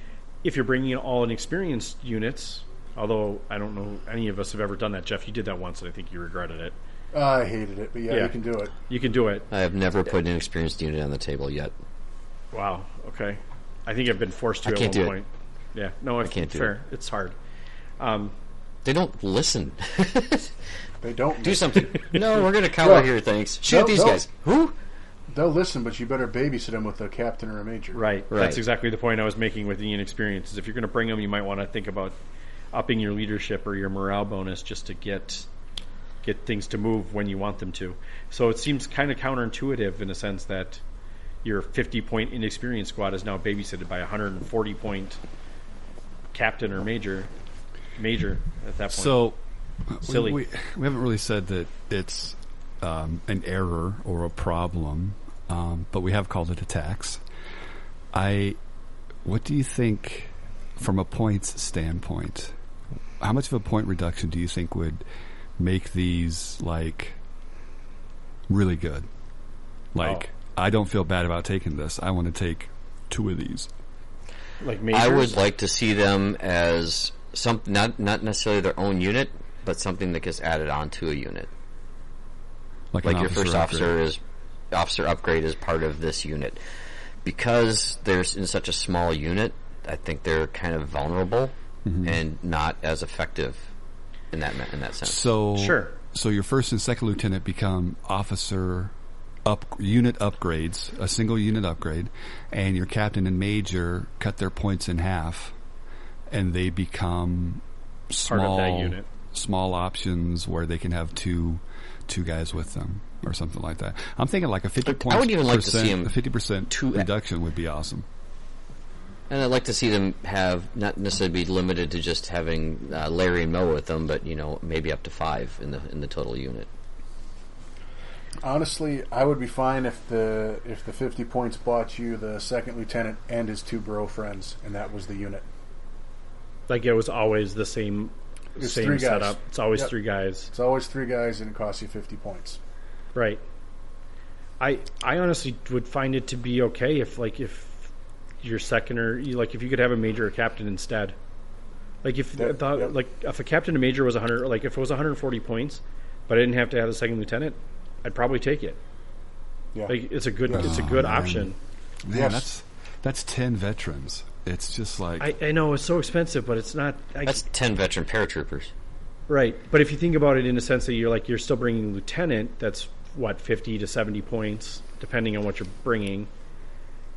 Speaker 2: if you're bringing in all inexperienced units, although I don't know any of us have ever done that, Jeff, you did that once and I think you regretted it.
Speaker 3: I hated it, but yeah,
Speaker 2: Yeah.
Speaker 3: you can do it.
Speaker 2: You can do it.
Speaker 1: I have never put an experienced unit on the table yet.
Speaker 2: Wow. Okay. I think I've been forced to
Speaker 1: I
Speaker 2: at
Speaker 1: can't do
Speaker 2: one
Speaker 1: it.
Speaker 2: point. Yeah. No, I
Speaker 1: can't do
Speaker 2: fair. It's hard. Um,
Speaker 1: They don't listen.
Speaker 3: They don't.
Speaker 1: Do
Speaker 3: listen.
Speaker 1: something. no, we're gonna cower
Speaker 3: No.
Speaker 1: here. Thanks. Shoot
Speaker 3: No,
Speaker 1: these
Speaker 3: no.
Speaker 1: guys. Who?
Speaker 3: They'll listen, but you better babysit them with a captain or a major.
Speaker 2: right.
Speaker 1: Right.
Speaker 2: That's exactly the point I was making with the inexperience. Is if you're going to bring them, you might want to think about upping your leadership or your morale bonus just to get get things to move when you want them to. So it seems kind of counterintuitive in a sense that your 50 point inexperienced squad is now babysitted by a 140 point captain or major major at that point.
Speaker 4: So
Speaker 2: Silly.
Speaker 4: We, we, we haven't really said that it's um, an error or a problem, um, but we have called it a tax. I, what do you think, from a points standpoint, how much of a point reduction do you think would make these like really good? Like,
Speaker 1: Oh.
Speaker 4: I don't feel bad about taking this. I want to take two of these.
Speaker 2: like majors,
Speaker 1: I would like to see them as some not not necessarily their own unit, but something that gets added onto a unit.
Speaker 4: Like, an
Speaker 1: Like your first
Speaker 4: upgrade.
Speaker 1: officer is officer upgrade is part of this unit. Because they're in such a small unit, I think they're kind of vulnerable
Speaker 4: Mm-hmm.
Speaker 1: and not as effective in that ma- in that sense.
Speaker 4: So
Speaker 2: Sure.
Speaker 4: So your first and second lieutenant become officer up unit upgrades, a single unit upgrade, and your captain and major cut their points in half, and they become small
Speaker 2: Part of that unit.
Speaker 4: small options where they can have two two guys with them or something like that. I'm thinking like a fifty point.
Speaker 1: would even like to see
Speaker 4: percent-
Speaker 1: him
Speaker 4: a fifty percent
Speaker 1: two-
Speaker 4: reduction would be awesome.
Speaker 1: And I'd like to see them have not necessarily be limited to just having uh, Larry and Mo with them, but you know maybe up to five in the in the total unit.
Speaker 3: Honestly, I would be fine if the if the fifty points bought you the second lieutenant and his two bro friends, and that was the unit.
Speaker 2: like it was always the same
Speaker 3: It's
Speaker 2: same
Speaker 3: three guys.
Speaker 2: setup. It's always
Speaker 3: Yep.
Speaker 2: three guys,
Speaker 3: It's always three guys, and it costs you fifty points.
Speaker 2: right? I I honestly would find it to be okay if like if your second or you- like if you could have a major or captain instead. Like if
Speaker 3: That-
Speaker 2: the,
Speaker 3: yep.
Speaker 2: like if a captain or major was 100 like if it was 140 points, but I didn't have to have the second lieutenant, I'd probably take it.
Speaker 3: Yeah,
Speaker 2: Like it's a good
Speaker 3: Yes.
Speaker 2: it's a good
Speaker 4: Oh, man.
Speaker 2: option.
Speaker 4: Man,
Speaker 3: Yes.
Speaker 4: that's that's ten veterans. It's just like
Speaker 2: I, I know it's so expensive, but it's not. I,
Speaker 1: That's ten veteran paratroopers.
Speaker 2: Right, but if you think about it in a sense that you're like you're still bringing lieutenant, that's what fifty to seventy points, depending on what you're bringing,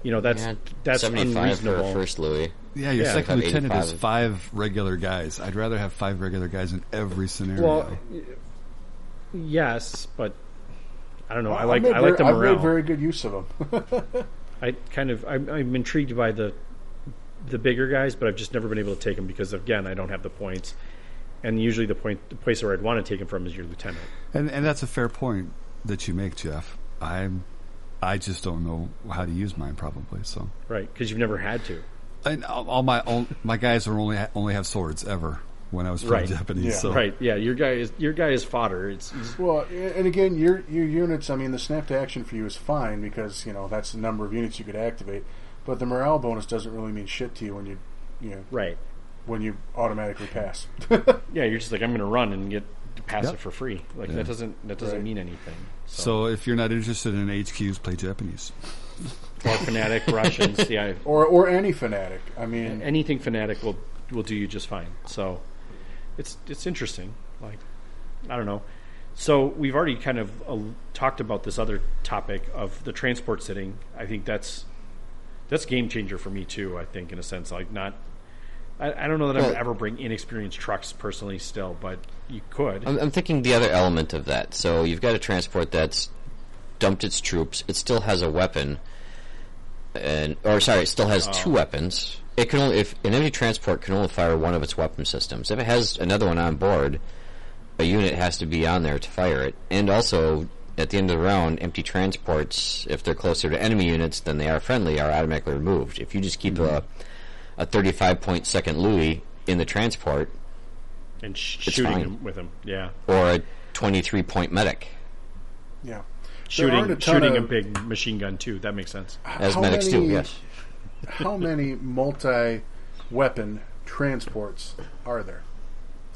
Speaker 2: You know that's
Speaker 1: yeah,
Speaker 2: that's
Speaker 1: 75 for a
Speaker 2: unreasonable.
Speaker 1: first Louis.
Speaker 4: Yeah, your
Speaker 2: Yeah.
Speaker 4: second
Speaker 1: About
Speaker 4: lieutenant is
Speaker 1: 85.
Speaker 4: five regular guys. I'd rather have five regular guys in every scenario.
Speaker 2: Well, y- yes, but I don't know. I like
Speaker 3: made
Speaker 2: I like the
Speaker 3: very- I've
Speaker 2: morale.
Speaker 3: made very good use of them.
Speaker 2: I kind of I'm, I'm intrigued by the the bigger guys, but I've just never been able to take them because again I don't have the points, and usually the point the place where I'd want to take them from is your lieutenant.
Speaker 4: and and that's a fair point that you make, Jeff. I'm, I just don't know how to use mine probably. So,
Speaker 2: Right, because you've never had to.
Speaker 4: and all all my all, my guys are only only have swords ever when I was playing
Speaker 2: Right.
Speaker 4: Japanese.
Speaker 3: Yeah.
Speaker 4: so
Speaker 2: Right, yeah, your guy is your guy is fodder. It's, it's-
Speaker 3: Well, and again, your your units. I mean, the snap to action for you is fine because you know that's the number of units you could activate. But the morale bonus doesn't really mean shit to you when you, you know,
Speaker 2: right.
Speaker 3: when you automatically pass.
Speaker 2: Yeah, you're just like I'm going to run and get to pass
Speaker 4: Yep.
Speaker 2: it for free. Like
Speaker 4: Yeah.
Speaker 2: that doesn't that doesn't
Speaker 3: Right.
Speaker 2: mean anything. So,
Speaker 4: So if you're not interested in HQs, play Japanese.
Speaker 2: or fanatic Russians, yeah,
Speaker 3: or or any fanatic. I mean,
Speaker 2: anything fanatic will will do you just fine. So it's it's interesting. Like I don't know. So we've already kind of uh, talked about this other topic of the transport sitting. I think that's that's game changer for me too. I think in a sense, like not. I, I don't know that I would
Speaker 1: Well-
Speaker 2: ever bring inexperienced trucks personally, still, but you could.
Speaker 1: I'm, I'm thinking the other element of that. So you've got a transport that's dumped its troops. It still has a weapon, and or sorry, it still has two weapons. It can only if an enemy transport can only fire one of its weapon systems. If it has another one on board, a unit has to be on there to fire it. And also, at the end of the round, empty transports, if they're closer to enemy units than they are friendly, are automatically removed. If you just keep a a 35 point second Louis in the transport,
Speaker 2: and sh-
Speaker 1: It's
Speaker 2: shooting
Speaker 1: fine.
Speaker 2: him with him. Yeah,
Speaker 1: or a 23 point medic.
Speaker 3: yeah,
Speaker 2: shooting
Speaker 3: aren't a ton
Speaker 2: shooting a
Speaker 3: of-
Speaker 2: big machine gun too. That makes sense. Uh,
Speaker 1: As
Speaker 3: How
Speaker 1: medics do,
Speaker 3: many-
Speaker 1: yes.
Speaker 3: how many multi-weapon transports are there?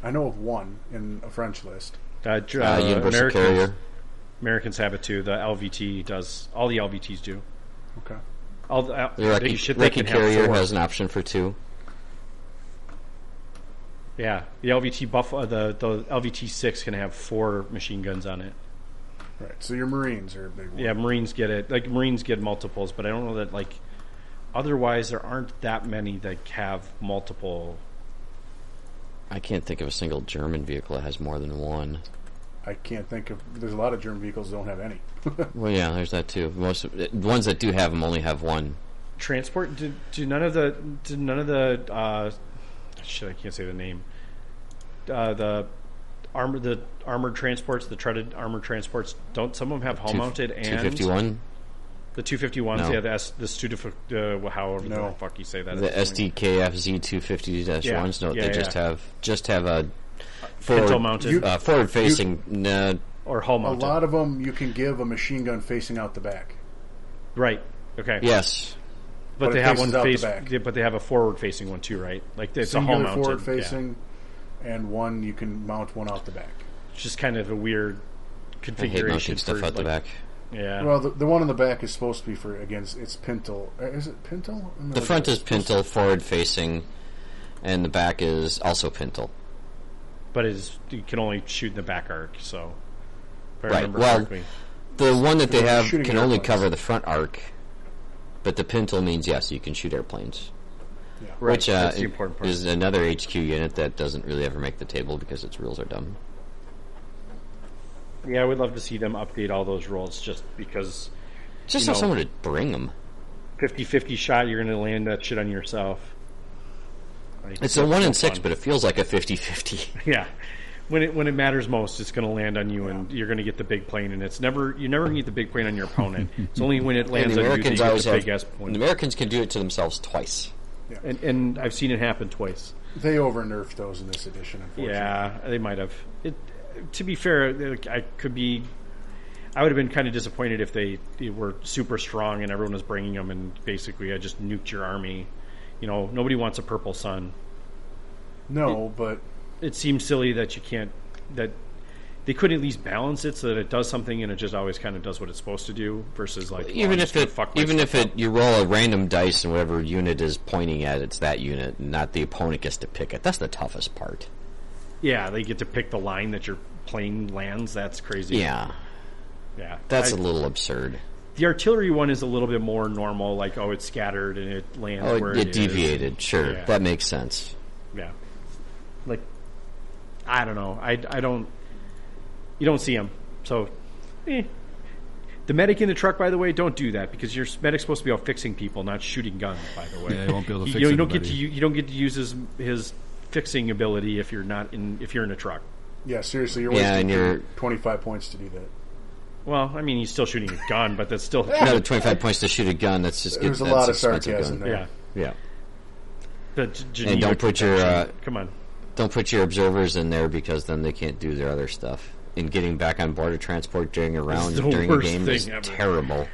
Speaker 3: I know of one in a French list.
Speaker 2: Uh, dr-
Speaker 1: Uh,
Speaker 2: uh,
Speaker 1: universal
Speaker 2: Americans,
Speaker 1: carrier.
Speaker 2: Americans have it too. The LVT does. All the LVTs do.
Speaker 3: Okay,
Speaker 2: All the, uh,
Speaker 1: The Iraqi,
Speaker 2: they should, they
Speaker 1: Iraqi
Speaker 2: can have
Speaker 1: carrier
Speaker 2: four.
Speaker 1: has an option for two.
Speaker 2: Yeah, the LVT buff. Uh, the the LVT six can have four machine guns on it.
Speaker 3: right. So your Marines are a big one.
Speaker 2: Yeah, Marines get it. Like Marines get multiples, but I don't know that like. Otherwise, there aren't that many that have multiple.
Speaker 1: I can't think of a single German vehicle that has more than one.
Speaker 3: I can't think of. There's a lot of German vehicles that don't have any.
Speaker 1: Well, yeah, there's that too. Most of, the ones that do have them only have one.
Speaker 2: transport do, do none of the do none of the uh, shit I can't say the name uh, the armor the armored transports the treaded armored transports don't some of them have hull mounted and
Speaker 1: 251.
Speaker 2: the 251s
Speaker 1: No.
Speaker 2: yeah the, S, the Studif- uh, however
Speaker 3: No.
Speaker 2: the fuck you say that
Speaker 1: The
Speaker 2: It's like
Speaker 1: SDKF Z250-1s. no,
Speaker 2: Yeah,
Speaker 1: they
Speaker 2: yeah,
Speaker 1: just
Speaker 2: yeah.
Speaker 1: have just have a
Speaker 2: pintle
Speaker 1: forward,
Speaker 2: mounted
Speaker 3: You-
Speaker 1: uh, forward facing. uh, Nah,
Speaker 2: or hull
Speaker 3: A
Speaker 2: mounted
Speaker 3: lot of them you can give a machine gun facing out the back.
Speaker 2: right okay
Speaker 1: yes,
Speaker 2: but,
Speaker 3: but
Speaker 2: they
Speaker 3: it
Speaker 2: have one
Speaker 3: faces out the
Speaker 2: face
Speaker 3: back.
Speaker 2: yeah, but they have a forward facing one too right like it's a hull
Speaker 3: Singular
Speaker 2: mounted
Speaker 3: forward
Speaker 2: yeah.
Speaker 3: facing, and one you can mount one out the back.
Speaker 2: it's just kind of a weird
Speaker 1: I hate
Speaker 2: configuration
Speaker 1: mounting stuff
Speaker 2: for,
Speaker 1: out the back.
Speaker 2: like- yeah
Speaker 3: Well, the, the one on the back is supposed to be for against. It's pintle. uh, Is it pintle? I'm not
Speaker 1: The front
Speaker 3: sure.
Speaker 1: is pintle, forward facing, and the back is also pintle.
Speaker 2: but it is you can only shoot in the back arc. So, if I
Speaker 1: Right,
Speaker 2: remember
Speaker 1: well-
Speaker 2: correctly.
Speaker 1: The one that they
Speaker 3: They're
Speaker 1: have
Speaker 3: shooting
Speaker 1: can only
Speaker 3: airplanes.
Speaker 1: cover the front arc, but the pintle means yes, you can shoot airplanes.
Speaker 3: Yeah.
Speaker 2: Right,
Speaker 1: Which uh,
Speaker 2: that's the important part.
Speaker 1: is another HQ unit that doesn't really ever make the table because its rules are dumb.
Speaker 2: yeah, I would love to see them update all those rolls just because
Speaker 1: Just
Speaker 2: You
Speaker 1: have
Speaker 2: know-
Speaker 1: someone to bring them.
Speaker 2: 50-50 shot, you're going to land that shit on yourself. Like,
Speaker 1: It's a
Speaker 2: that's
Speaker 1: one
Speaker 2: no
Speaker 1: in six,
Speaker 2: fun.
Speaker 1: but it feels like a 50-50.
Speaker 2: yeah. When it when it matters most, it's going to land on you, and you're going to get the big plane. And it's never you never get the big plane on your opponent. it's only when it
Speaker 1: And
Speaker 2: lands
Speaker 1: the
Speaker 2: on you that you
Speaker 1: Americans
Speaker 2: get
Speaker 1: always
Speaker 2: the
Speaker 1: have.
Speaker 2: big ass
Speaker 1: The
Speaker 2: point.
Speaker 1: Americans can do it to themselves twice.
Speaker 2: And, and I've seen it happen twice.
Speaker 3: They over nerfed those in this edition, unfortunately.
Speaker 2: Yeah, they might have. It, to be fair, I could be. I would have been kind of disappointed if they, they were super strong and everyone was bringing them, and basically I just nuked your army. You know, nobody wants a purple sun.
Speaker 3: No, but
Speaker 2: It seems silly that you can't that they could at least balance it so that it does something and it just always kind of does what it's supposed to do versus like well, I'm
Speaker 1: Even
Speaker 2: just
Speaker 1: if
Speaker 2: gonna
Speaker 1: it,
Speaker 2: fuck my
Speaker 1: even
Speaker 2: stuff
Speaker 1: if it, you roll a random dice and whatever unit is pointing at, it's that unit, not the opponent gets to pick it. That's the toughest part.
Speaker 2: up. yeah they get to pick the line that your plane lands. That's crazy.
Speaker 1: Yeah,
Speaker 2: yeah.
Speaker 1: that's
Speaker 2: I-
Speaker 1: a little absurd.
Speaker 2: The artillery one is a little bit more normal, like oh, it's scattered and it lands
Speaker 1: Oh,
Speaker 2: where
Speaker 1: it,
Speaker 2: it,
Speaker 1: it
Speaker 2: is.
Speaker 1: deviated. Sure,
Speaker 2: Yeah.
Speaker 1: that makes sense.
Speaker 2: Yeah, like I don't know. I, I don't. You don't see them, so eh. the medic in the truck. By the way, don't do that because your medic's supposed to be out fixing people, not shooting guns. By the way,
Speaker 4: Yeah, he won't be able to
Speaker 2: You-
Speaker 4: fix
Speaker 2: you, don't get to
Speaker 4: anybody.
Speaker 2: u- you don't get to use his his fixing ability if you're not in if you're in a truck.
Speaker 3: Yeah, seriously, you're
Speaker 1: Yeah, and
Speaker 3: wasting
Speaker 1: you're-
Speaker 3: 25 points to do that.
Speaker 2: Well, I mean, he's still shooting a gun, but that's still
Speaker 1: Another twenty-five points to shoot a gun. That's just
Speaker 3: There's a
Speaker 1: that's
Speaker 3: lot of
Speaker 1: expensive
Speaker 3: sarcasm
Speaker 1: gun.
Speaker 3: there.
Speaker 2: yeah.
Speaker 1: Yeah.
Speaker 2: But J- Geneva,
Speaker 1: And don't put your uh,
Speaker 2: come on.
Speaker 1: don't put your observers in there because then they can't do their other stuff. And getting back on border transport during a round
Speaker 2: the
Speaker 1: during a
Speaker 2: worst
Speaker 1: game
Speaker 2: thing
Speaker 1: is
Speaker 2: ever.
Speaker 1: terrible.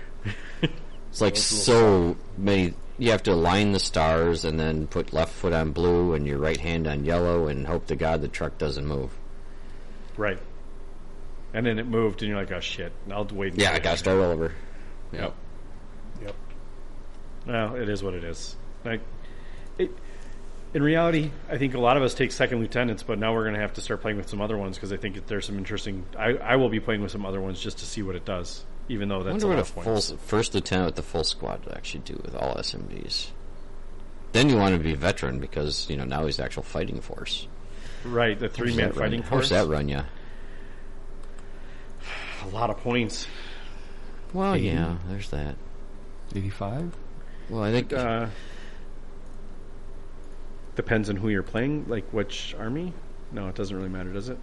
Speaker 1: it's like so many. You have to align the stars and then put left foot on blue and your right hand on yellow and hope to God the truck doesn't move.
Speaker 2: Right. And then it moved, and you're like, oh shit, I'll wait. and
Speaker 1: Yeah, I
Speaker 2: see."
Speaker 1: got to start all over.
Speaker 2: Yep.
Speaker 3: Yep.
Speaker 2: Well, it is what it is. Like, it, in reality, I think a lot of us take second lieutenants, but now we're going to have to start playing with some other ones because I think that there's some interesting. I, I will be playing with some other ones just to see what it does, even though
Speaker 1: I
Speaker 2: that's
Speaker 1: wonder
Speaker 2: a
Speaker 1: what
Speaker 2: lot
Speaker 1: a
Speaker 2: of
Speaker 1: full,
Speaker 2: points.
Speaker 1: first lieutenant with the full squad would actually do with all SMGs. Then you want to be a veteran because you know now he's the actual fighting force.
Speaker 2: Right, the three man
Speaker 1: How's that run-
Speaker 2: fighting
Speaker 1: How's
Speaker 2: force.
Speaker 1: that run ya?
Speaker 2: A lot of points.
Speaker 1: Well, yeah, there's that.
Speaker 4: 85?
Speaker 1: Well, I think
Speaker 2: Uh, depends on who you're playing, like which army. No, it doesn't really matter, does it?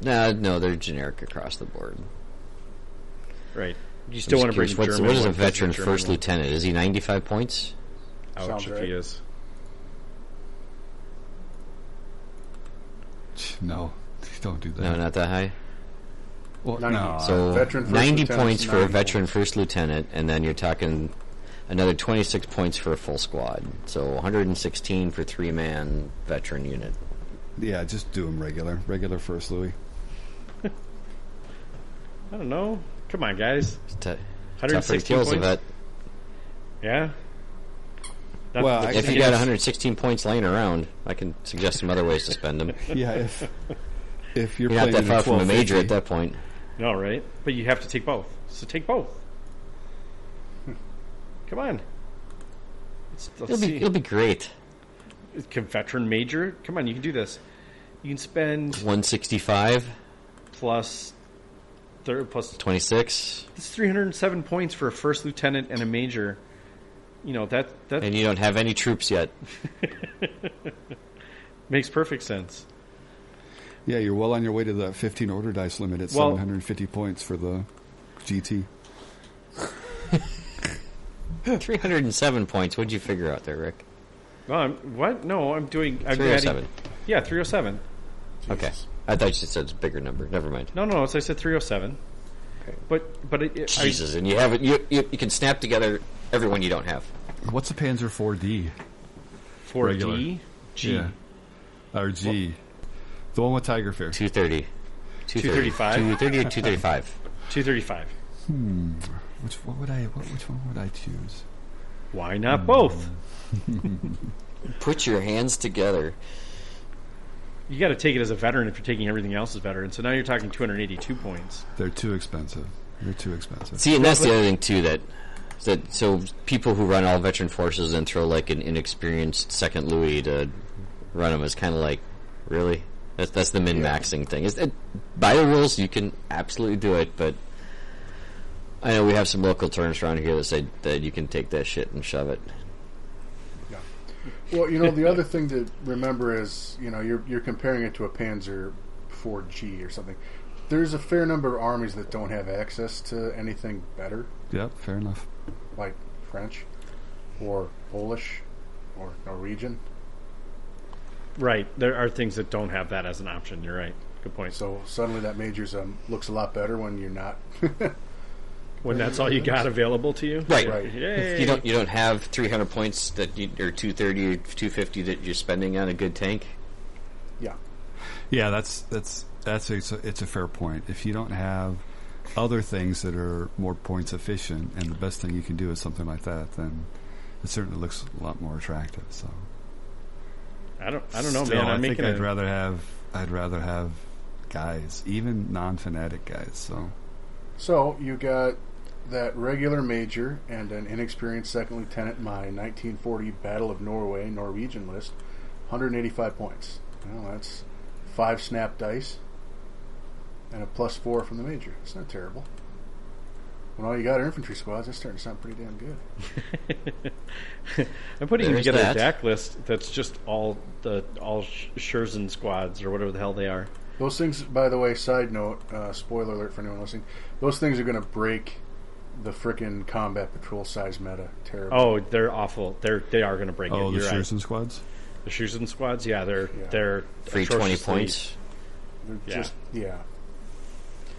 Speaker 1: No, no, they're generic across the board.
Speaker 2: Right. You still
Speaker 1: I'm
Speaker 2: want to
Speaker 1: just
Speaker 2: bring
Speaker 1: curious,
Speaker 2: the
Speaker 1: what's,
Speaker 2: German
Speaker 1: what is
Speaker 2: one,
Speaker 1: a
Speaker 2: 'cause the
Speaker 1: veteran
Speaker 2: German
Speaker 1: first
Speaker 2: one-
Speaker 1: lieutenant? Is he 95 points?
Speaker 2: Ouch,
Speaker 3: Sounds
Speaker 2: if
Speaker 3: right.
Speaker 2: he is.
Speaker 4: No, don't do that.
Speaker 1: No, not that high.
Speaker 4: Well,
Speaker 3: 90.
Speaker 4: no,
Speaker 2: Uh,
Speaker 1: So
Speaker 3: veteran first
Speaker 1: 90
Speaker 3: lieutenant's
Speaker 1: points for a
Speaker 3: 90
Speaker 1: veteran first lieutenant, and then you're talking another 26 points for a full squad. So 116 for three man veteran unit.
Speaker 4: yeah, just do them regular.
Speaker 6: Regular first, Louis.
Speaker 2: I don't know. Come on, guys.
Speaker 1: It's T- tougher
Speaker 2: 116
Speaker 1: kills
Speaker 2: points.
Speaker 1: a vet.
Speaker 2: Yeah. That-
Speaker 6: Well,
Speaker 2: that-
Speaker 6: I-
Speaker 1: If you
Speaker 2: yes.
Speaker 1: got 116 points laying around, I can suggest some other ways to spend them.
Speaker 6: Yeah, if if you're,
Speaker 1: You're not
Speaker 6: playing
Speaker 1: that
Speaker 6: in
Speaker 1: far from a major
Speaker 6: 1250,
Speaker 1: at that point.
Speaker 2: no, right? But you have to take both. So take both. Come on. Let's,
Speaker 1: It'll
Speaker 2: let's
Speaker 1: be,
Speaker 2: see.
Speaker 1: it'll be great.
Speaker 2: Can veteran major? Come on, you can do this. You can spend
Speaker 1: 165,
Speaker 2: plus third plus
Speaker 1: 26,
Speaker 2: It's 307 points for a first lieutenant and a major. You know, that that
Speaker 1: and you don't have any troops yet.
Speaker 2: makes perfect sense.
Speaker 6: yeah, you're well on your way to that 15 order dice limit at
Speaker 2: Well-
Speaker 6: 750 points for the GT.
Speaker 1: 307 points. What'd you figure out there, Rick?
Speaker 2: No, I'm, what? No, I'm doing. I'm adding-
Speaker 1: 307.
Speaker 2: yeah, 307.
Speaker 1: Okay. I thought you said it's a bigger number. Never mind.
Speaker 2: No, no, it's, I said 307. But but it, it, I-
Speaker 1: Jesus, and you have it. You, you you can snap together everyone you don't have.
Speaker 4: What's a Panzer 4D?
Speaker 2: for
Speaker 4: Regular.
Speaker 2: D, G,
Speaker 4: Yeah. Or G. The one with Tiger Fair.
Speaker 1: 230.
Speaker 2: 235?
Speaker 1: 230 or 235.
Speaker 2: 235.
Speaker 4: Which what would I? What, which one would I choose?
Speaker 2: Why
Speaker 4: Mm.
Speaker 2: not both?
Speaker 1: Put your hands together.
Speaker 2: You got to take it as a veteran if you're taking everything else as veteran. So now you're talking 282 points.
Speaker 4: They're too expensive. They're too expensive.
Speaker 1: See, and that's the other thing, too, that. That, so people who run all veteran forces and throw like an inexperienced second Louis to run them is kind of like, really? That's that's the min maxing thing. Is it, by the rules you can absolutely do it, but I know we have some local terms around here that say that you can take that shit and shove it.
Speaker 3: Well, you know, the other thing to remember is, you know, you're you're comparing it to a Panzer 4G or something. There's a fair number of armies that don't have access to anything better,
Speaker 4: Yep, fair enough.
Speaker 3: like French or Polish or Norwegian.
Speaker 2: Right. There are things that don't have that as an option. You're right. Good point.
Speaker 3: So suddenly that major's um, looks a lot better when you're not.
Speaker 2: When that's all you got available to you.
Speaker 1: Right.
Speaker 3: Right.
Speaker 2: Yay.
Speaker 1: You don't you don't have 300 points that you, or 230 or 250 that you're spending on a good tank.
Speaker 3: yeah.
Speaker 4: Yeah, that's that's that's a, it's, a, it's a fair point. If you don't have other things that are more points efficient, and the best thing you can do is something like that, then it certainly looks a lot more attractive. So
Speaker 2: I don't. I don't know,
Speaker 4: Still,
Speaker 2: man. I'm
Speaker 4: I think
Speaker 2: making.
Speaker 4: I'd
Speaker 2: a-
Speaker 4: rather have I'd rather have guys, even non-fanatic guys. So
Speaker 3: So you got that regular major and an inexperienced second lieutenant in my 1940 Battle of Norway Norwegian list, 185 points. Well, that's five snap dice and a plus four from the major. It's not terrible. When all you got are infantry squads, that's starting to sound pretty damn good.
Speaker 2: I'm putting
Speaker 1: There's
Speaker 2: together
Speaker 1: that.
Speaker 2: a DAC list that's just all the all Sh- Scherzen squads or whatever the hell they are.
Speaker 3: Those things, by the way, side note, uh, spoiler alert for anyone listening, those things are going to break the frickin' combat patrol size meta terribly.
Speaker 2: Oh, they're awful. They're they are going to break
Speaker 4: Oh,
Speaker 2: it.
Speaker 4: the
Speaker 2: You're right.
Speaker 4: Sherson squads.
Speaker 2: The Scherzen squads, yeah, they're
Speaker 3: Yeah.
Speaker 2: they're
Speaker 1: Free twenty
Speaker 2: atrociously-
Speaker 1: points.
Speaker 3: They're
Speaker 2: yeah.
Speaker 3: just yeah.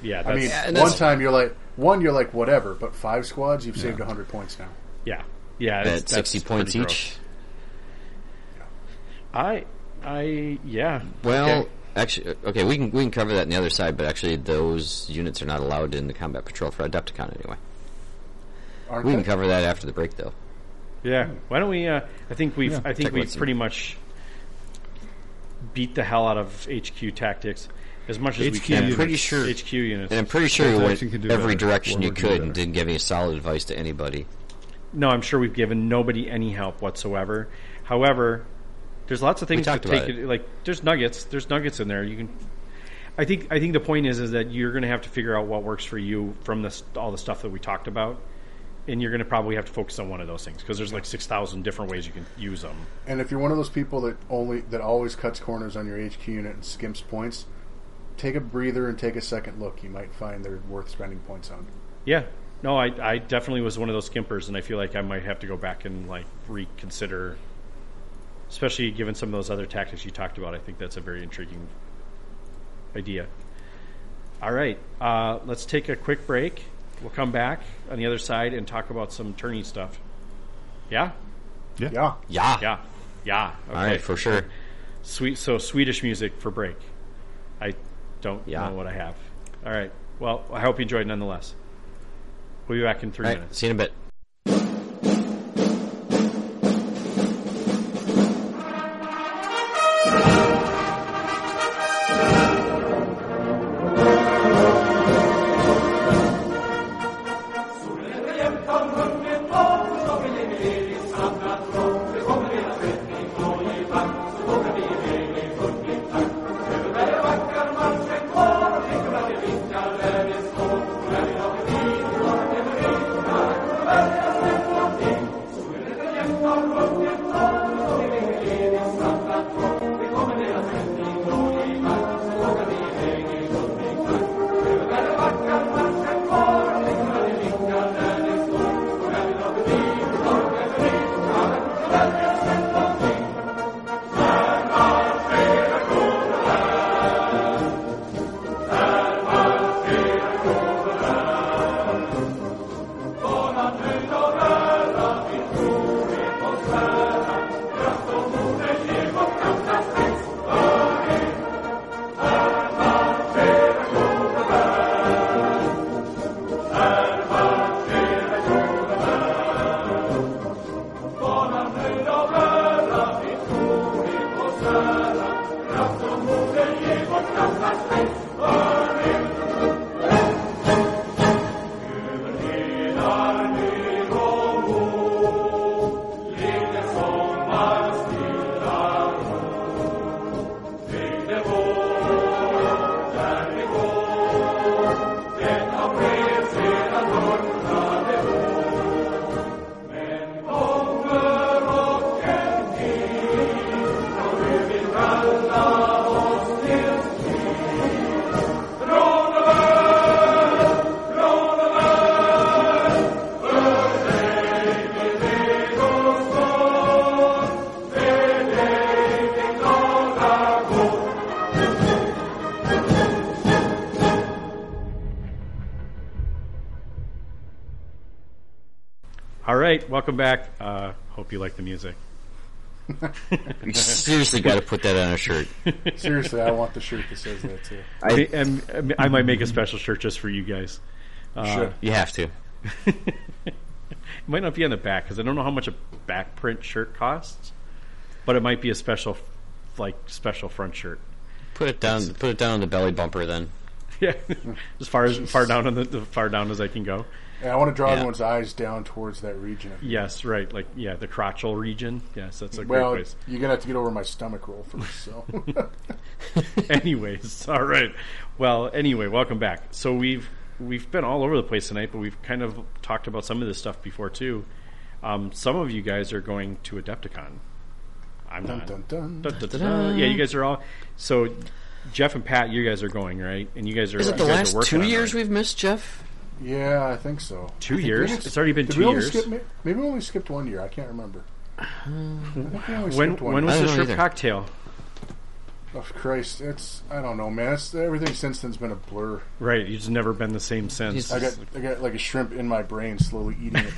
Speaker 2: Yeah,
Speaker 3: I
Speaker 2: that's,
Speaker 3: mean,
Speaker 1: Yeah, and
Speaker 3: one
Speaker 1: that's-
Speaker 3: time you're like one, you're like whatever, but five squads, you've saved saved hundred points now.
Speaker 2: yeah, yeah, it's-
Speaker 1: At sixty
Speaker 2: that's
Speaker 1: points
Speaker 2: pretty
Speaker 1: each.
Speaker 2: gross. I I yeah.
Speaker 1: Well,
Speaker 2: Okay.
Speaker 1: actually, uh, okay, we can we can cover that on the other side, but actually, those units are not allowed in the combat patrol for Adepticon anyway.
Speaker 3: Aren't
Speaker 1: We
Speaker 3: they?
Speaker 1: can cover that after the break, though.
Speaker 2: Yeah. Why don't we? Uh, I think we've. I think
Speaker 1: Check
Speaker 2: we've
Speaker 1: what's in-
Speaker 2: pretty much beat the hell out of HQ tactics as much as we
Speaker 4: HQ
Speaker 2: can.
Speaker 1: I'm pretty sure-
Speaker 2: HQ units.
Speaker 1: And I'm pretty sure you
Speaker 4: Bolt
Speaker 1: went
Speaker 4: action can do
Speaker 1: every
Speaker 4: better.
Speaker 1: direction you
Speaker 4: Warhammer can do
Speaker 1: could and
Speaker 4: better.
Speaker 1: didn't give any solid advice to anybody.
Speaker 2: No, I'm sure we've given nobody any help whatsoever. However, there's lots of things to
Speaker 1: talked
Speaker 2: take
Speaker 1: about
Speaker 2: it.
Speaker 1: it.
Speaker 2: Like there's nuggets. There's nuggets in there. You can. I think. I think the point is is that you're going to have to figure out what works for you from this all the stuff that we talked about, and you're going to probably have to focus on one of those things because there's like six thousand different ways you can use them.
Speaker 3: And if you're one of those people that only that always cuts corners on your HQ unit and skimps points, take a breather and take a second look. You might find they're worth spending points on.
Speaker 2: Yeah. No, I, I definitely was one of those skimpers, and I feel like I might have to go back and like reconsider, especially given some of those other tactics you talked about. I think that's a very intriguing idea. All right, uh, let's take a quick break. We'll come back on the other side and talk about some turny stuff. Yeah,
Speaker 3: Yeah,
Speaker 1: Yeah.
Speaker 2: yeah, yeah. Okay.
Speaker 1: All right, for sure.
Speaker 2: Sweet. So Swedish music for break. I don't
Speaker 1: Yeah.
Speaker 2: know what I have. All right. Well, I hope you enjoyed nonetheless. We'll be back in three
Speaker 1: All right,
Speaker 2: minutes.
Speaker 1: see you in a bit.
Speaker 2: All right, welcome back. Uh, hope you like the music.
Speaker 1: You seriously got to put that on a shirt.
Speaker 3: seriously, I want the shirt that says that too.
Speaker 2: I, am- I might make a special shirt just for you guys.
Speaker 3: Should.
Speaker 1: You have to.
Speaker 2: It might not be on the back because I don't know how much a back print shirt costs, but it might be a special, like special front shirt.
Speaker 1: Put it down. Put it down on the belly bumper then.
Speaker 2: Yeah, as far as far down on the, the far down as I can go.
Speaker 3: And I want to draw
Speaker 1: Yeah.
Speaker 3: everyone's eyes down towards that region.
Speaker 2: Yes, right. Like yeah, the crotchal region. Yes, that's a great
Speaker 3: Well,
Speaker 2: place.
Speaker 3: you're gonna have to get over my stomach roll first. So
Speaker 2: Anyways, all right. Well, anyway, welcome back. So we've we've been all over the place tonight, but we've kind of talked about some of this stuff before too. Um, some of you guys are going to Adepticon. I'm
Speaker 3: dun
Speaker 2: not.
Speaker 3: dun dun.
Speaker 2: Dun, dun, dun, dun. Yeah, you guys are all. So Jeff and Pat, you guys are going right, and you guys are.
Speaker 1: Is it
Speaker 2: you
Speaker 1: the
Speaker 2: guys
Speaker 1: last
Speaker 2: are working
Speaker 1: two
Speaker 2: on it.
Speaker 1: years we've missed, Jeff?
Speaker 3: Yeah, I think so.
Speaker 2: Two
Speaker 3: I think
Speaker 2: years?
Speaker 3: we only-
Speaker 2: It's already been
Speaker 3: did
Speaker 2: two
Speaker 3: we only
Speaker 2: years.
Speaker 3: Skip, ma- maybe we only skipped one year. I can't remember. I think we only
Speaker 2: When
Speaker 3: skipped one
Speaker 2: when was
Speaker 3: year.
Speaker 1: I don't
Speaker 2: the
Speaker 1: know
Speaker 2: shrimp
Speaker 1: either.
Speaker 2: cocktail?
Speaker 3: Oh, Christ, it's I don't know, man. It's, everything since then's been a blur.
Speaker 2: Right, you've just never been the same since.
Speaker 1: He's-
Speaker 3: I got I got like a shrimp in my brain, slowly eating it.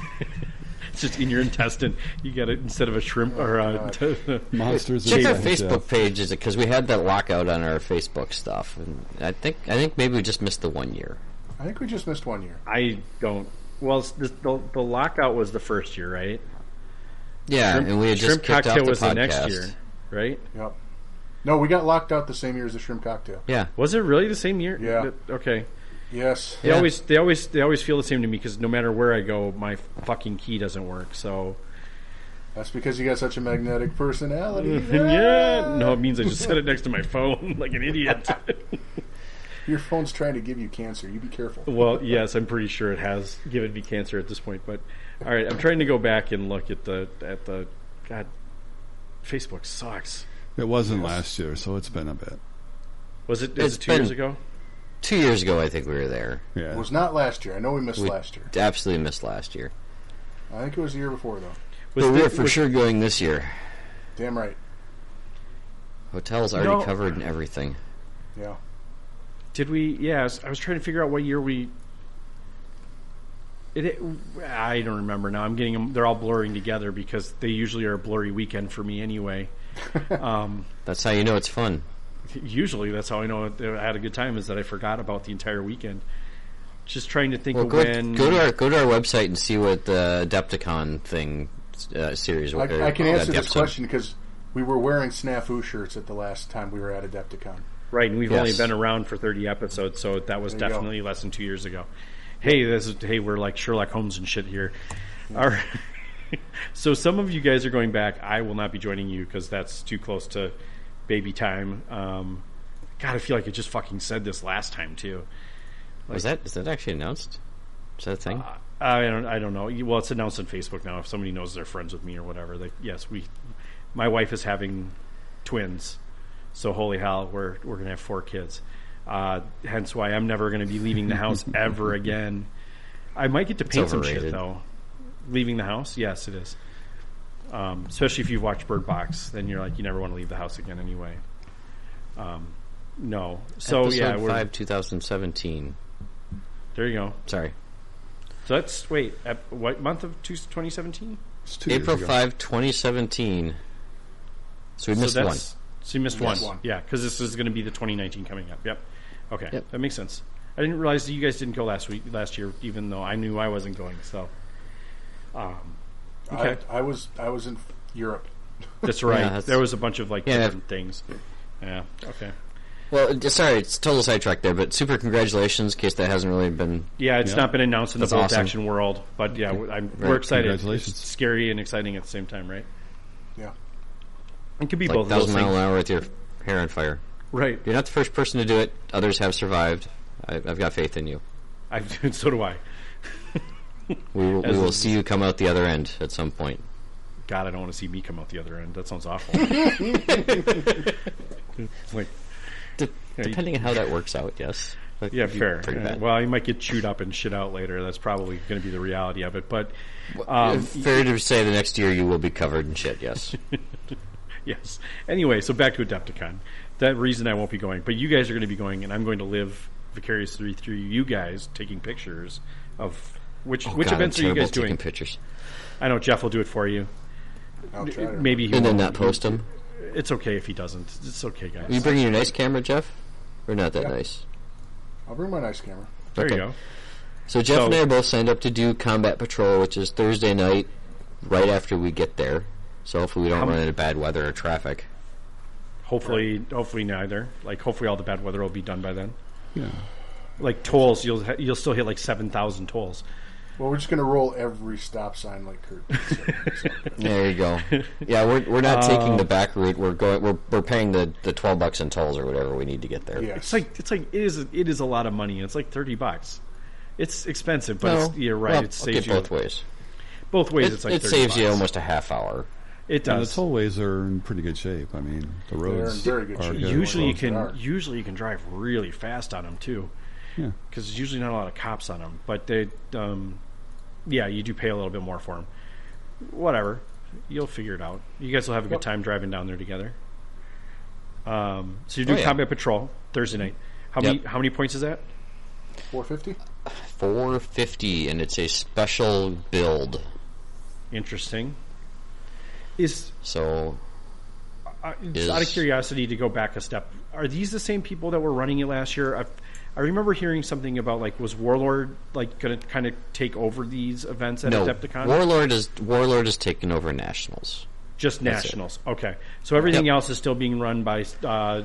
Speaker 2: It's just in your intestine. You got it instead of a shrimp
Speaker 1: Oh
Speaker 2: or a.
Speaker 6: Monsters
Speaker 1: Check our
Speaker 6: Inc.
Speaker 1: Facebook
Speaker 6: Jeff.
Speaker 1: page, is it because we had that lockout on our Facebook stuff, and I think I think maybe we just missed the one year.
Speaker 3: I think we just missed one year.
Speaker 2: I don't. Well, s- this- the, the lockout was the first year, right?
Speaker 1: Yeah, and we had just
Speaker 2: shrimp
Speaker 1: kicked
Speaker 2: cocktail
Speaker 1: off the
Speaker 2: was
Speaker 1: podcast.
Speaker 2: the next year, right?
Speaker 3: Yep. No, we got locked out the same year as the shrimp cocktail.
Speaker 1: Yeah,
Speaker 2: Was it really the same year?
Speaker 3: Yeah.
Speaker 2: Th- Okay.
Speaker 3: Yes.
Speaker 2: They
Speaker 1: Yeah.
Speaker 2: always they always they always feel the same to me because no matter where I go, my fucking key doesn't work. So
Speaker 3: That's because you got such a magnetic personality.
Speaker 2: yeah, no, it means I just set it next to my phone like an idiot.
Speaker 3: Your phone's trying to give you cancer. You be careful.
Speaker 2: well, yes, I'm pretty sure it has given me cancer at this point. But all right, I'm trying to go back and look at the at the God. Facebook sucks.
Speaker 4: It wasn't last year, so it's been a bit.
Speaker 2: Was it,
Speaker 1: It's
Speaker 2: is it two years
Speaker 1: been-
Speaker 2: ago?
Speaker 1: two years ago I think we were there.
Speaker 4: Yeah.
Speaker 3: It was not last year. I know we missed
Speaker 1: We
Speaker 3: last year.
Speaker 1: absolutely missed last year,
Speaker 3: I think it was the year before though.
Speaker 2: Was
Speaker 1: but
Speaker 2: thi-
Speaker 1: we're for
Speaker 2: was-
Speaker 1: sure going this year.
Speaker 3: Damn right.
Speaker 1: Hotels already
Speaker 2: No.
Speaker 1: covered and everything.
Speaker 3: Yeah.
Speaker 2: Did we? Yeah, I was, I was trying to figure out what year we. It, it- I don't remember now. I'm getting them. They're all blurring together because they usually are a blurry weekend for me anyway.
Speaker 1: That's how you know it's fun.
Speaker 2: Usually, that's how I know that I had a good time is that I forgot about the entire weekend. Just trying to think
Speaker 1: Well,
Speaker 2: of
Speaker 1: go,
Speaker 2: when.
Speaker 1: go to our go to our website and see what the Adepticon thing uh, series.
Speaker 3: I,
Speaker 1: or,
Speaker 3: I can
Speaker 1: uh,
Speaker 3: answer this
Speaker 1: episode.
Speaker 3: question because we were wearing snafu shirts at the last time we were at Adepticon.
Speaker 2: Right, and we've only
Speaker 1: Yes.
Speaker 2: been around for 30 episodes, so that was
Speaker 3: There you go.
Speaker 2: definitely less than two years ago. Hey, this is hey, we're like Sherlock Holmes and shit here. All right. so some of you guys are going back. I will not be joining you because that's too close to baby time. Um, God, I feel like I just fucking said this last time too.
Speaker 1: Was that is that actually announced? Is that a thing?
Speaker 2: Uh, I don't. I don't know. You- Well, it's announced on Facebook now. If somebody knows they're friends with me or whatever, they yes, we. My wife is having twins, so holy hell, we're we're gonna have four kids. Uh, hence why I'm never gonna be leaving the house ever again. I might get to paint some shit
Speaker 1: overrated.
Speaker 2: though. Leaving the house, yes, it is. Um, especially if you've watched Bird Box, then you're like you never want to leave the house again anyway. Um, no, so
Speaker 1: Episode
Speaker 2: yeah, we're,
Speaker 1: five 2017.
Speaker 2: there you go.
Speaker 1: Sorry,
Speaker 2: So that's wait, ep- what month of two- 2017?
Speaker 6: It's two years
Speaker 1: April
Speaker 6: ago.
Speaker 1: 5, 2017. So we missed
Speaker 2: so
Speaker 1: one.
Speaker 2: that's, So you missed one.
Speaker 3: Missed one.
Speaker 2: Yeah, because this is going to be the 2019 coming up. Yep. Okay,
Speaker 1: Yep.
Speaker 2: that makes sense. I didn't realize that you guys didn't go last week, last year, even though I knew I wasn't going. So um, Okay.
Speaker 3: I, I was I was in Europe.
Speaker 2: that's right.
Speaker 1: that's-
Speaker 2: there was a bunch of like
Speaker 1: Yeah.
Speaker 2: different things. Yeah. Okay.
Speaker 1: Well, d- sorry, it's total sidetrack there, but super congratulations, in case that hasn't really been.
Speaker 2: Yeah, it's not been announced in
Speaker 1: That's
Speaker 2: the bolt
Speaker 1: awesome.
Speaker 2: action world, but yeah, we- I'm, we're excited.
Speaker 4: Congratulations.
Speaker 2: It's scary and exciting at the same time, right?
Speaker 3: Yeah.
Speaker 2: It could be
Speaker 1: Like
Speaker 2: both of those
Speaker 1: thousand mile
Speaker 2: things,
Speaker 1: an hour with your hair on fire.
Speaker 2: right?
Speaker 1: You're not the first person to do it. Others have survived. I, I've got faith in you.
Speaker 2: I, so do I.
Speaker 1: We, will- we
Speaker 2: As
Speaker 1: will
Speaker 2: is-
Speaker 1: see you come out the other end at some point.
Speaker 2: God, I don't want to see me come out the other end. That sounds awful. like,
Speaker 1: De-
Speaker 2: Yeah, you-
Speaker 1: depending on how that works out, yes. That
Speaker 2: Yeah,
Speaker 1: could be
Speaker 2: fair.
Speaker 1: pretty
Speaker 2: Yeah.
Speaker 1: bad.
Speaker 2: Well, you might get chewed up and shit out later. That's probably going to be the reality of it. But
Speaker 1: Uh,
Speaker 2: Um,
Speaker 1: fair to say the next year you will be covered in shit, yes.
Speaker 2: yes. Anyway, so back to Adepticon. That reason I won't be going, but you guys are going to be going, and I'm going to live vicariously through you guys taking pictures of which which
Speaker 1: Oh, God, I'm
Speaker 2: events are you
Speaker 1: terrible
Speaker 2: guys
Speaker 1: taking
Speaker 2: doing?
Speaker 1: pictures.
Speaker 2: I know Jeff will do it for you.
Speaker 3: I'll try to-
Speaker 2: Maybe he
Speaker 1: And then not
Speaker 2: won't.
Speaker 1: post them.
Speaker 2: It's okay if he doesn't. It's okay, guys.
Speaker 1: Are you bringing your nice camera, Jeff? Or not that nice?
Speaker 3: I'll bring my nice camera.
Speaker 2: there you
Speaker 1: okay.
Speaker 2: go.
Speaker 1: So Jeff
Speaker 2: So-
Speaker 1: and I are both signed up to do Combat Patrol, which is Thursday night, right after we get there. So hopefully we don't run into bad weather or traffic.
Speaker 2: Hopefully, hopefully neither. Like, hopefully all the bad weather will be done by then.
Speaker 4: Yeah.
Speaker 2: like tolls, you'll ha- you'll still hit like seven thousand tolls.
Speaker 3: Well, we're just gonna roll every stop sign like Kurt. did, so-
Speaker 1: There you go. Yeah, we're we're not taking
Speaker 2: Um,
Speaker 1: the back route. We're going. We're we're paying the, the twelve bucks in tolls or whatever we need to get there.
Speaker 3: yes.
Speaker 2: It's like it's like it is it is a lot of money. It's like thirty bucks. It's expensive, but
Speaker 1: No.
Speaker 2: it's, you're right.
Speaker 1: Well,
Speaker 2: it saves
Speaker 1: okay,
Speaker 2: you
Speaker 1: both ways.
Speaker 2: both ways.
Speaker 1: It,
Speaker 2: it's like
Speaker 1: it
Speaker 2: 30
Speaker 1: saves you
Speaker 2: bucks.
Speaker 1: almost a half hour.
Speaker 2: It
Speaker 6: And the
Speaker 2: does.
Speaker 6: tollways are in pretty good shape. I mean, the roads
Speaker 3: very good
Speaker 6: are
Speaker 3: shape.
Speaker 6: good.
Speaker 2: usually you
Speaker 3: Well, they are.
Speaker 2: can usually you can drive really fast on them too,
Speaker 6: Yeah.
Speaker 2: because there's usually not a lot of cops on them. But they, um, yeah, you do pay a little bit more for them. Whatever, you'll figure it out. You guys will have a good time driving down there together. Um, so you do
Speaker 1: Oh, yeah.
Speaker 2: combat patrol Thursday night. How
Speaker 1: Yep.
Speaker 2: many how many points is that?
Speaker 3: 450?
Speaker 1: Four fifty, and it's a special build.
Speaker 2: Interesting. Is
Speaker 1: So
Speaker 2: Uh,
Speaker 1: is-
Speaker 2: out of curiosity to go back a step, are these the same people that were running it last year? i I remember hearing something about like was Warlord like going to kind of take over these events at
Speaker 1: no,
Speaker 2: Adepticon?
Speaker 1: Warlord is Warlord is taking over Nationals.
Speaker 2: Just
Speaker 1: That's it.
Speaker 2: nationals. Okay, so everything
Speaker 1: Yep.
Speaker 2: else is still being run by uh,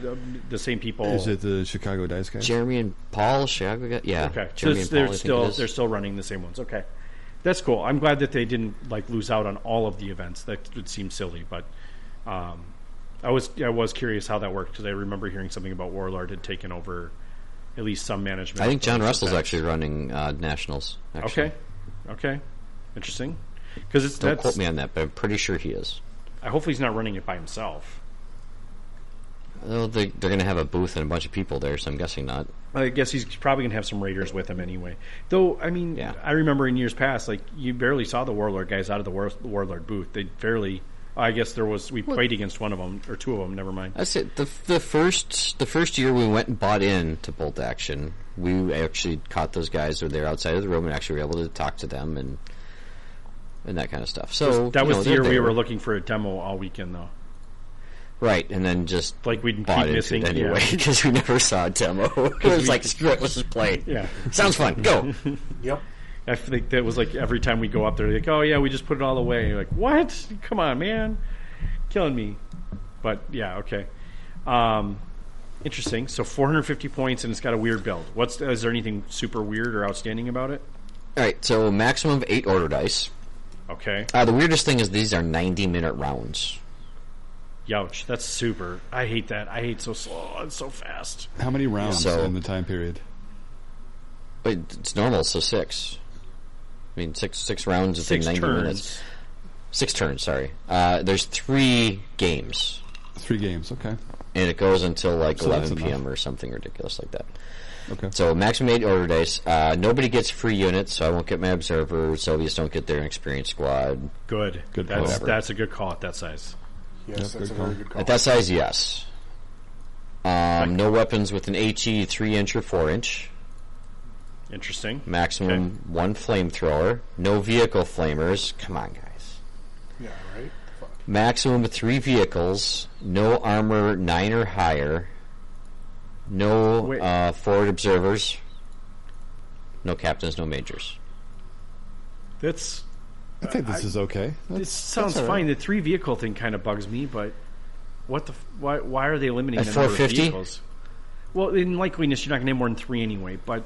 Speaker 2: the same people.
Speaker 6: Is it the Chicago Dice guys?
Speaker 1: Jeremy and Paul Chicago got yeah.
Speaker 2: Okay, so
Speaker 1: Jeremy
Speaker 2: it's-
Speaker 1: and Paul, I
Speaker 2: they're
Speaker 1: think
Speaker 2: still
Speaker 1: it is.
Speaker 2: they're still running the same ones. Okay, that's cool. I'm glad that they didn't like lose out on all of the events. That would seem silly, but um, I was I was curious how that worked because I remember hearing something about Warlord had taken over at least some management.
Speaker 1: I think
Speaker 2: of
Speaker 1: John
Speaker 2: those
Speaker 1: Russell's
Speaker 2: events.
Speaker 1: actually running uh, Nationals. Actually.
Speaker 2: okay. Okay, interesting. Because it's
Speaker 1: Don't
Speaker 2: that's
Speaker 1: quote me on that, but I'm pretty sure he is.
Speaker 2: I- hopefully he's not running it by himself.
Speaker 1: Well, they, they're going to have a booth and a bunch of people there, so I'm guessing not.
Speaker 2: I guess he's probably gonna have some raiders with him anyway. Though, I mean,
Speaker 1: Yeah.
Speaker 2: I remember in years past, like you barely saw the warlord guys out of the, war, the warlord booth. They barely. I guess there was we played against one of them or two of them. Never mind.
Speaker 1: That's it. The, the first the first year we went and bought in to Bolt Action, we actually caught those guys who were there outside of the room and actually were able to talk to them and and that kind of stuff. So
Speaker 2: that
Speaker 1: you
Speaker 2: was
Speaker 1: know,
Speaker 2: the
Speaker 1: they're
Speaker 2: year we
Speaker 1: there.
Speaker 2: were looking for a demo all weekend, though.
Speaker 1: right, and then just
Speaker 2: Like we'd
Speaker 1: bought
Speaker 2: keep
Speaker 1: into
Speaker 2: missing
Speaker 1: it anyway
Speaker 2: yeah.
Speaker 1: because we never saw a demo. it was like screw it, let's just play.
Speaker 2: Yeah.
Speaker 1: sounds fun. Go.
Speaker 3: Yep.
Speaker 2: I think that was like every time we go up there, like, oh yeah, we just put it all away. You're like, what? Come on, man, killing me. But yeah, okay. Um, interesting. So 450 points, and it's got a weird build. What's is there anything super weird or outstanding about it?
Speaker 1: All right, so maximum of eight order dice.
Speaker 2: Okay.
Speaker 1: Uh, the weirdest thing is these are ninety minute rounds.
Speaker 2: Youch, that's super. I hate that. I hate so slow and so fast.
Speaker 6: How many rounds
Speaker 1: So-
Speaker 6: in the time period?
Speaker 1: But it's normal, so six. I mean, six six rounds within
Speaker 2: Six
Speaker 1: ninety
Speaker 2: turns.
Speaker 1: minutes. Six turns, sorry. Uh, there's three games,
Speaker 6: Three games. Okay.
Speaker 1: and it goes until like
Speaker 6: So that's
Speaker 1: 11 p.m.
Speaker 6: enough.
Speaker 1: or something ridiculous like that.
Speaker 6: Okay.
Speaker 1: So maximum eight order dice. Uh, nobody gets free units, so I won't get my observer. Sylvius don't get their experience squad.
Speaker 2: Good.
Speaker 6: Good
Speaker 2: That's
Speaker 6: call.
Speaker 2: that's a good call at that size.
Speaker 6: Yep,
Speaker 3: Yes, that's
Speaker 6: good
Speaker 3: a
Speaker 6: call.
Speaker 3: very good call.
Speaker 1: At that size, yes. Um, no weapons with an HE three inch or four inch.
Speaker 2: Interesting.
Speaker 1: Maximum
Speaker 2: Okay.
Speaker 1: one flamethrower. No vehicle flamers. Come on, guys.
Speaker 3: yeah, right? Fuck.
Speaker 1: Maximum three vehicles, no armor nine or higher, no
Speaker 2: Wait.
Speaker 1: uh, forward observers, no captains, no majors.
Speaker 2: That's
Speaker 6: I think this is okay.
Speaker 2: it
Speaker 6: That's,
Speaker 2: sounds fine. The three vehicle thing kind of bugs me, but what the f- why why are they limiting
Speaker 1: At
Speaker 2: the number of
Speaker 1: 450?
Speaker 2: vehicles? Well, in likeliness, you're not going to have more than three anyway. But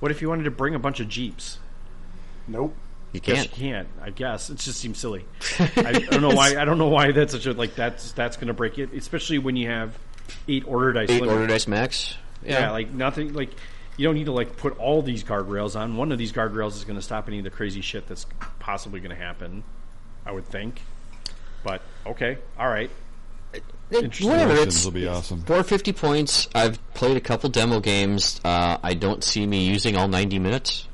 Speaker 2: what if you wanted to bring a bunch of jeeps?
Speaker 3: Nope.
Speaker 1: You
Speaker 2: Guess
Speaker 1: can't.
Speaker 2: you can't. I guess it just seems silly. I, I don't know why. I don't know why that's such a like that's that's going to break it, especially when you have eight order dice.
Speaker 1: Eight
Speaker 2: limit.
Speaker 1: order dice max.
Speaker 2: Yeah, like nothing. Like you don't need to like put all these guardrails on. One of these guardrails is going to stop any of the crazy shit that's possibly going to happen. I would think. But okay, all right.
Speaker 1: It-
Speaker 2: interesting
Speaker 1: whatever.
Speaker 6: options
Speaker 1: It's
Speaker 6: will be awesome.
Speaker 1: 450 points. I've played a couple demo games. Uh, I don't see me using all 90 minutes.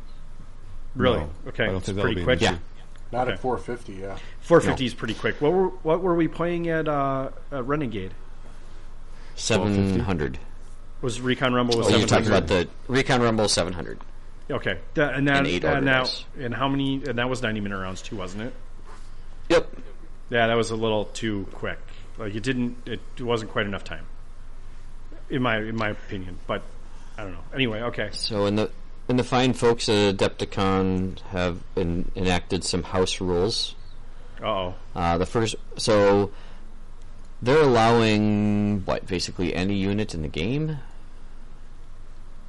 Speaker 2: Really?
Speaker 6: No,
Speaker 2: okay.
Speaker 6: I don't
Speaker 2: it's
Speaker 6: think that'll
Speaker 2: pretty
Speaker 6: be an
Speaker 2: quick.
Speaker 6: issue. Yeah.
Speaker 3: Not at 450, yeah.
Speaker 2: 450 is pretty quick. What were what were we playing at uh, uh Renegade?
Speaker 1: 700.
Speaker 2: Was Recon Rumble was
Speaker 1: Oh, you're
Speaker 2: 700?
Speaker 1: talking about the Recon Rumble 700.
Speaker 2: Okay. That- and that
Speaker 1: And eight
Speaker 2: and, now,
Speaker 1: orders.
Speaker 2: and how many and that was 90 minute rounds too, wasn't it?
Speaker 1: Yep.
Speaker 2: Yeah, that was a little too quick. Like it didn't. It wasn't quite enough time, in my in my opinion. But I don't know. Anyway, okay.
Speaker 1: So in the and the fine folks at Adepticon have en- enacted some house rules.
Speaker 2: Uh oh.
Speaker 1: Uh, the first, so they're allowing what basically any unit in the game.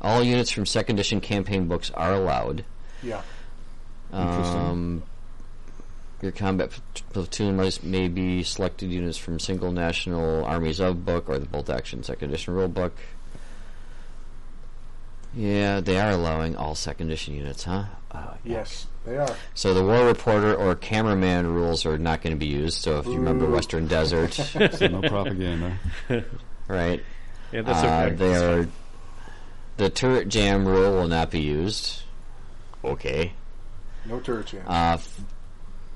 Speaker 1: all units from second edition campaign books are allowed.
Speaker 3: Yeah.
Speaker 6: Interesting.
Speaker 1: Um, your combat pl- platoon list may be selected units from single national armies of book or the bolt action second edition rule book. Yeah, they are allowing all second edition units, huh? Oh,
Speaker 3: Yes, they are.
Speaker 1: So the war reporter or cameraman rules are not going to be used. So if you remember Western Desert,
Speaker 6: So no propaganda.
Speaker 1: right?
Speaker 2: Yeah, that's
Speaker 1: uh,
Speaker 2: okay.
Speaker 1: They are. The turret jam rule will not be used. Okay.
Speaker 3: No turret jam.
Speaker 1: Uh, f-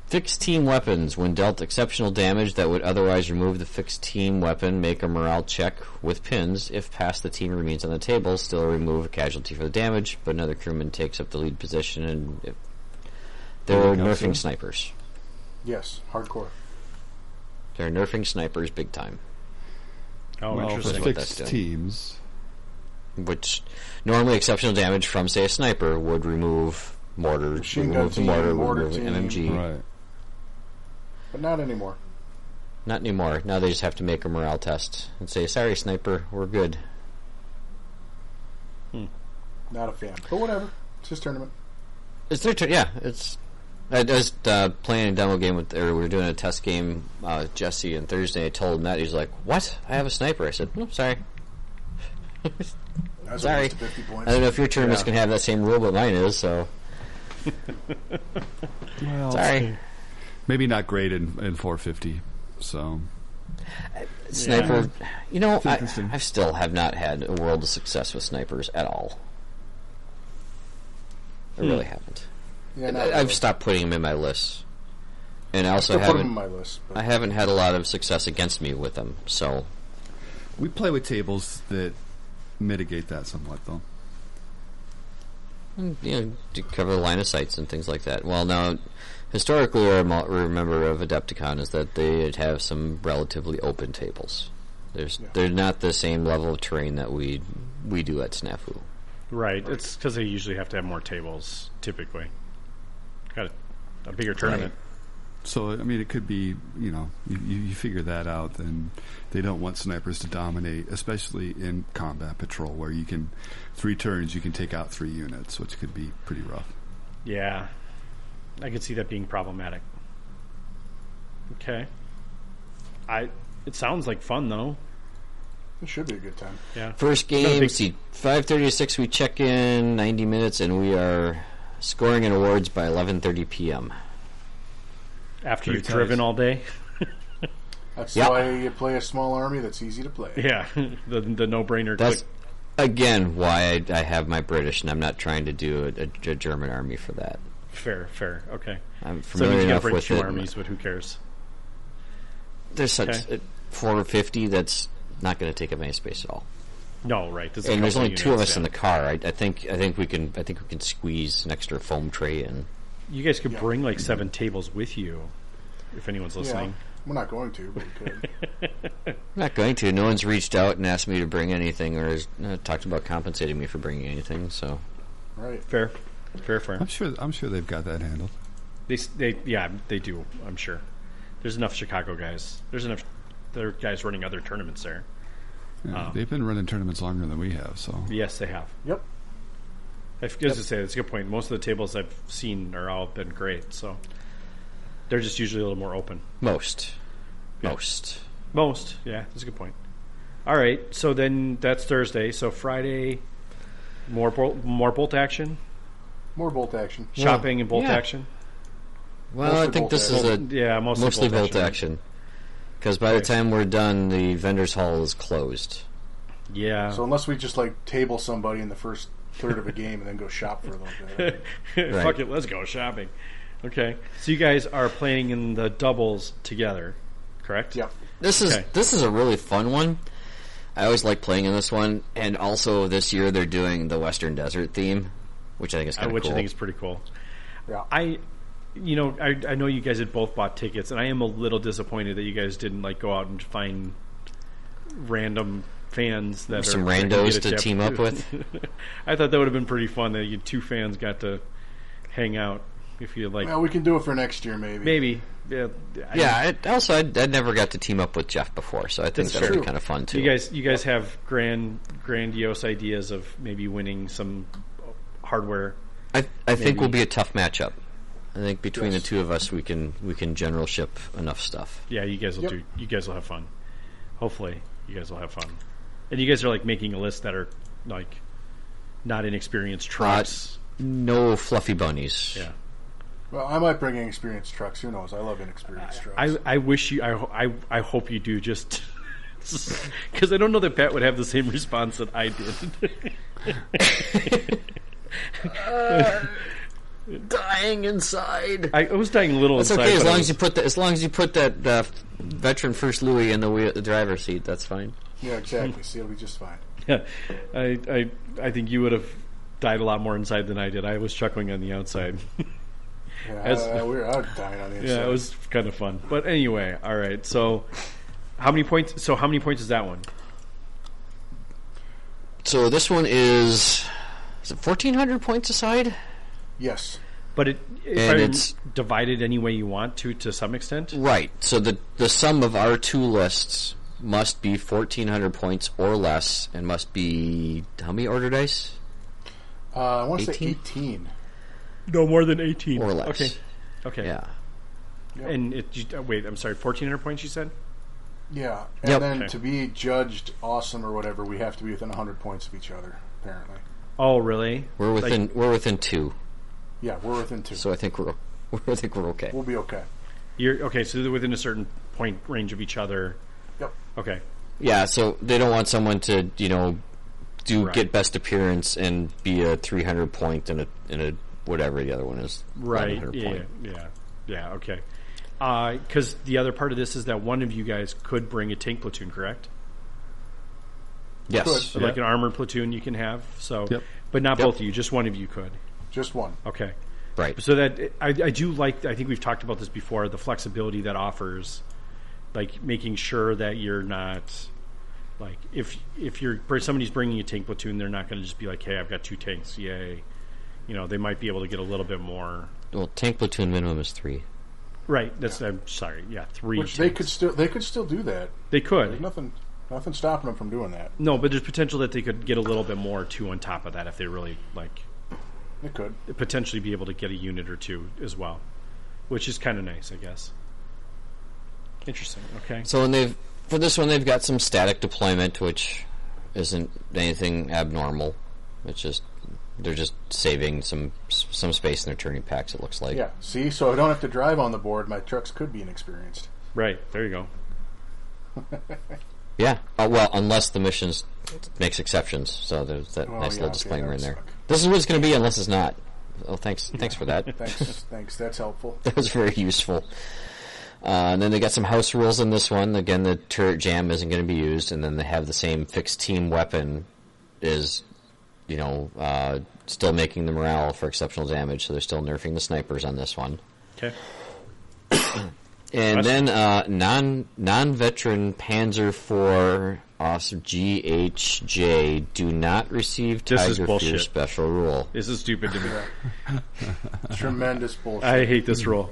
Speaker 1: fixed team weapons, when dealt exceptional damage that would otherwise remove the fixed team weapon, make a morale check with pins. If passed, the team remains on the table. Still remove a casualty for the damage, but another crewman takes up the lead position and. If they're
Speaker 6: Oh, gotcha.
Speaker 1: nerfing snipers.
Speaker 3: yes, hardcore.
Speaker 1: They're nerfing snipers big time.
Speaker 2: oh,
Speaker 6: well, for
Speaker 2: interesting.
Speaker 1: What that's
Speaker 6: fixed
Speaker 1: doing.
Speaker 6: teams,
Speaker 1: which normally exceptional damage from say a sniper would remove mortar,
Speaker 3: Machine gun
Speaker 1: remove the
Speaker 3: team,
Speaker 1: mortar,
Speaker 3: mortar
Speaker 1: remove
Speaker 3: team.
Speaker 1: the MMG.
Speaker 6: right?
Speaker 3: But not anymore.
Speaker 1: Not anymore. Now they just have to make a morale test and say, "Sorry, sniper, we're good."
Speaker 3: Not a fan. But whatever. It's his tournament.
Speaker 1: It's their turn. Yeah, it's. I just uh, playing a demo game with, or we were doing a test game, uh, with Jesse, and Thursday I told him that he's like, "What? I have a sniper." I said, "Hmm, "Sorry,
Speaker 3: That's
Speaker 1: Sorry.
Speaker 3: a waste of 50
Speaker 1: I
Speaker 3: points.
Speaker 1: don't know if your tournament's
Speaker 3: Yeah.
Speaker 1: gonna have that same rule, but mine is." So,
Speaker 6: Well,
Speaker 1: sorry,
Speaker 6: maybe not great in, in 450. So
Speaker 1: sniper. You know, I,
Speaker 6: interesting.
Speaker 1: I still have not had a world of success with snipers at all. I really
Speaker 3: Hmm.
Speaker 1: haven't.
Speaker 3: Yeah,
Speaker 1: And
Speaker 3: not
Speaker 1: I-
Speaker 3: really.
Speaker 1: I've stopped putting them in my list, and I also
Speaker 3: Still put him on
Speaker 1: haven't.
Speaker 3: my list. but-
Speaker 1: I haven't had a lot of success against me with them. So
Speaker 6: we play with tables that mitigate that somewhat, though.
Speaker 1: mm, you know, to cover the line of sights and things like that. Well, now historically, what I mo- remember of Adepticon is that they'd have some relatively open tables. There's
Speaker 3: Yeah.
Speaker 1: they're not the same level of terrain that we we do at Snafu.
Speaker 2: Right. It's because they usually have to have more tables, typically. Got a, a bigger tournament.
Speaker 6: So I mean, it could be you know you, you you figure that out. Then they don't want snipers to dominate, especially in combat patrol, where you can three turns you can take out three units, which could be pretty rough.
Speaker 2: Yeah. I could see that being problematic. Okay. I. It sounds like fun, though.
Speaker 3: It should be a good time.
Speaker 2: Yeah.
Speaker 1: First
Speaker 2: Another
Speaker 1: game,
Speaker 2: big-
Speaker 1: see, 5.36, we check in 90 minutes, and we are scoring in awards by 11.30 p.m.
Speaker 2: After
Speaker 6: Pretty
Speaker 2: you've
Speaker 6: tight.
Speaker 2: driven all day.
Speaker 3: That's
Speaker 1: Yeah.
Speaker 3: why you play a small army that's easy to play.
Speaker 2: Yeah. the the no brainer.
Speaker 1: That's, again, why I, I have my British, and I'm not trying to do a, a- a German army for that.
Speaker 2: Fair. Fair. Okay.
Speaker 1: I'm
Speaker 2: So
Speaker 1: familiar
Speaker 2: you got
Speaker 1: enough
Speaker 2: break
Speaker 1: with
Speaker 2: two
Speaker 1: it.
Speaker 2: armies, but who cares?
Speaker 1: There's such
Speaker 2: Okay.
Speaker 1: uh, 450 that's not going to take up any space at all.
Speaker 2: No. Right. This is a
Speaker 1: And there's
Speaker 2: couple
Speaker 1: only two of
Speaker 2: units,
Speaker 1: us in
Speaker 2: yeah.
Speaker 1: the car. I, I think I think we can I think we can squeeze an extra foam tray in.
Speaker 2: You guys could
Speaker 3: Yeah.
Speaker 2: bring like seven tables with you, if anyone's
Speaker 3: Yeah.
Speaker 2: listening.
Speaker 3: We're not going to, but we could.
Speaker 1: I'm not going to. No one's reached out and asked me to bring anything or has, uh, talked about compensating me for bringing anything. So
Speaker 3: right.
Speaker 2: Fair, fair, fair.
Speaker 6: I'm sure I'm sure they've got that handled.
Speaker 2: They, s- they, yeah, they do. I'm sure. There's enough Chicago guys. There's enough. There are guys running other tournaments there.
Speaker 6: Yeah,
Speaker 1: Oh.
Speaker 2: Um,
Speaker 6: they've been running tournaments longer than we have, so
Speaker 2: Yes, they have.
Speaker 3: Yep.
Speaker 2: I was to say that's a good point. Most of the tables I've seen are all been great. So they're just usually a little more open.
Speaker 1: most, most.
Speaker 2: Most, yeah, that's a good point. All right, so then that's Thursday. So Friday, more bolt, more bolt action,
Speaker 3: More bolt action.
Speaker 2: shopping and bolt
Speaker 1: yeah.
Speaker 2: action.
Speaker 1: Well,
Speaker 3: Mostly
Speaker 1: I think this
Speaker 3: bolt
Speaker 1: is a
Speaker 2: Yeah, mostly,
Speaker 1: mostly bolt
Speaker 2: right?
Speaker 1: action. Because by the
Speaker 2: Okay.
Speaker 1: time we're done, the vendor's hall is closed.
Speaker 2: Yeah,
Speaker 3: So unless we just like table somebody in the first third of a game and then go shop for a little bit.
Speaker 2: Fuck it, let's go shopping. Okay, so you guys are playing in the doubles together, correct?
Speaker 3: Yep.
Speaker 1: This is
Speaker 2: Okay.
Speaker 1: this is a really fun one. I always like playing in this one, and also this year they're doing the Western Desert theme, which I think is
Speaker 2: Uh,
Speaker 1: kind of
Speaker 2: which
Speaker 1: cool.
Speaker 2: I think is pretty cool.
Speaker 3: Yeah.
Speaker 2: I, you know, I, I know you guys had both bought tickets, and I am a little disappointed that you guys didn't like go out and find random fans that
Speaker 1: Some
Speaker 2: are that can get
Speaker 1: randos
Speaker 2: a
Speaker 1: to
Speaker 2: jab-
Speaker 1: team up with.
Speaker 2: I thought that would have been pretty fun that you two fans got to hang out. if you like.
Speaker 3: Well, we can do it for next year, maybe.
Speaker 2: Maybe. Yeah. I-
Speaker 1: Yeah. It, also, I, I never got to team up with Jeff before, so I think
Speaker 2: That's
Speaker 1: that'll
Speaker 2: true.
Speaker 1: be kind of fun too.
Speaker 2: You guys, you guys have grand, grandiose ideas of maybe winning some hardware.
Speaker 1: I, I think
Speaker 2: Maybe.
Speaker 1: we'll be a tough matchup. I think between the two of us, we can we can general ship enough stuff.
Speaker 2: Yeah, you guys will
Speaker 3: Yep.
Speaker 2: do. You guys will have fun. Hopefully, you guys will have fun. And you guys are like making a list that are like not inexperienced trucks.
Speaker 1: No fluffy bunnies.
Speaker 2: yeah.
Speaker 3: Well, I might bring inexperienced trucks. Who knows? I love inexperienced trucks.
Speaker 2: I, I wish you I, ho- I, I hope you do just because I don't know that Pat would have the same response that I did.
Speaker 1: Dying inside.
Speaker 2: I, I was dying a little
Speaker 1: That's
Speaker 2: inside.
Speaker 1: okay as
Speaker 2: but I
Speaker 1: long
Speaker 2: was-
Speaker 1: as you put the, as long as you put that uh, veteran first Louis in the wheel, the driver's seat. That's fine.
Speaker 3: yeah, exactly. See, it'll be just fine.
Speaker 2: Yeah, I, I, I think you would have died a lot more inside than I did. I was chuckling on the outside.
Speaker 3: Yeah,
Speaker 2: As-
Speaker 3: I, I- we're, I'm dying on the inside.
Speaker 2: yeah, it was kind of fun. But anyway, all right. So, how many points? So, how many points is that one?
Speaker 1: So this one is is it fourteen hundred points aside?
Speaker 3: yes.
Speaker 2: But it, if
Speaker 1: And
Speaker 2: I rem-
Speaker 1: it's-
Speaker 2: divided any way you want to, to some extent.
Speaker 1: Right. So the the sum of our two lists must be fourteen hundred points or less, and must be how many order dice
Speaker 3: Uh, I want to say
Speaker 1: 18?
Speaker 3: 18.
Speaker 2: No more than eighteen
Speaker 1: or less?
Speaker 2: Okay. Okay.
Speaker 1: Yeah.
Speaker 2: And it, you, uh, wait, I'm sorry, fourteen hundred points. You said.
Speaker 3: Yeah. And
Speaker 1: Yep.
Speaker 3: then
Speaker 2: Okay.
Speaker 3: to be judged awesome or whatever, we have to be within 100 points of each other, apparently.
Speaker 2: Oh, really?
Speaker 1: We're
Speaker 2: Like-
Speaker 1: within we're within two,
Speaker 3: Yeah, we're within two.
Speaker 1: so I think we're I think we're okay.
Speaker 3: we'll be okay.
Speaker 2: You're okay. So they're within a certain point range of each other.
Speaker 3: Yep.
Speaker 2: Okay.
Speaker 1: Yeah, so they don't want someone to you know do
Speaker 2: Right.
Speaker 1: get best appearance and be a three hundred point and a and a whatever the other one is
Speaker 2: Right.
Speaker 1: 1100
Speaker 2: Yeah,
Speaker 1: point.
Speaker 2: yeah. Yeah. Okay. Because the other part of this is that one of you guys could bring a tank platoon, correct?
Speaker 1: Yes,
Speaker 2: Like an armored platoon you can have. So,
Speaker 6: Yep.
Speaker 2: but not
Speaker 1: Yep.
Speaker 2: both of you. Just one of you could.
Speaker 3: Just one.
Speaker 2: Okay.
Speaker 1: right.
Speaker 2: So that I, I do like. I think we've talked about this before. The flexibility that offers, like making sure that you're not, like if if you're somebody's bringing a tank platoon, they're not going to just be like, "Hey, I've got two tanks, yay!" You know, they might be able to get a little bit more.
Speaker 1: Well, tank platoon minimum is three.
Speaker 2: Right. That's. I'm sorry. Yeah, three.
Speaker 3: Which they
Speaker 2: tanks.
Speaker 3: could still they could still do that.
Speaker 2: They could.
Speaker 3: There's nothing nothing stopping them from doing that.
Speaker 2: No, but there's potential that they could get a little bit more too on top of that if they really like
Speaker 3: They could.
Speaker 2: potentially be able to get a unit or two as well, which is kind of nice, I guess. Interesting. Okay.
Speaker 1: So and they've for this one they've got some static deployment, which isn't anything abnormal. It's just they're just saving some some space in their turning packs. It looks like.
Speaker 3: Yeah. See, so I don't have to drive on the board. My trucks could be inexperienced.
Speaker 2: Right. There you go.
Speaker 1: Yeah. Uh, well, unless the missions makes exceptions, so there's that
Speaker 3: Well,
Speaker 1: nice
Speaker 3: Oh, yeah,
Speaker 1: little
Speaker 3: okay,
Speaker 1: disclaimer
Speaker 3: that
Speaker 1: in there.
Speaker 3: would suck.
Speaker 1: This is what it's going to be, unless it's not. Oh, thanks, thanks for that.
Speaker 3: Thanks, thanks. That's helpful.
Speaker 1: that was very useful. Uh, and then they got some house rules in this one. Again, the turret jam isn't going to be used, and then they have the same fixed team weapon is, you know, uh, still making the morale for exceptional damage. So they're still nerfing the snipers on this one.
Speaker 2: Okay.
Speaker 1: And
Speaker 2: Awesome.
Speaker 1: then uh, non non veteran Panzer IV awesome GHJ do not receive
Speaker 2: This is
Speaker 1: Tiger Fear
Speaker 2: bullshit.
Speaker 1: special rule.
Speaker 2: This is stupid to me.
Speaker 3: Tremendous bullshit.
Speaker 2: I hate this rule.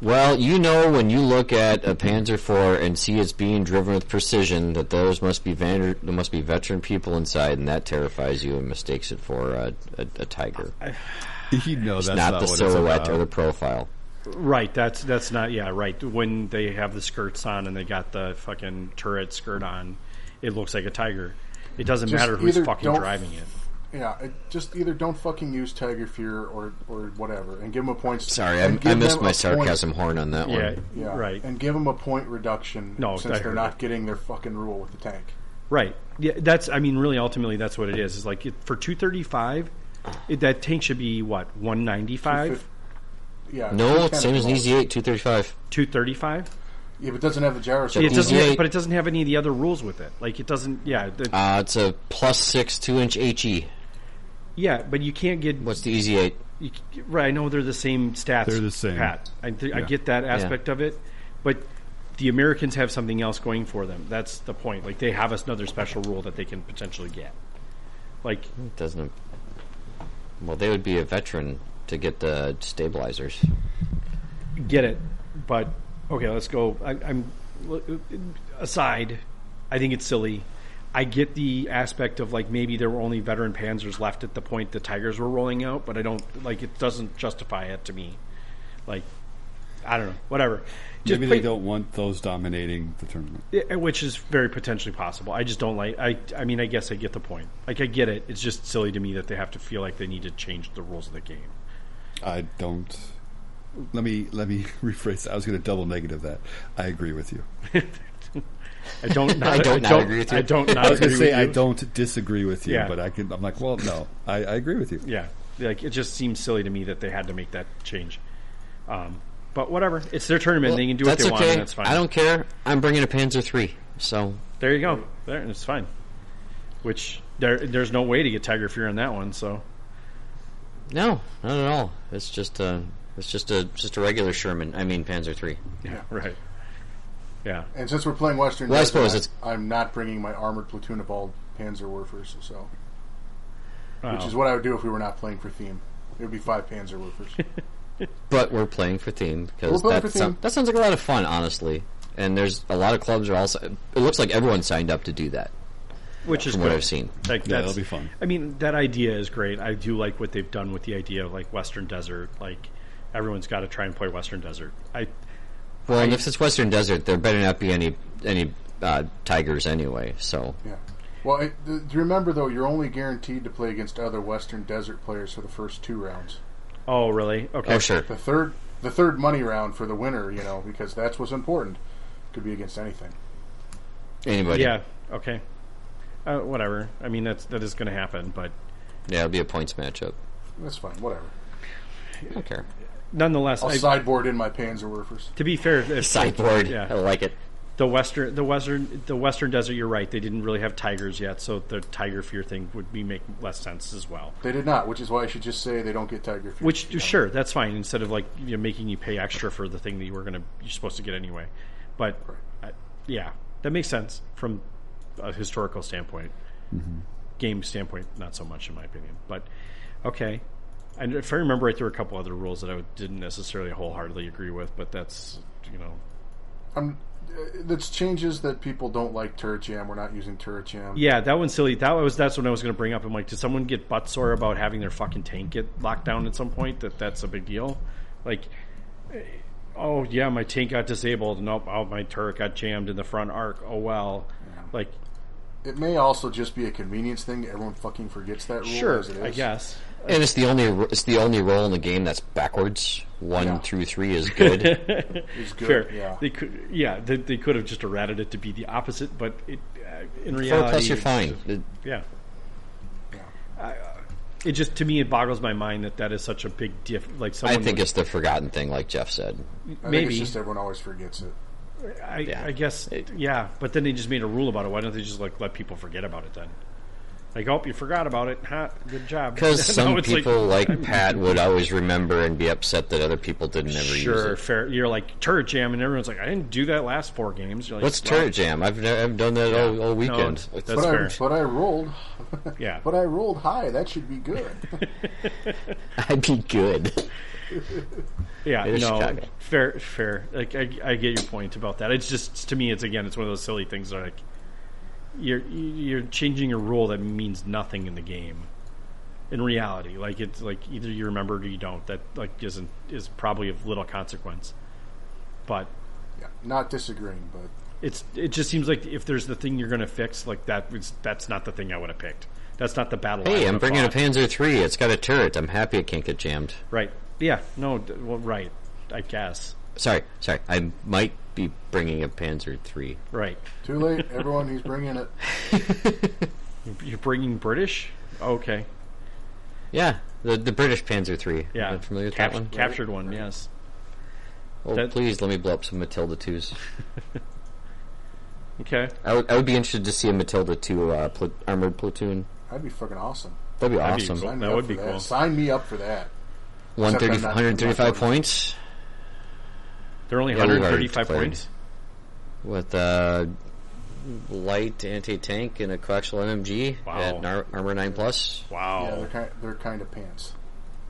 Speaker 1: Well, you know when you look at a Panzer IV and see it's being driven with precision that those must be vander- there must be veteran people inside, and that terrifies you and mistakes it for a, a, a Tiger,
Speaker 6: You know that's
Speaker 1: not,
Speaker 6: not
Speaker 1: the
Speaker 6: what
Speaker 1: silhouette
Speaker 6: it's
Speaker 1: or
Speaker 6: about.
Speaker 1: the profile.
Speaker 2: Right. That's that's not. Yeah. Right. When they have the skirts on and they got the fucking turret skirt on, it looks like a tiger. It doesn't
Speaker 3: Just
Speaker 2: matter who's
Speaker 3: either
Speaker 2: fucking
Speaker 3: don't-
Speaker 2: driving it.
Speaker 3: Yeah, I- just either don't fucking use Tiger Fear or or whatever, and give them a point.
Speaker 1: Sorry,
Speaker 3: and
Speaker 1: I, I
Speaker 3: give
Speaker 1: missed
Speaker 3: them
Speaker 1: my
Speaker 3: a
Speaker 1: sarcasm horn on that
Speaker 2: Yeah.
Speaker 1: one.
Speaker 3: Point, yeah,
Speaker 2: Right.
Speaker 3: and give them a point reduction.
Speaker 2: No, I
Speaker 3: since they're
Speaker 2: heard
Speaker 3: not
Speaker 2: it.
Speaker 3: getting their fucking rule with the tank.
Speaker 2: Right. Yeah. That's. I mean, really, ultimately, that's what it is. Is like it, for two thirty five, that tank should be what one ninety five,
Speaker 3: Yeah,
Speaker 1: No,
Speaker 3: it's
Speaker 1: it's same
Speaker 3: kind
Speaker 1: as
Speaker 3: of
Speaker 1: an
Speaker 3: low.
Speaker 1: EZ8 235.
Speaker 2: two thirty five.
Speaker 3: Yeah, but it doesn't have the gyroscope.
Speaker 2: It doesn't.
Speaker 1: EZ8.
Speaker 2: Have, but it doesn't have any of the other rules with it. Like it doesn't. Yeah. The,
Speaker 1: Uh, it's a plus six two inch E. HE.
Speaker 2: yeah. But you can't get.
Speaker 1: What's the EZ8?
Speaker 2: You, c- right. I know they're the same stats.
Speaker 6: They're the same.
Speaker 2: Pat. I, th- I
Speaker 6: Yeah.
Speaker 2: get that aspect of it, but the Americans have something else going for them. That's the point. Like they have another special rule that they can potentially get. Like
Speaker 1: Doesn't. Well, they would be a veteran to get the stabilizers.
Speaker 2: get it, but okay, let's go. I, I'm uh, aside. I think it's silly. I get the aspect of like maybe there were only veteran Panzers left at the point the Tigers were rolling out, but I don't like it doesn't justify it to me. Like I don't know, whatever. Just
Speaker 6: Maybe
Speaker 2: play-
Speaker 6: they don't want those dominating the tournament.
Speaker 2: yeah, which is very potentially possible. I just don't like. I I mean, I guess I get the point. Like I get it. It's just silly to me that they have to feel like they need to change the rules of the game.
Speaker 6: I don't. Let me let me rephrase. that. I was going to double negative that. I agree with you.
Speaker 2: I don't. Not,
Speaker 1: I don't not agree with you.
Speaker 2: I don't. Not
Speaker 6: I was going to
Speaker 2: agree
Speaker 6: say
Speaker 2: with
Speaker 6: I
Speaker 2: you.
Speaker 6: don't disagree with you,
Speaker 2: Yeah.
Speaker 6: but I can. I'm like, well, no, I, I agree with you.
Speaker 2: yeah like it just seems silly to me that they had to make that change um, but whatever it's their tournament they can do what
Speaker 1: that's
Speaker 2: they want
Speaker 1: okay.
Speaker 2: and that's fine
Speaker 1: I don't care. I'm bringing a Panzer three. So
Speaker 2: there you go there it's fine which there, there's no way to get tiger fear on that one so
Speaker 1: no, not at all. It's just a it's just a just a regular Sherman. I mean Panzer three.
Speaker 2: yeah right yeah
Speaker 3: And since we're playing Western,
Speaker 1: Well, I
Speaker 3: Desert,
Speaker 1: suppose it's-
Speaker 3: I'm not bringing my armored platoon of all Panzer Werfers, so which
Speaker 2: Oh.
Speaker 3: is what I would do if we were not playing for theme. It would be five Panzer Werfers.
Speaker 1: But we're playing for theme
Speaker 3: We're
Speaker 1: because
Speaker 3: playing
Speaker 1: that,
Speaker 3: for
Speaker 1: sound-
Speaker 3: theme.
Speaker 1: that sounds like a lot of fun, honestly. And there's a lot of clubs are also. It looks like everyone signed up to do that,
Speaker 2: which is
Speaker 1: from what
Speaker 2: good.
Speaker 1: I've seen.
Speaker 2: like
Speaker 6: Yeah,
Speaker 2: that's-
Speaker 6: that'll be fun.
Speaker 2: I mean, that idea is great. I do like what they've done with the idea of like Western Desert. Like everyone's got to try and play Western Desert. I
Speaker 1: Well, and if it's Western Desert, there better not be any any uh, tigers anyway. So
Speaker 3: yeah. Well, it, th- do you remember though? You're only guaranteed to play against other Western Desert players for the first two rounds.
Speaker 2: oh really okay
Speaker 1: oh sure,
Speaker 3: The third, the third money round for the winner, you know, because that's what's important. Could be against anything.
Speaker 1: anybody.
Speaker 2: yeah okay uh, whatever. I mean that's that is going to happen, but
Speaker 1: Yeah, it'll be a points matchup.
Speaker 3: That's fine. Whatever.
Speaker 1: I don't care.
Speaker 2: nonetheless,
Speaker 6: Oh,
Speaker 3: I'll
Speaker 2: I,
Speaker 3: sideboard in my Panzer Werfers.
Speaker 2: to be fair, if,
Speaker 1: Sideboard.
Speaker 2: Yeah.
Speaker 1: I like it.
Speaker 2: the western, the western, the western desert. You're right; they didn't really have tigers yet, so the tiger fear thing would be make less sense as well.
Speaker 3: They did not, which is why I should just say they don't get Tiger Fury.
Speaker 2: Which, sure, that's fine. Instead of like you know, making you pay extra for the thing that you were gonna you're supposed to get anyway, but uh, yeah, that makes sense from a historical standpoint, game standpoint, not so much in my opinion. But okay, and if I remember right, there were a couple other rules that I didn't necessarily wholeheartedly agree with, but that's you know
Speaker 3: I'm, uh, that's changes that people don't like turret jam. We're not using turret jam.
Speaker 2: Yeah, that one's silly. That was that's what I was going to bring up. I'm like, did someone get butt sore about having their fucking tank get locked down at some point? That that's a big deal. Like, eh, oh yeah, my tank got disabled. Nope, oh my turret got jammed in the front arc. Oh well, like
Speaker 3: It may also just be a convenience thing. Everyone fucking forgets that rule.
Speaker 2: sure,
Speaker 3: as it is.
Speaker 2: I guess.
Speaker 1: And it's the only it's the only role in the game that's backwards. One
Speaker 3: Yeah.
Speaker 1: through three is good.
Speaker 3: It's good.
Speaker 2: Sure,
Speaker 3: Yeah.
Speaker 2: they could. Yeah, they, they could have just errated it to be the opposite, but it, uh, in reality,
Speaker 1: Four plus, you're
Speaker 2: it's
Speaker 1: fine. It-
Speaker 2: Yeah. I, uh, it just to me it boggles my mind that that is such a big diff. Like
Speaker 1: I
Speaker 2: someone
Speaker 1: think
Speaker 2: would-
Speaker 1: it's the forgotten thing, like Jeff said.
Speaker 3: I think
Speaker 2: maybe
Speaker 3: it's just everyone always forgets it.
Speaker 2: I,
Speaker 1: Yeah.
Speaker 2: I guess, yeah. But then they just made a rule about it. Why don't they just like let people forget about it then? Like, oh, you forgot about it. Ha, good job.
Speaker 1: Because
Speaker 2: Now
Speaker 1: some
Speaker 2: it's like,
Speaker 1: people, like, Pat, would always remember and be upset that other people didn't ever use
Speaker 2: sure,
Speaker 1: it.
Speaker 2: fair. You're like turret jam, and everyone's like, I didn't do that last four games. You're like,
Speaker 1: What's
Speaker 2: well,
Speaker 1: turret jam? I've never, I've done that all, all weekend.
Speaker 2: it's-
Speaker 1: It's-
Speaker 3: But I,
Speaker 2: fair.
Speaker 3: but I rolled.
Speaker 2: Yeah,
Speaker 3: But I rolled high. That should be good.
Speaker 1: I'd be good.
Speaker 2: yeah.
Speaker 1: it is
Speaker 2: no,
Speaker 1: Chicago.
Speaker 2: fair, fair. Like, I, I get your point about that. It's just to me, it's again, it's one of those silly things that like you're you're changing a rule that means nothing in the game. in reality. Like it's like either you remember it or you don't. That like isn't is probably of little consequence. But
Speaker 3: yeah. Not disagreeing, but
Speaker 2: it's it just seems like if there's the thing you're going to fix, like that was that's not the thing I would have picked. That's not the battle. I
Speaker 1: Hey,
Speaker 2: would
Speaker 1: I'm
Speaker 2: have
Speaker 1: bringing a
Speaker 2: fought.
Speaker 1: Panzer three. It's got a turret. I'm happy it can't get jammed.
Speaker 2: Right? Yeah. No. d- Well, right. I guess.
Speaker 1: Sorry, sorry. I might be bringing a Panzer three.
Speaker 2: Right.
Speaker 3: too late. Everyone, he's bringing it.
Speaker 2: You're bringing British. Okay.
Speaker 1: Yeah, the the British Panzer three.
Speaker 2: Yeah.
Speaker 1: You familiar with
Speaker 2: Cap-
Speaker 1: that one?
Speaker 2: Captured one. Yes.
Speaker 1: Oh,
Speaker 2: that-
Speaker 1: please let me blow up some Matilda twos.
Speaker 2: Okay.
Speaker 1: I would, I would be interested to see a Matilda two uh, pl- armored platoon.
Speaker 3: That'd be fucking awesome.
Speaker 1: That'd be
Speaker 2: That'd be
Speaker 1: awesome.
Speaker 2: cool.
Speaker 3: Sign me
Speaker 2: That
Speaker 3: up
Speaker 2: would
Speaker 3: for
Speaker 2: be
Speaker 3: that.
Speaker 2: cool.
Speaker 3: Sign me up for that.
Speaker 1: 130,
Speaker 3: Except I'm not-
Speaker 1: 135
Speaker 3: I'm not-
Speaker 1: points
Speaker 2: They're only
Speaker 1: Yeah, we've already
Speaker 2: 135
Speaker 1: declared.
Speaker 2: points.
Speaker 1: with uh, light anti tank and a coaxial NMG
Speaker 2: Wow.
Speaker 1: at an ar- armor nine plus.
Speaker 2: Wow.
Speaker 3: Yeah, they're kind, they're kind of pants.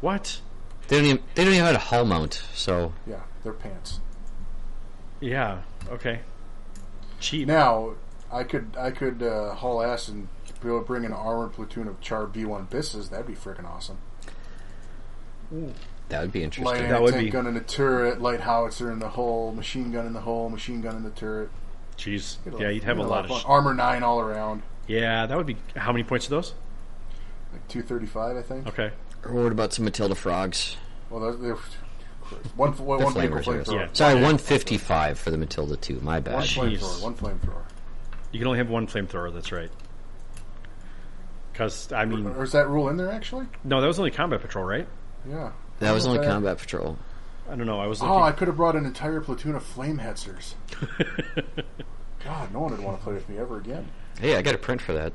Speaker 2: What?
Speaker 1: They don't even they don't even have a hull mount. So
Speaker 3: Yeah, they're pants.
Speaker 2: Yeah. Okay. Cheap.
Speaker 3: Now, I could I could uh, haul ass and be able to bring an armored platoon of Char B one Bisses. That'd be freaking awesome.
Speaker 1: that would be
Speaker 3: Light
Speaker 1: interesting.
Speaker 2: That would
Speaker 3: anti
Speaker 2: be-
Speaker 3: gun in the turret, light howitzer in the hole, machine gun in the hole, machine gun in the turret.
Speaker 2: Jeez.
Speaker 3: Get
Speaker 2: Yeah, you'd have a
Speaker 3: get
Speaker 2: lot of.
Speaker 3: fun.
Speaker 2: Sh-
Speaker 3: armor nine all around,
Speaker 2: yeah, that would be. How many points are those?
Speaker 3: like two thirty five, I think.
Speaker 2: Okay.
Speaker 1: Or what about some Matilda frogs?
Speaker 3: Well, those, they're, one one,
Speaker 1: The
Speaker 3: one vehicle
Speaker 1: flamers. I guess.
Speaker 3: flamethrower,
Speaker 2: Yeah.
Speaker 1: Sorry, one fifty five for the Matilda two. My
Speaker 3: one
Speaker 1: bad.
Speaker 3: flamethrower,
Speaker 2: Jeez.
Speaker 3: one flamethrower,
Speaker 2: You can only have one flamethrower. That's right. Because I mean,
Speaker 3: or is that rule in there actually?
Speaker 2: no, that was only combat patrol, right?
Speaker 3: Yeah.
Speaker 1: That was only
Speaker 3: Okay.
Speaker 1: combat patrol.
Speaker 2: I don't know. I was. Looking.
Speaker 3: Oh, I could have brought an entire platoon of flame hetzers. God, no one would want to play with me ever again.
Speaker 1: Hey, I got a print for that.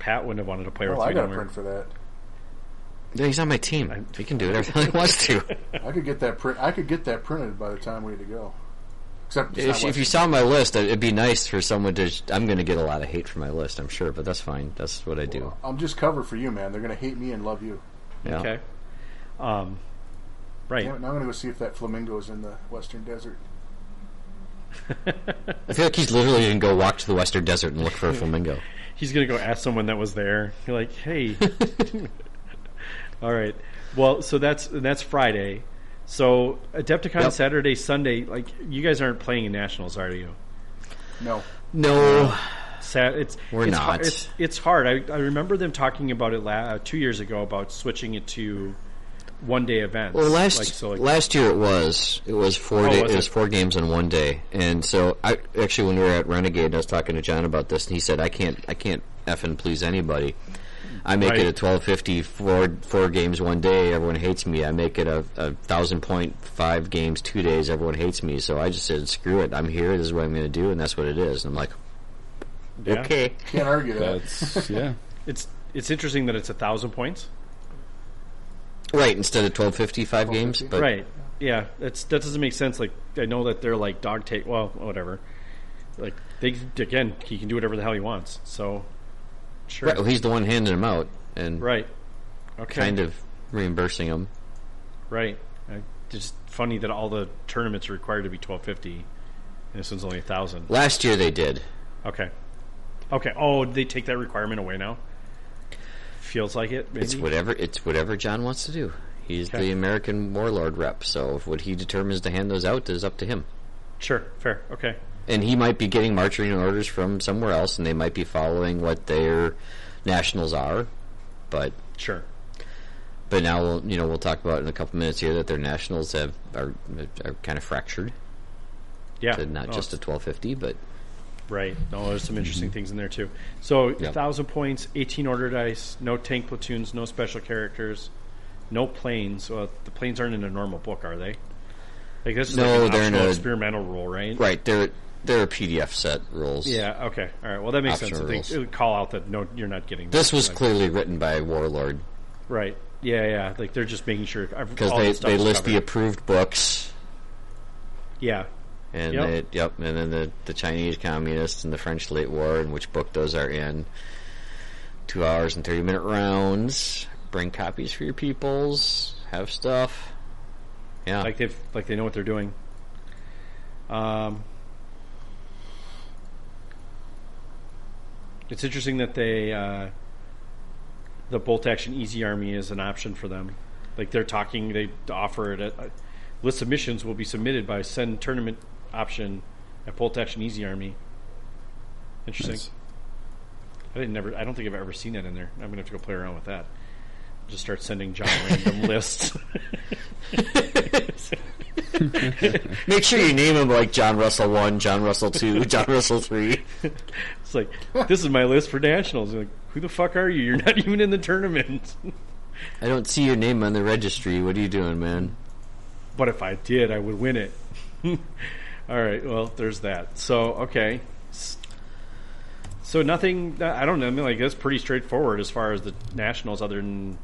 Speaker 2: Pat wouldn't have wanted to play
Speaker 3: Well,
Speaker 2: with
Speaker 3: I
Speaker 2: me.
Speaker 3: got a
Speaker 2: no
Speaker 3: print
Speaker 2: more.
Speaker 3: for that.
Speaker 1: Yeah, He's on my team. He can do whatever the hell he wants to.
Speaker 3: I could get that print. I could get that printed by the time we had to go. Except it's not
Speaker 1: if, if
Speaker 3: what-
Speaker 1: you saw my list, uh, it'd be nice for someone to. I'm going to get a lot of hate for my list, I'm sure, but that's fine. That's what I do.
Speaker 3: I'm just cover for you, man. They're gonna hate me and love you.
Speaker 1: Yeah.
Speaker 2: Okay. Um. Right.
Speaker 3: Damn it, now I'm gonna go see if that flamingo is in the western desert.
Speaker 1: I feel like he's literally going to go walk to the western desert and look for a flamingo.
Speaker 2: He's gonna go ask someone that was there. You're like, hey. All right. Well, so that's that's Friday. So Adepticon
Speaker 1: Yep.
Speaker 2: Saturday, Sunday. Like you guys aren't playing in nationals, are you?
Speaker 3: No,
Speaker 1: No.
Speaker 2: Sa- it's
Speaker 1: We're
Speaker 2: it's
Speaker 1: not.
Speaker 2: har- it's, it's hard. I, I remember them talking about it la- uh, two years ago about switching it to one day events.
Speaker 1: Well, last
Speaker 2: like, so like,
Speaker 1: last year it was it was four
Speaker 2: Oh,
Speaker 1: day,
Speaker 2: was
Speaker 1: it was
Speaker 2: it?
Speaker 1: four games in one day, and so I actually when we were at Renegade, I was talking to John about this, and he said I can't I can't effing please anybody. I make
Speaker 2: Right.
Speaker 1: it a twelve fifty four four games one day, everyone hates me. I make it a, a thousand point five games two days, everyone hates me. So I just said screw it, I'm here. This is what I'm going to do, and that's what it is. And I'm like,
Speaker 2: yeah.
Speaker 1: okay,
Speaker 3: can't argue that.
Speaker 6: That's yeah.
Speaker 2: It's it's interesting that it's a thousand points,
Speaker 1: right? Instead of twelve fifty five games, but
Speaker 2: right? Yeah, that's that doesn't make sense. Like I know that they're like dog take. Well, whatever. Like they again, he can do whatever the hell he wants. So sure,
Speaker 1: right, well, he's the one handing them out and
Speaker 2: Right. Okay.
Speaker 1: kind of reimbursing them.
Speaker 2: Right. I, it's just funny that all the tournaments are required to be twelve fifty, and this one's only a thousand.
Speaker 1: Last year they did.
Speaker 2: Okay. Okay. Oh, did they take that requirement away now? Feels like it. Maybe.
Speaker 1: It's whatever it's whatever John wants to do. He's
Speaker 2: Okay.
Speaker 1: the American warlord rep, so if what he determines to hand those out is up to him.
Speaker 2: Sure. Fair. Okay.
Speaker 1: And he might be getting marching orders from somewhere else, and they might be following what their nationals are. But
Speaker 2: Sure.
Speaker 1: but now we'll you know we'll talk about in a couple minutes here that their nationals have are are kind of fractured
Speaker 2: Yeah. Oh,
Speaker 1: to not
Speaker 2: No,
Speaker 1: just a twelve fifty, but
Speaker 2: right. No, there's some interesting things in there too. So,
Speaker 1: Mm-hmm. Yeah.
Speaker 2: thousand points, eighteen order dice, no tank platoons, no special characters, no planes. Well, the planes aren't in a normal book, are they? Like this is
Speaker 1: No,
Speaker 2: like an
Speaker 1: they're in
Speaker 2: optional
Speaker 1: a-
Speaker 2: experimental rule, right?
Speaker 1: right they're they're a PDF set rules.
Speaker 2: Yeah. Okay. All right. Well, that makes sense.
Speaker 1: Optional
Speaker 2: That they-
Speaker 1: rules.
Speaker 2: it would call out that no, you're not getting
Speaker 1: This was
Speaker 2: Like,
Speaker 1: clearly written by warlord
Speaker 2: right. Yeah, yeah. Like they're just making sure
Speaker 1: because they they list the approved books
Speaker 2: yeah,
Speaker 1: And
Speaker 2: Yep.
Speaker 1: They, yep, and then the, the Chinese communists and the French late war and which book those are in. Two hours and thirty minute rounds. Bring copies for your peoples. Have stuff. Yeah.
Speaker 2: like they've like they know what they're doing. Um, it's interesting that they uh, the bolt action easy army is an option for them. Like they're talking, they offer it. At, uh, list submissions will be submitted by send tournament option at bolt action easy army. Interesting.
Speaker 6: Nice.
Speaker 2: I didn't never. I don't think I've ever seen that in there. I'm gonna have to go play around with that. Just start sending John random lists.
Speaker 1: Make sure you name them like John Russell one, John Russell two, John Russell three.
Speaker 2: It's like this is my list for nationals. You're like, who the fuck are you? You're not even in the tournament.
Speaker 1: I don't see your name on the registry. What are you doing, man?
Speaker 2: but if I did, I would win it. All right. Well, there's that. So okay. S- So nothing. uh, I don't know. I mean, like that's pretty straightforward as far as the nationals. Other than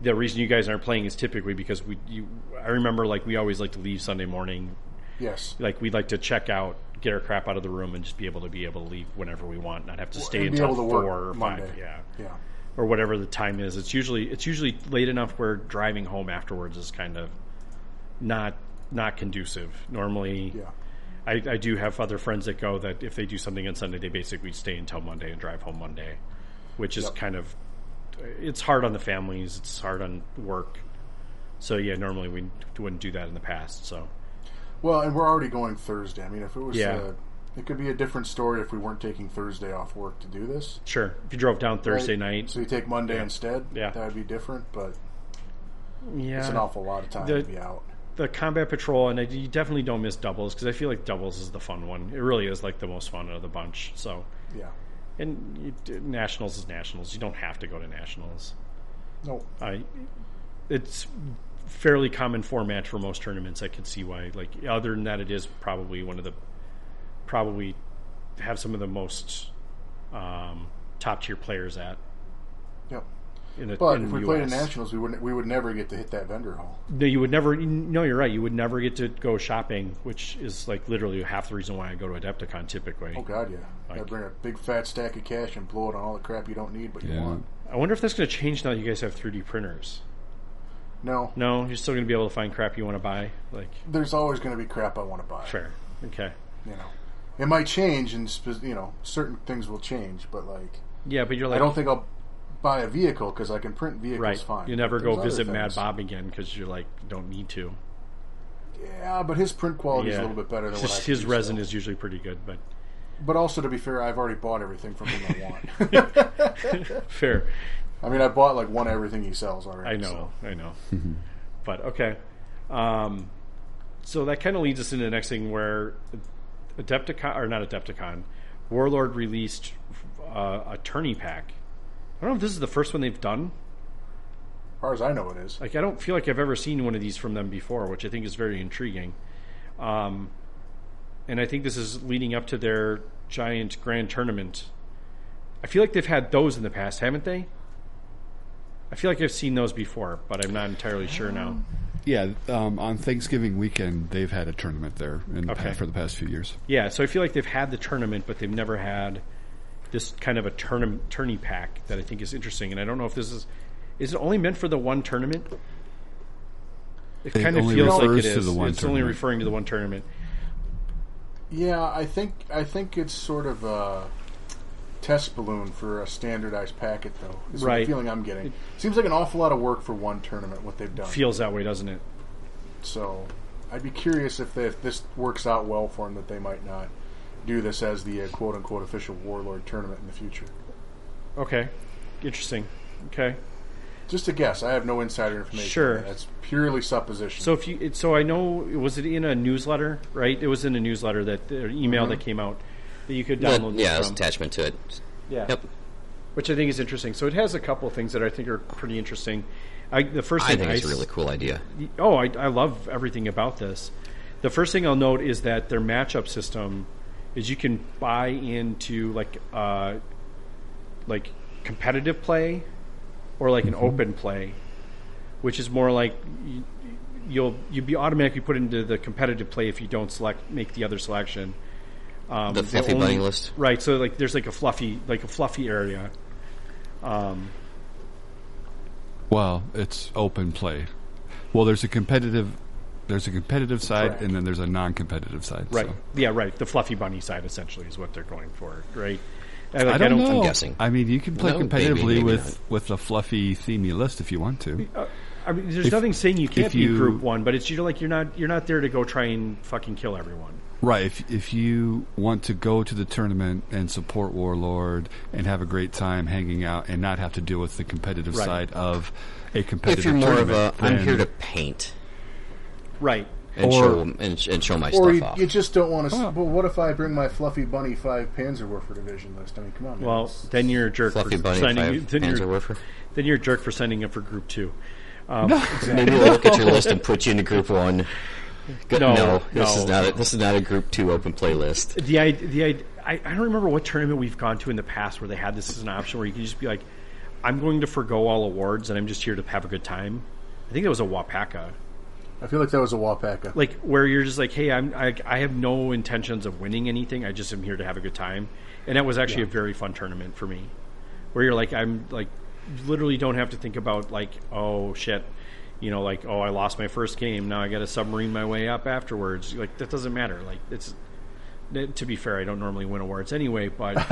Speaker 2: the reason you guys aren't playing is typically because we. You, I remember like we always like to leave Sunday morning.
Speaker 3: Yes,
Speaker 2: Like we'd like to check out, get our crap out of the room, and just be able to be able to leave whenever we want, not have to stay
Speaker 3: and be
Speaker 2: until
Speaker 3: able to
Speaker 2: four
Speaker 3: work
Speaker 2: or five.
Speaker 3: Monday.
Speaker 2: Yeah.
Speaker 3: yeah.
Speaker 2: or whatever the time is. It's usually it's usually late enough where driving home afterwards is kind of not not conducive. Normally,
Speaker 7: Yeah.
Speaker 2: I, I do have other friends that go that if they do something on Sunday, they basically stay until Monday and drive home Monday, which is kind of it's hard on the families. It's hard on work. So yeah, normally we wouldn't do that in the past. So
Speaker 3: Well, and we're already going Thursday. I mean, if it was,
Speaker 2: Yeah.
Speaker 3: uh, it could be a different story if we weren't taking Thursday off work to do this.
Speaker 2: sure, if you drove down Thursday
Speaker 3: Right?
Speaker 2: night,
Speaker 3: so you take Monday instead.
Speaker 2: Yeah.
Speaker 3: that would be different, but
Speaker 2: yeah,
Speaker 3: it's an awful lot of time
Speaker 2: The-
Speaker 3: to be out.
Speaker 2: the combat patrol, and I, you definitely don't miss doubles because I feel like doubles is the fun one. It really is like the most fun out of the bunch. So,
Speaker 3: Yeah,
Speaker 2: and you, d- nationals is nationals. You don't have to go to nationals.
Speaker 3: no,
Speaker 2: I, it's fairly common format for most tournaments. I could see why. Like other than that, it is probably one of the probably have some of the most um, top tier players at.
Speaker 3: yep.
Speaker 2: In the,
Speaker 3: But
Speaker 2: in
Speaker 3: if
Speaker 2: the
Speaker 3: we played in
Speaker 2: US.
Speaker 3: nationals, we would we would never get to hit that vendor hall.
Speaker 2: No, you would never. No, you're right. You would never get to go shopping, which is like literally half the reason why I go to Adepticon typically.
Speaker 3: Oh God, yeah. Gotta bring a big fat stack of cash and blow it on all the crap you don't need, but you
Speaker 8: Yeah.
Speaker 3: want.
Speaker 2: I wonder if that's going to change now that you guys have 3D printers.
Speaker 3: No,
Speaker 2: No, you're still going to be able to find crap you want to buy. Like,
Speaker 3: there's always going to be crap I want to buy.
Speaker 2: fair. Okay.
Speaker 3: You know, it might change, and spe- you know, certain things will change, but like,
Speaker 2: Yeah, but you're like,
Speaker 3: I don't think I'll buy a vehicle because I can print vehicles
Speaker 2: right.
Speaker 3: fine.
Speaker 2: You never
Speaker 3: But
Speaker 2: go
Speaker 3: there's other
Speaker 2: visit Mad
Speaker 3: things.
Speaker 2: Bob again because you're like, don't need to.
Speaker 3: Yeah, but his print quality is
Speaker 2: Yeah.
Speaker 3: a little bit better than
Speaker 2: It's
Speaker 3: what I
Speaker 2: just
Speaker 3: could
Speaker 2: his
Speaker 3: do,
Speaker 2: resin
Speaker 3: so.
Speaker 2: is usually pretty good, but
Speaker 3: But also, to be fair, I've already bought everything from him I want.
Speaker 2: fair.
Speaker 3: I mean, I bought like one everything he sells already.
Speaker 2: I know,
Speaker 3: so.
Speaker 2: I know. but okay. Um, so that kind of leads us into the next thing where Adepticon, or not Adepticon, Warlord released uh, a tourney pack. I don't know if this is the first one they've done.
Speaker 3: As far as I know, it is.
Speaker 2: Like, I don't feel like I've ever seen one of these from them before, which I think is very intriguing. Um, and I think this is leading up to their giant grand tournament. I feel like they've had those in the past, haven't they? I feel like I've seen those before, but I'm not entirely sure now.
Speaker 4: Yeah, um, on Thanksgiving weekend they've had a tournament there in the
Speaker 2: Okay.
Speaker 4: pa- for the past few years.
Speaker 2: Yeah, so I feel like they've had the tournament, but they've never had this kind of a tournam tourney pack that I think is interesting. And I don't know if this is is it only meant for the one tournament? It, kind of
Speaker 4: only
Speaker 2: feels like it
Speaker 4: refers
Speaker 2: is.
Speaker 4: to the one
Speaker 2: it's only
Speaker 4: tournament.
Speaker 2: referring to the one tournament.
Speaker 3: Yeah, I think I think it's sort of a test balloon for a standardized packet, though. Is
Speaker 2: Right.
Speaker 3: the feeling I'm getting. Seems like an awful lot of work for one tournament. What they've done.
Speaker 2: Feels that way, doesn't it?
Speaker 3: So I'd be curious if, they, if this works out well for them that they might not do this as the uh, quote unquote official Warlord tournament in the future.
Speaker 2: Okay, interesting. Okay,
Speaker 3: Just a guess. I have no insider information.
Speaker 2: Sure.
Speaker 3: That's purely supposition.
Speaker 2: so if you it, so I know was it in a newsletter? Right, it was in a newsletter that or email that came out that you could download.
Speaker 1: But,
Speaker 2: this
Speaker 1: yeah, it's
Speaker 2: from.
Speaker 1: attachment to it.
Speaker 2: Yeah.
Speaker 1: Yep.
Speaker 2: which I think is interesting. So it has a couple of things that I think are pretty interesting. I, the first
Speaker 1: I
Speaker 2: thing
Speaker 1: think it's a
Speaker 2: s-
Speaker 1: really cool idea.
Speaker 2: oh, I, I love everything about this. The first thing I'll note is that their matchup system is you can buy into like uh, like competitive play or like
Speaker 4: Mm-hmm.
Speaker 2: an open play, which is more like you, you'll you'd be automatically put into the competitive play if you don't select make the other selection. Um,
Speaker 1: The fluffy
Speaker 2: only-
Speaker 1: bunny list.
Speaker 2: right? So like there's like a fluffy like a fluffy area. Um,
Speaker 4: Well, it's open play. Well, there's a competitive, there's a competitive side, and then there's a non-competitive side.
Speaker 2: Right.
Speaker 4: so.
Speaker 2: Yeah, right. The fluffy bunny side essentially is what they're going for, right? And, like,
Speaker 4: I don't, know.
Speaker 1: I'm guessing.
Speaker 4: I mean, you can play
Speaker 1: No,
Speaker 4: competitively
Speaker 1: maybe, maybe
Speaker 4: with with a fluffy themey list if you want to.
Speaker 2: I mean, there's
Speaker 4: If-
Speaker 2: nothing saying you can't
Speaker 4: if
Speaker 2: be
Speaker 4: you-
Speaker 2: group one, but it's you're like you're not you're not there to go try and fucking kill everyone.
Speaker 4: Right. If if you want to go to the tournament and support Warlord and have a great time hanging out and not have to deal with the competitive
Speaker 2: Right.
Speaker 4: side of a
Speaker 1: If
Speaker 4: competitive
Speaker 1: you're more of a,
Speaker 4: tournament,
Speaker 1: I'm
Speaker 4: then-
Speaker 1: here to paint
Speaker 2: Right.
Speaker 1: and
Speaker 4: Or-
Speaker 1: show and, sh- and show my
Speaker 3: or
Speaker 1: stuff
Speaker 3: you,
Speaker 1: off.
Speaker 3: you just don't want to. Well, what if I bring my Fluffy Bunny Five Panzerwerfer division list? I mean, come on. Man.
Speaker 2: Well,
Speaker 3: It's-
Speaker 2: then you're a jerk
Speaker 1: fluffy
Speaker 2: for
Speaker 1: bunny
Speaker 2: signing.
Speaker 1: five
Speaker 2: Then
Speaker 1: Panzer
Speaker 2: you're,
Speaker 1: Werfer.
Speaker 2: then you're a jerk for signing up for group two.
Speaker 1: Maybe we'll look at your list and put you into group one. Go-
Speaker 2: No,
Speaker 1: this
Speaker 2: no.
Speaker 1: is not. A, this is not a group two open playlist.
Speaker 2: The I, the I, I, I don't remember what tournament we've gone to in the past where they had this as an option where you could just be like, I'm going to forego all awards and I'm just here to have a good time. I think that was a Wapaka.
Speaker 3: I feel like that was a Wapaka.
Speaker 2: like where you're just like, hey, I'm I, I have no intentions of winning anything. I just am here to have a good time, and that was actually a very fun tournament for me, where you're like, I'm like literally don't have to think about like, oh shit, you know, like oh I lost my first game, now I got to submarine my way up afterwards. Like that doesn't matter. Like it's to be fair, I don't normally win awards anyway, but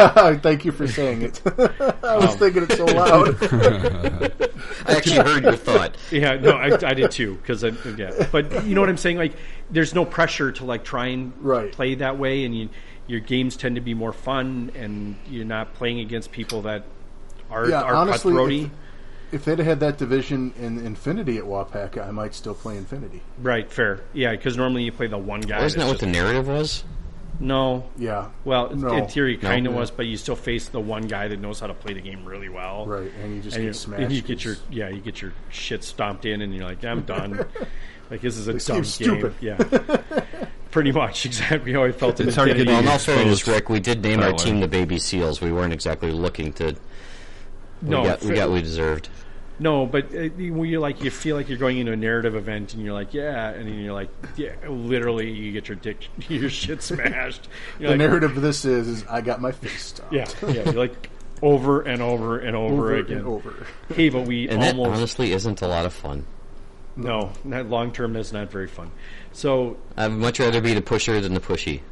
Speaker 3: Thank you for saying it. I
Speaker 2: Um,
Speaker 3: was thinking it so loud.
Speaker 1: I actually heard your thought.
Speaker 2: Yeah, no, I, I did too because I yeah. But you know what I'm saying? Like, there's no pressure to like try and
Speaker 3: Right.
Speaker 2: play that way, and you, your games tend to be more fun, and you're not playing against people that are
Speaker 3: Yeah,
Speaker 2: are
Speaker 3: honestly,
Speaker 2: cutthroaty.
Speaker 3: if- if they'd had that division in Infinity at Wapaka, I might still play Infinity.
Speaker 2: Right, fair. Yeah, because normally you play the one guy.
Speaker 1: Wasn't that what
Speaker 2: that's
Speaker 1: the narrative was?
Speaker 2: just- no?
Speaker 3: Yeah.
Speaker 2: Well,
Speaker 3: No.
Speaker 2: in theory,
Speaker 1: No.
Speaker 2: kind of was, but you still face the one guy that knows how to play the game really well.
Speaker 3: Right, and you just
Speaker 2: And
Speaker 3: get
Speaker 2: you,
Speaker 3: smashed.
Speaker 2: and you get your
Speaker 3: 'cause-
Speaker 2: yeah, you get your shit stomped in, and you're like, I'm done. like this is a
Speaker 3: This
Speaker 2: dumb game.
Speaker 3: game's stupid.
Speaker 2: Yeah, pretty much exactly how I felt. in
Speaker 4: It's hard to
Speaker 2: Infinity.
Speaker 4: get
Speaker 1: Well, and
Speaker 4: you
Speaker 1: also,
Speaker 4: exposed
Speaker 1: Rick, we did name
Speaker 4: that
Speaker 2: Oh,
Speaker 1: our
Speaker 4: way.
Speaker 1: team the Baby Seals. We weren't exactly looking to. We
Speaker 2: No,
Speaker 1: got, we
Speaker 2: fair-
Speaker 1: got what we deserved.
Speaker 2: No, but uh, when you like, you feel like you're going into a narrative event, and you're like, yeah, and then you're like, yeah, literally, you get your dick, your shit smashed. You're
Speaker 3: The
Speaker 2: like,
Speaker 3: narrative of this is, is I got my fist stomped.
Speaker 2: yeah, yeah, you're like over and over and over,
Speaker 3: Over
Speaker 2: again.
Speaker 3: and over.
Speaker 2: Hey, but we
Speaker 1: And that
Speaker 2: almost
Speaker 1: honestly isn't a lot of fun.
Speaker 2: no, not long term. That's not very fun. So
Speaker 1: I'd much rather be the pusher than the pushy.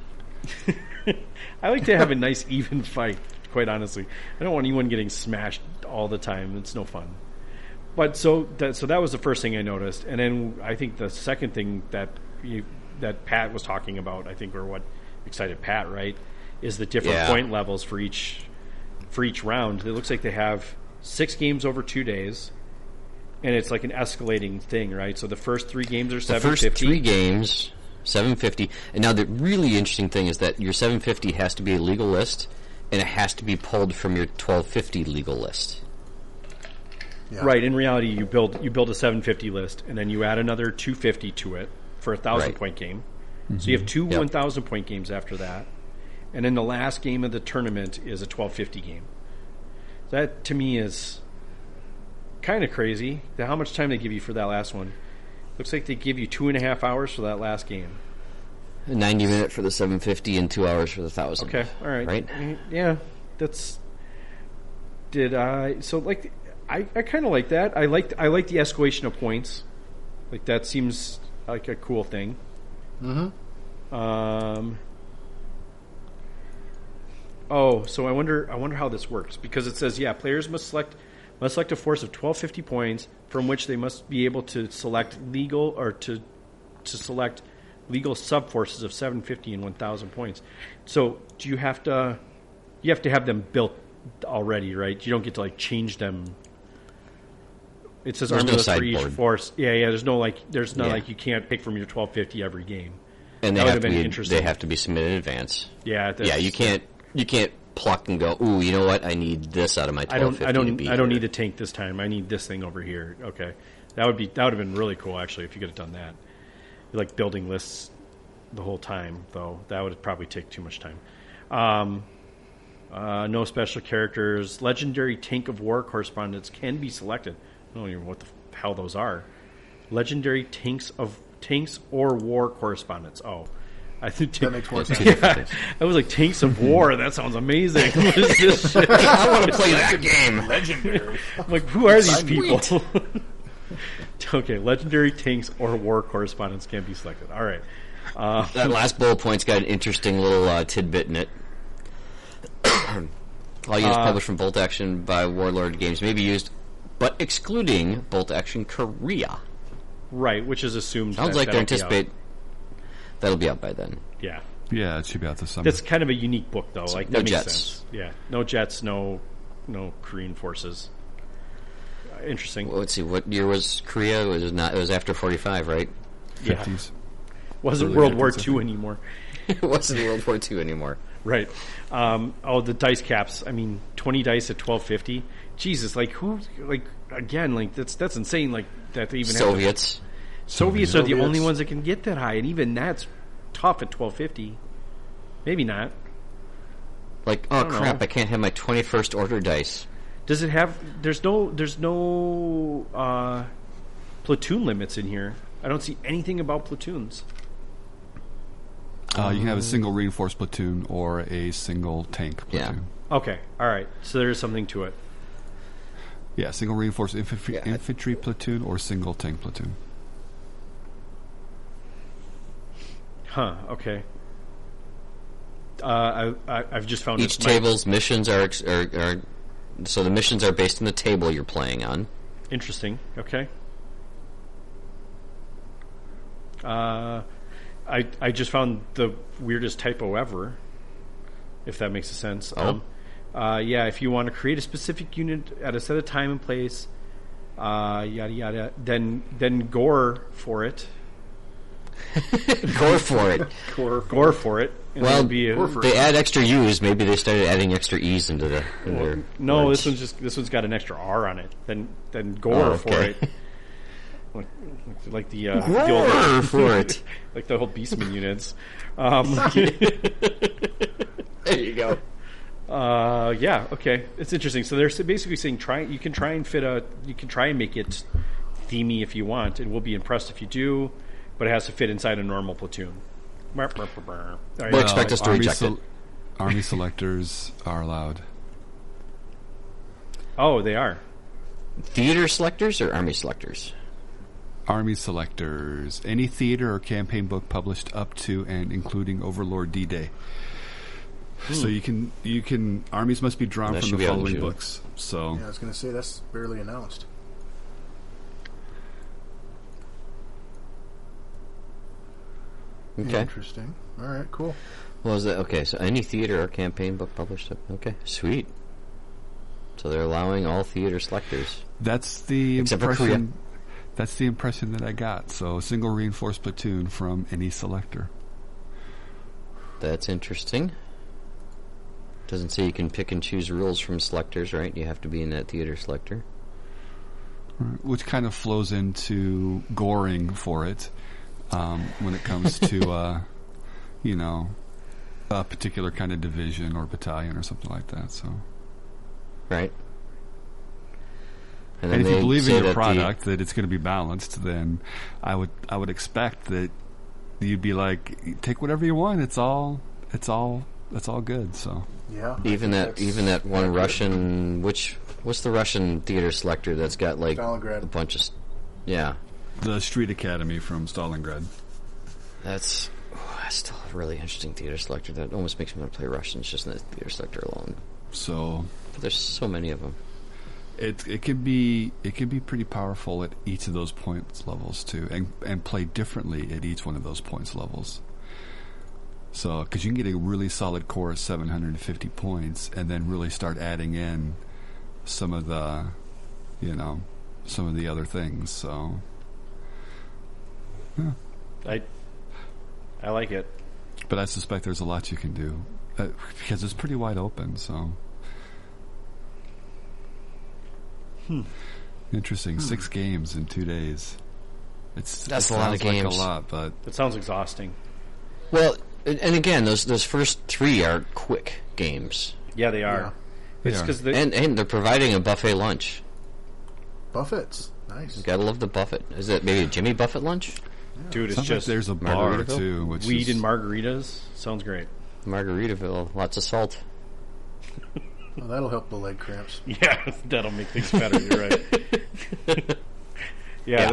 Speaker 2: I like to have a nice even fight. Quite honestly, I don't want anyone getting smashed all the time. It's no fun. But so that so that was the first thing I noticed, and then I think the second thing that you, that Pat was talking about, I think, or what excited Pat, right, is the different
Speaker 1: Yeah.
Speaker 2: point levels for each for each round. It looks like they have six games over two days, and it's like an escalating thing, right? So the first three games are
Speaker 1: The
Speaker 2: seven
Speaker 1: first three
Speaker 2: fifty.
Speaker 1: games, 750. And now the really interesting thing is that your 750 has to be a legal list, and it has to be pulled from your 1250 legal list.
Speaker 2: Right. In reality, you build you build a 750 list, and then you add another 250 to it for a thousand
Speaker 1: Right. Mm-hmm.
Speaker 2: point game. So you have two
Speaker 1: Yep.
Speaker 2: 1,000 point games after that, and then the last game of the tournament is a 1250 game. That to me is kind of crazy. The- How much time they give you for that last one? Looks like they give you two and a half hours for that last game.
Speaker 1: 90 minute for the 750 and two hours for the 1000.
Speaker 2: Okay, all right,
Speaker 1: Right?
Speaker 2: Mm, Yeah, that's. Did I? So like, I, I kind of like that. I liked I like the escalation of points. Like that seems like a cool thing. Mm-hmm. Um. Oh, so I wonder I wonder how this works because it says yeah players must select must select a force of twelve fifty points from which they must be able to select legal or to to select legal sub forces of seven fifty and one thousand points. So do you have to you have to have them built already, right? You don't get to like change them. It says
Speaker 1: There's
Speaker 2: army
Speaker 1: no
Speaker 2: list for each
Speaker 1: sideboard.
Speaker 2: force. Yeah, yeah. There's no like. There's not
Speaker 1: Yeah.
Speaker 2: like you can't pick from your twelve fifty every game.
Speaker 1: And they
Speaker 2: That
Speaker 1: have,
Speaker 2: would have
Speaker 1: to
Speaker 2: been
Speaker 1: be,
Speaker 2: interesting.
Speaker 1: they have to be submitted in advance.
Speaker 2: Yeah.
Speaker 1: yeah,
Speaker 2: that's-
Speaker 1: you can't you can't pluck and go. Ooh, you know what? I need this out of my
Speaker 2: I
Speaker 1: twelve
Speaker 2: don't.
Speaker 1: fifty.
Speaker 2: I
Speaker 1: To
Speaker 2: don't.
Speaker 1: be
Speaker 2: I don't
Speaker 1: here.
Speaker 2: need a tank this time. I need this thing over here. Okay, that would be. That would have been really cool actually if you could have done that. Like building lists the whole time though. That would probably take too much time. Um, uh, no special characters. Legendary tank of war correspondents can be selected. I don't even know what the f- hell those are. Legendary tanks of tanks or war correspondents. Oh, I think
Speaker 3: That makes more sense.
Speaker 2: yeah, I was like tanks of war. That sounds amazing. What is this shit?
Speaker 1: I want to play that game.
Speaker 9: Legendary.
Speaker 2: I'm like, who are these people? okay, legendary tanks or war correspondents can be selected. All right. Uh,
Speaker 1: That last bullet point's got an interesting little uh, tidbit in it. All
Speaker 2: Uh,
Speaker 1: units published from Bolt Action by Warlord Games may be used, but excluding Bolt Action Korea.
Speaker 2: right, which is assumed.
Speaker 1: Sounds
Speaker 2: that-
Speaker 1: like they
Speaker 2: that'll be out.
Speaker 1: anticipate that'll be out by then.
Speaker 2: Yeah,
Speaker 4: Yeah, it should be out this summer.
Speaker 2: that's kind of a unique book, though. Like that
Speaker 1: No
Speaker 2: makes
Speaker 1: jets.
Speaker 2: sense. Yeah, no jets, no, no Korean forces. Uh, interesting.
Speaker 1: Well, let's see, what year was Korea? It was not. It was after forty-five, right?
Speaker 2: yeah,
Speaker 4: 50s.
Speaker 2: wasn't
Speaker 4: early
Speaker 2: World War
Speaker 4: 50s, I
Speaker 2: II anymore.
Speaker 1: it wasn't World War II anymore.
Speaker 2: Right. Um, oh, the dice caps. I mean, twenty dice at twelve fifty. Jesus, like who? Like again, like that's that's insane. Like that they even have to
Speaker 1: Soviets.
Speaker 2: Soviets are the
Speaker 3: Soviets.
Speaker 2: only ones that can get that high, and even that's tough at twelve fifty. Maybe not.
Speaker 1: Like, oh
Speaker 2: don't
Speaker 1: crap!
Speaker 2: know.
Speaker 1: I can't have my twenty-first order dice.
Speaker 2: Does it have? There's no. There's no uh, platoon limits in here. I don't see anything about platoons.
Speaker 4: Uh, you
Speaker 1: Um,
Speaker 4: can have a single reinforced platoon or a single tank
Speaker 1: Yeah.
Speaker 4: platoon.
Speaker 2: Okay, all right. So there is something to it.
Speaker 4: Yeah, single reinforced infantry,
Speaker 1: Yeah, I-
Speaker 4: infantry platoon or single tank platoon.
Speaker 2: Huh. Okay. Uh, I, I I've just found
Speaker 1: Each
Speaker 2: it. My-
Speaker 1: table's missions are, ex- are are so the missions are based on the table you're playing on.
Speaker 2: Interesting. Okay. Uh, I I just found the weirdest typo ever. If that makes a sense.
Speaker 1: Oh.
Speaker 2: Um, uh, yeah. If you want to create a specific unit at a set of time and place, uh, yada yada, then then gore for it.
Speaker 1: Go for it.
Speaker 2: Gore. Gore for it. and
Speaker 1: well,
Speaker 2: it'll be a-
Speaker 1: they add extra U's. Maybe they started adding extra E's into the. Into their
Speaker 2: No,
Speaker 1: words.
Speaker 2: this one's just this one's got an extra R on it. Then then gore
Speaker 1: Oh,
Speaker 2: for
Speaker 1: okay.
Speaker 2: it. Like, like, like the uh, the old-
Speaker 1: Gore for it.
Speaker 2: like the whole Beastman units. Um,
Speaker 1: There you go.
Speaker 2: uh, yeah, okay, it's interesting. So they're s- basically saying try you can try and fit a you can try and make it themey if you want, and we'll be impressed if you do, but it has to fit inside a normal platoon. All right.
Speaker 1: Well, expect
Speaker 4: Uh,
Speaker 1: us to
Speaker 4: army
Speaker 1: reject
Speaker 4: sel-
Speaker 1: it.
Speaker 4: Army selectors are allowed.
Speaker 2: Oh, they are.
Speaker 1: Theater selectors or army selectors?
Speaker 4: Army selectors. Any theater or campaign book published up to and including Overlord D Day. So you can you can armies must be drawn
Speaker 1: Hmm. That
Speaker 4: from
Speaker 1: should
Speaker 4: the
Speaker 1: be out in
Speaker 4: following
Speaker 1: June.
Speaker 4: books. So
Speaker 3: Yeah, I was going to say that's barely announced.
Speaker 1: Okay.
Speaker 3: Interesting. All right, cool.
Speaker 1: Well, is that okay? So any theater or campaign book published? Okay, sweet. So they're allowing all theater selectors.
Speaker 4: that's the
Speaker 1: Except for Korea.
Speaker 4: impression. That's the impression that I got. So single reinforced platoon from any selector.
Speaker 1: That's interesting. Doesn't say you can pick and choose rules from selectors, right? You have to be in that theater selector.
Speaker 4: which kind of flows into goring for it um, when it comes to uh, you know a particular kind of division or battalion or something like that. So,
Speaker 1: Right.
Speaker 4: and if you
Speaker 1: they
Speaker 4: believe
Speaker 1: say
Speaker 4: in
Speaker 1: that
Speaker 4: your
Speaker 1: the-
Speaker 4: product that it's going to be balanced, then I would I would expect that you'd be like, take whatever you want. It's all it's all it's all good. So
Speaker 3: Yeah.
Speaker 1: even that,
Speaker 3: That's
Speaker 1: even that one Russian, which what's the Russian theater selector that's got like
Speaker 3: Stalingrad.
Speaker 1: a bunch of, s- yeah,
Speaker 4: the Street Academy from Stalingrad.
Speaker 1: that's ooh, that's still a really interesting theater selector. That almost makes me want to play Russians just in the theater selector alone.
Speaker 4: So
Speaker 1: But there's so many of them.
Speaker 4: it it can be it can be pretty powerful at each of those points levels too, and and play differently at each one of those points levels. So, because you can get a really solid core of 750 points, and then really start adding in some of the, you know, some of the other things. So,
Speaker 2: I I like it.
Speaker 4: but I suspect there's a lot you can do uh, because it's pretty wide open. So,
Speaker 2: Hmm.
Speaker 4: interesting. Six games in two days. It's
Speaker 1: That's
Speaker 4: it
Speaker 1: a lot of
Speaker 4: sounds like
Speaker 1: games.
Speaker 4: a lot, but
Speaker 2: It sounds exhausting.
Speaker 1: Well, and, and again, those those first three are quick games,
Speaker 2: Yeah, they are.
Speaker 4: They
Speaker 2: It's
Speaker 4: are.
Speaker 2: because the
Speaker 1: and and they're providing a buffet lunch.
Speaker 3: Buffets. Nice.
Speaker 1: You gotta love the buffet. Is it maybe a Jimmy Buffett lunch?
Speaker 2: dude is
Speaker 4: sounds
Speaker 2: just
Speaker 4: like there's a bar
Speaker 1: Margaritaville?
Speaker 4: too, which
Speaker 2: weed
Speaker 4: is,
Speaker 2: and margaritas. Sounds great.
Speaker 1: Margaritaville, lots of salt.
Speaker 3: Well, that'll help the leg cramps.
Speaker 2: Yeah, that'll make things better. You're right. yeah,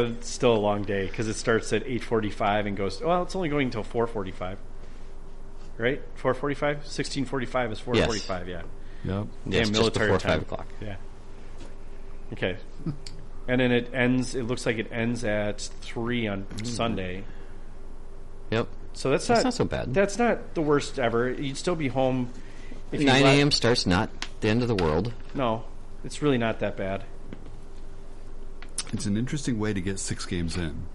Speaker 1: Yeah.
Speaker 2: it's still a long day because it starts at eight forty-five and goes. Well, it's only going until four forty-five. Right, four forty-five. Sixteen forty-five is four forty-five. Yeah,
Speaker 4: Yep.
Speaker 1: Yeah, it's
Speaker 2: Damn,
Speaker 1: just
Speaker 2: military
Speaker 1: before
Speaker 2: time.
Speaker 1: five o'clock.
Speaker 2: yeah. Okay, and then it ends. It looks like it ends at three on Sunday.
Speaker 1: Yep,
Speaker 2: So Mm-hmm. that's not
Speaker 1: That's not so bad.
Speaker 2: That's not the worst ever. You'd still be home. If you
Speaker 1: nine
Speaker 2: let-
Speaker 1: a.m. starts not the end of the world.
Speaker 2: No, it's really not that bad.
Speaker 4: It's an interesting way to get six games in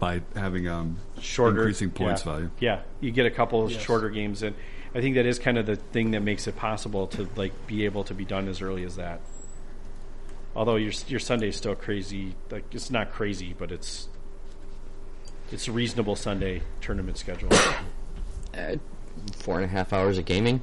Speaker 4: by having um
Speaker 2: shorter
Speaker 4: increasing points
Speaker 2: yeah.
Speaker 4: value.
Speaker 2: Yeah, you get a couple of shorter games in. I think that is kind of the thing that makes it possible to like be able to be done as early as that. Although your your Sunday's still crazy, like it's not crazy, but it's it's a reasonable Sunday tournament schedule.
Speaker 1: Four and a half hours of gaming.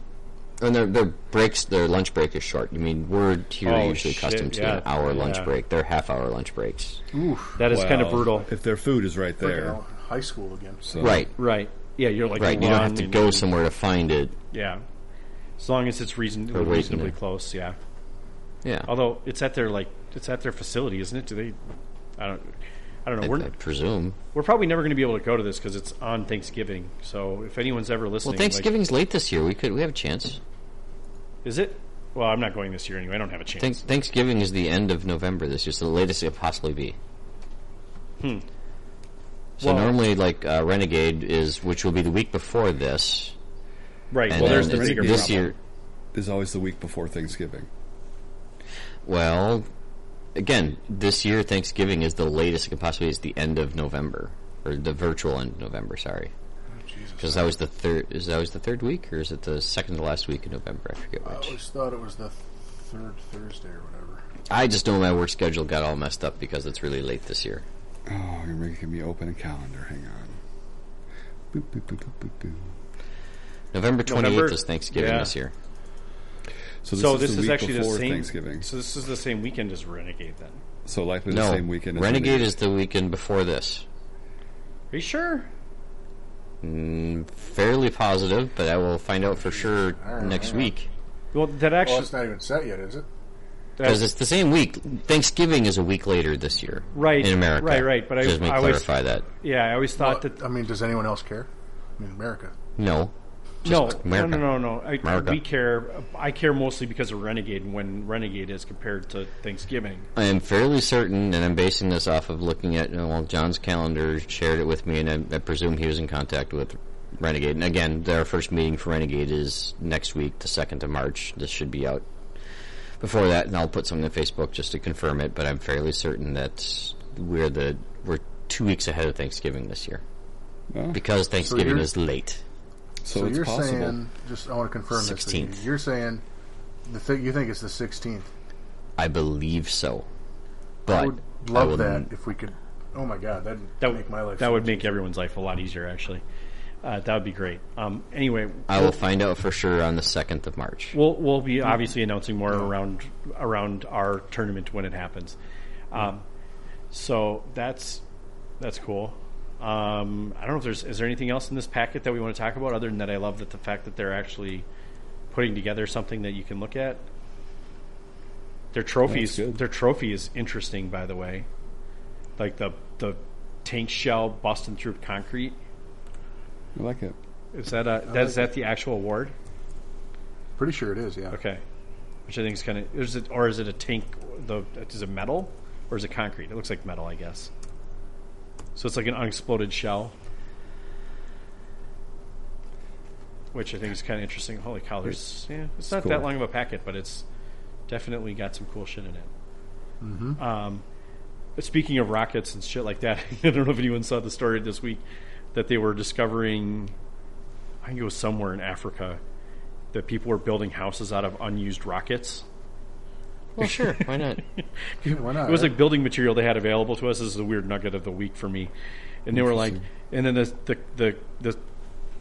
Speaker 1: And their their breaks, their lunch break is short. I mean, we're here
Speaker 2: Oh,
Speaker 1: usually
Speaker 2: shit,
Speaker 1: accustomed to
Speaker 2: yeah.
Speaker 1: an hour lunch
Speaker 2: Yeah.
Speaker 1: break. They're half hour lunch breaks.
Speaker 2: Mm-hmm. That is kind of brutal,
Speaker 4: If their food is right
Speaker 3: Freaking hell, high school again.
Speaker 4: so
Speaker 1: Right,
Speaker 2: right? Yeah, you're like
Speaker 1: right. You don't have
Speaker 2: run
Speaker 1: to
Speaker 2: and-
Speaker 1: go somewhere to find it.
Speaker 2: Yeah, as long as it's reason,
Speaker 1: waiting
Speaker 2: reasonably
Speaker 1: there.
Speaker 2: close. Yeah,
Speaker 1: Yeah.
Speaker 2: Although it's at their like it's at their facility, isn't it? Do they? I don't. I don't know.
Speaker 1: I,
Speaker 2: We're
Speaker 1: I presume.
Speaker 2: we're probably never going to be able to go to this because it's on Thanksgiving. So if anyone's ever listening,
Speaker 1: Well,
Speaker 2: like,
Speaker 1: Thanksgiving's late this year. We could we have a chance.
Speaker 2: is it? Well, I'm not going this year anyway. I don't have a chance.
Speaker 1: Thank, Thanksgiving is the end of November this year, so the latest it could possibly be. Hmm. So
Speaker 2: Hmm. Well-
Speaker 1: normally, like uh, Renegade is, which will be the week before this,
Speaker 2: right.
Speaker 1: and
Speaker 2: Well, there's the
Speaker 1: then it's
Speaker 2: bigger
Speaker 1: this
Speaker 2: problem.
Speaker 1: year.
Speaker 6: Is always the week before Thanksgiving.
Speaker 1: Well, again, this year Thanksgiving is the latest it could possibly. be. It's the end of November or the virtual end of November. Sorry, because that was the third. Is that was the third week, or is it the second to last week in November? I forget
Speaker 9: I
Speaker 2: Oh,
Speaker 1: which.
Speaker 9: always thought it was the third Thursday or whatever.
Speaker 1: I just know my work schedule got all messed up because it's really late this year.
Speaker 6: Oh, you're making me open a calendar. Hang on. Boop, boop, boop, boop, boop, boop.
Speaker 1: November twenty
Speaker 2: November-
Speaker 1: eighth is Thanksgiving
Speaker 2: yeah.
Speaker 1: this year.
Speaker 6: So this
Speaker 2: So
Speaker 6: is
Speaker 2: this
Speaker 6: the
Speaker 2: is,
Speaker 6: week
Speaker 2: actually the
Speaker 6: before
Speaker 2: same.
Speaker 6: Thanksgiving.
Speaker 2: So this is the same weekend as Renegade. Then
Speaker 6: So likely
Speaker 1: no,
Speaker 6: the same weekend. as
Speaker 1: Renegade is the weekend before this.
Speaker 2: are you sure?
Speaker 1: Fairly positive, but I will find out for sure next week
Speaker 2: Well, that
Speaker 9: Well,
Speaker 2: actually
Speaker 9: it's not even set yet, is it?
Speaker 1: because it's the same week. Thanksgiving is a week later this year,
Speaker 2: Right,
Speaker 1: In America,
Speaker 2: right, right, but I-
Speaker 1: just want
Speaker 2: I
Speaker 1: to
Speaker 2: always-
Speaker 1: clarify that.
Speaker 2: yeah. I always thought that
Speaker 9: I mean, does anyone else care? I mean, America.
Speaker 1: No,
Speaker 2: no, no,
Speaker 1: America.
Speaker 2: no, no, no. I,
Speaker 1: America.
Speaker 2: We care. I care mostly because of Renegade and when Renegade is compared to Thanksgiving.
Speaker 1: I am fairly certain, and I'm basing this off of looking at uh, well, John's calendar shared it with me, and I, I presume he was in contact with Renegade. And again, their first meeting for Renegade is next week, the second of March. This should be out before that, and I'll put something on Facebook just to confirm it. But I'm fairly certain that we're the we're two weeks ahead of Thanksgiving this year
Speaker 6: Well,
Speaker 1: because Thanksgiving
Speaker 9: you're-
Speaker 1: is late.
Speaker 6: so,
Speaker 9: So
Speaker 6: it's
Speaker 9: you're
Speaker 6: possible.
Speaker 9: saying, just I want to confirm this. with you.
Speaker 1: 16th.
Speaker 9: You're saying the thing you think it's the 16th.
Speaker 1: I believe so,
Speaker 9: I
Speaker 1: but
Speaker 9: would
Speaker 1: I will-
Speaker 9: love that if we could. Oh my God, that'd
Speaker 2: That would
Speaker 9: make my life.
Speaker 2: That
Speaker 9: so
Speaker 2: would make everyone's life a lot easier, actually. Uh, that would be great. Um, anyway,
Speaker 1: I will find out for sure on the second of March.
Speaker 2: We'll we'll be obviously announcing more around around our tournament when it happens. Um, so that's that's cool. Um, I don't know if there's is there anything else in this packet that we want to talk about other than that I love that the fact that they're actually putting together something that you can look at. Their trophies
Speaker 6: good.
Speaker 2: their trophy is interesting by the way. Like the the tank shell busting through concrete.
Speaker 6: I like it.
Speaker 2: Is that a that, is that the actual award?
Speaker 9: Pretty sure it is. Yeah.
Speaker 2: Okay, which I think is kind of is it or is it a tank? The is it metal or is it concrete? It looks like metal, I guess. So it's like an unexploded shell, which I think is kind of interesting. Holy cow! There's yeah, it's, not that
Speaker 6: cool.
Speaker 2: long of a packet, but it's definitely got some cool shit in it. Mm-hmm. Um, but speaking of rockets and shit like that, I don't know if anyone saw the story this week that they were discovering. I think it was somewhere in Africa that people were building houses out of unused rockets.
Speaker 1: Well, sure, why not?
Speaker 9: Why not?
Speaker 2: It was like building material they had available to us. This is a weird nugget of the week for me. And they were like, and then the the the, the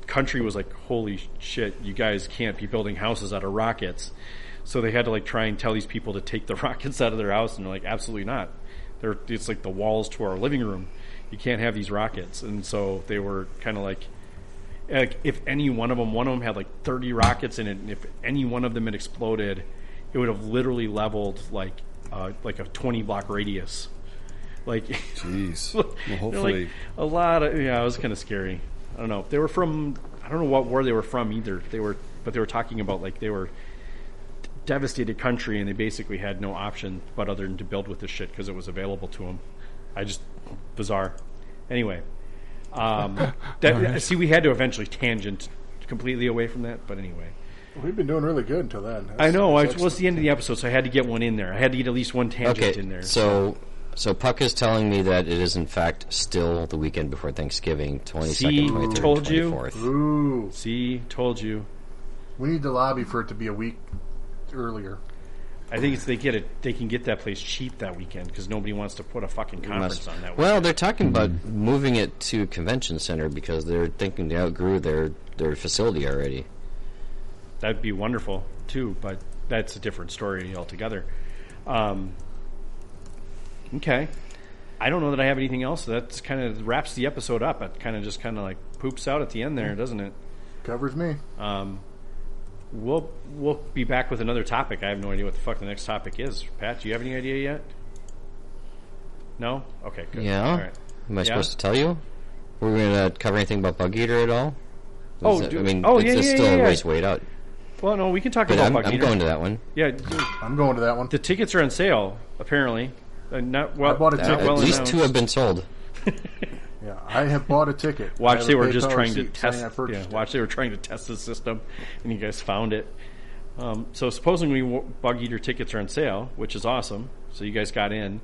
Speaker 2: country was like, holy shit, you guys can't be building houses out of rockets. So they had to like try and tell these people to take the rockets out of their house, and they're like, absolutely not. They're it's like the walls to our living room. You can't have these rockets. And so they were kind of like. Like if any one of them, one of them had like thirty rockets in it, and if any one of them had exploded, it would have literally leveled like uh, like a twenty block radius. Like,
Speaker 6: Jeez.
Speaker 2: you know,
Speaker 6: well,
Speaker 2: like,
Speaker 6: hopefully,
Speaker 2: a lot of yeah, it was kind of scary. I don't know. They were from I don't know what war they were from either. They were, but they were talking about like they were devastated country and they basically had no option but other than to build with this shit because it was available to them. I just bizarre. Anyway, um, that, see, we had to eventually tangent completely away from that, but anyway.
Speaker 9: We've been doing really good until then.
Speaker 2: I know. I,
Speaker 9: That's
Speaker 2: well, it's the end of the episode, so I had to get one in there. I had to get at least one tangent
Speaker 1: Okay,
Speaker 2: in there.
Speaker 1: so so Puck is telling me that it is in fact still the weekend before Thanksgiving, twenty
Speaker 2: See,
Speaker 1: second, twenty third,
Speaker 2: told
Speaker 1: twenty
Speaker 2: you.
Speaker 1: fourth.
Speaker 9: excellent. Ooh,
Speaker 2: see, told you.
Speaker 9: we need to lobby for it to be a week earlier.
Speaker 2: I think it's they get it. They can get that place cheap that weekend because nobody wants to put a fucking conference on that.
Speaker 1: Well, they're talking about moving it to convention center because they're thinking they outgrew their their facility already.
Speaker 2: that'd be wonderful too, but that's a different story altogether. Um, okay, I don't know that I have anything else. That kind of wraps the episode up. Mm. It kind of just kind of like poops out at the end there, doesn't it?
Speaker 9: Covers me.
Speaker 2: We'll we'll be back with another topic. I have no idea what the fuck the next topic is. Pat, do you have any idea yet? No. Okay. Good.
Speaker 1: Yeah.
Speaker 2: All right.
Speaker 1: Am I
Speaker 2: Yeah.
Speaker 1: supposed to tell you? We're going to cover anything about Bug Eater at all?
Speaker 2: Oh,
Speaker 1: Is it-
Speaker 2: do-
Speaker 1: I mean,
Speaker 2: oh,
Speaker 1: it's,
Speaker 2: yeah,
Speaker 1: it's
Speaker 2: yeah,
Speaker 1: still
Speaker 2: yeah,
Speaker 1: a
Speaker 2: yeah.
Speaker 1: ways wait out.
Speaker 2: Well, no, we can talk
Speaker 1: But
Speaker 2: about
Speaker 1: I'm,
Speaker 2: Buck
Speaker 1: I'm
Speaker 2: Eater.
Speaker 1: going to that one.
Speaker 2: Yeah, d-
Speaker 3: I'm going to that one.
Speaker 2: the tickets are on sale apparently. Uh, not well.
Speaker 3: I bought a
Speaker 2: not
Speaker 3: ticket.
Speaker 1: At
Speaker 2: well
Speaker 1: least
Speaker 2: announced.
Speaker 1: two have been sold.
Speaker 3: Yeah, I have bought a ticket. I
Speaker 2: Watch,
Speaker 3: have
Speaker 2: they
Speaker 3: a
Speaker 2: were just
Speaker 3: PayPal
Speaker 2: trying to
Speaker 3: receipt saying
Speaker 2: test.
Speaker 3: I purchased
Speaker 2: yeah,
Speaker 3: it.
Speaker 2: watch, they were trying to test the system, and you guys found it. Um, so supposedly, w- Bug Eater tickets are on sale, which is awesome. So you guys got in.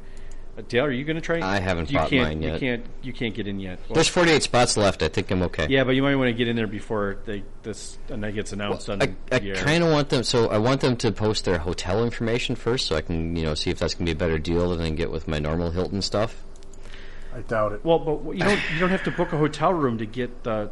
Speaker 2: Uh, Dale, are you going to try?
Speaker 1: I haven't
Speaker 2: you
Speaker 1: bought
Speaker 2: can't,
Speaker 1: mine
Speaker 2: You
Speaker 1: yet.
Speaker 2: can't. You can't get in yet. Well,
Speaker 1: There's 48 spots left. I think I'm okay.
Speaker 2: yeah, but you might want to get in there before they this and that gets announced on
Speaker 1: I, I
Speaker 2: the air.
Speaker 1: kind of want them. So I want them to post their hotel information first, so I can you know see if that's gonna be a better deal than I can get with my normal Hilton stuff.
Speaker 3: I doubt it.
Speaker 2: well, but you don't. You don't have to book a hotel room to get the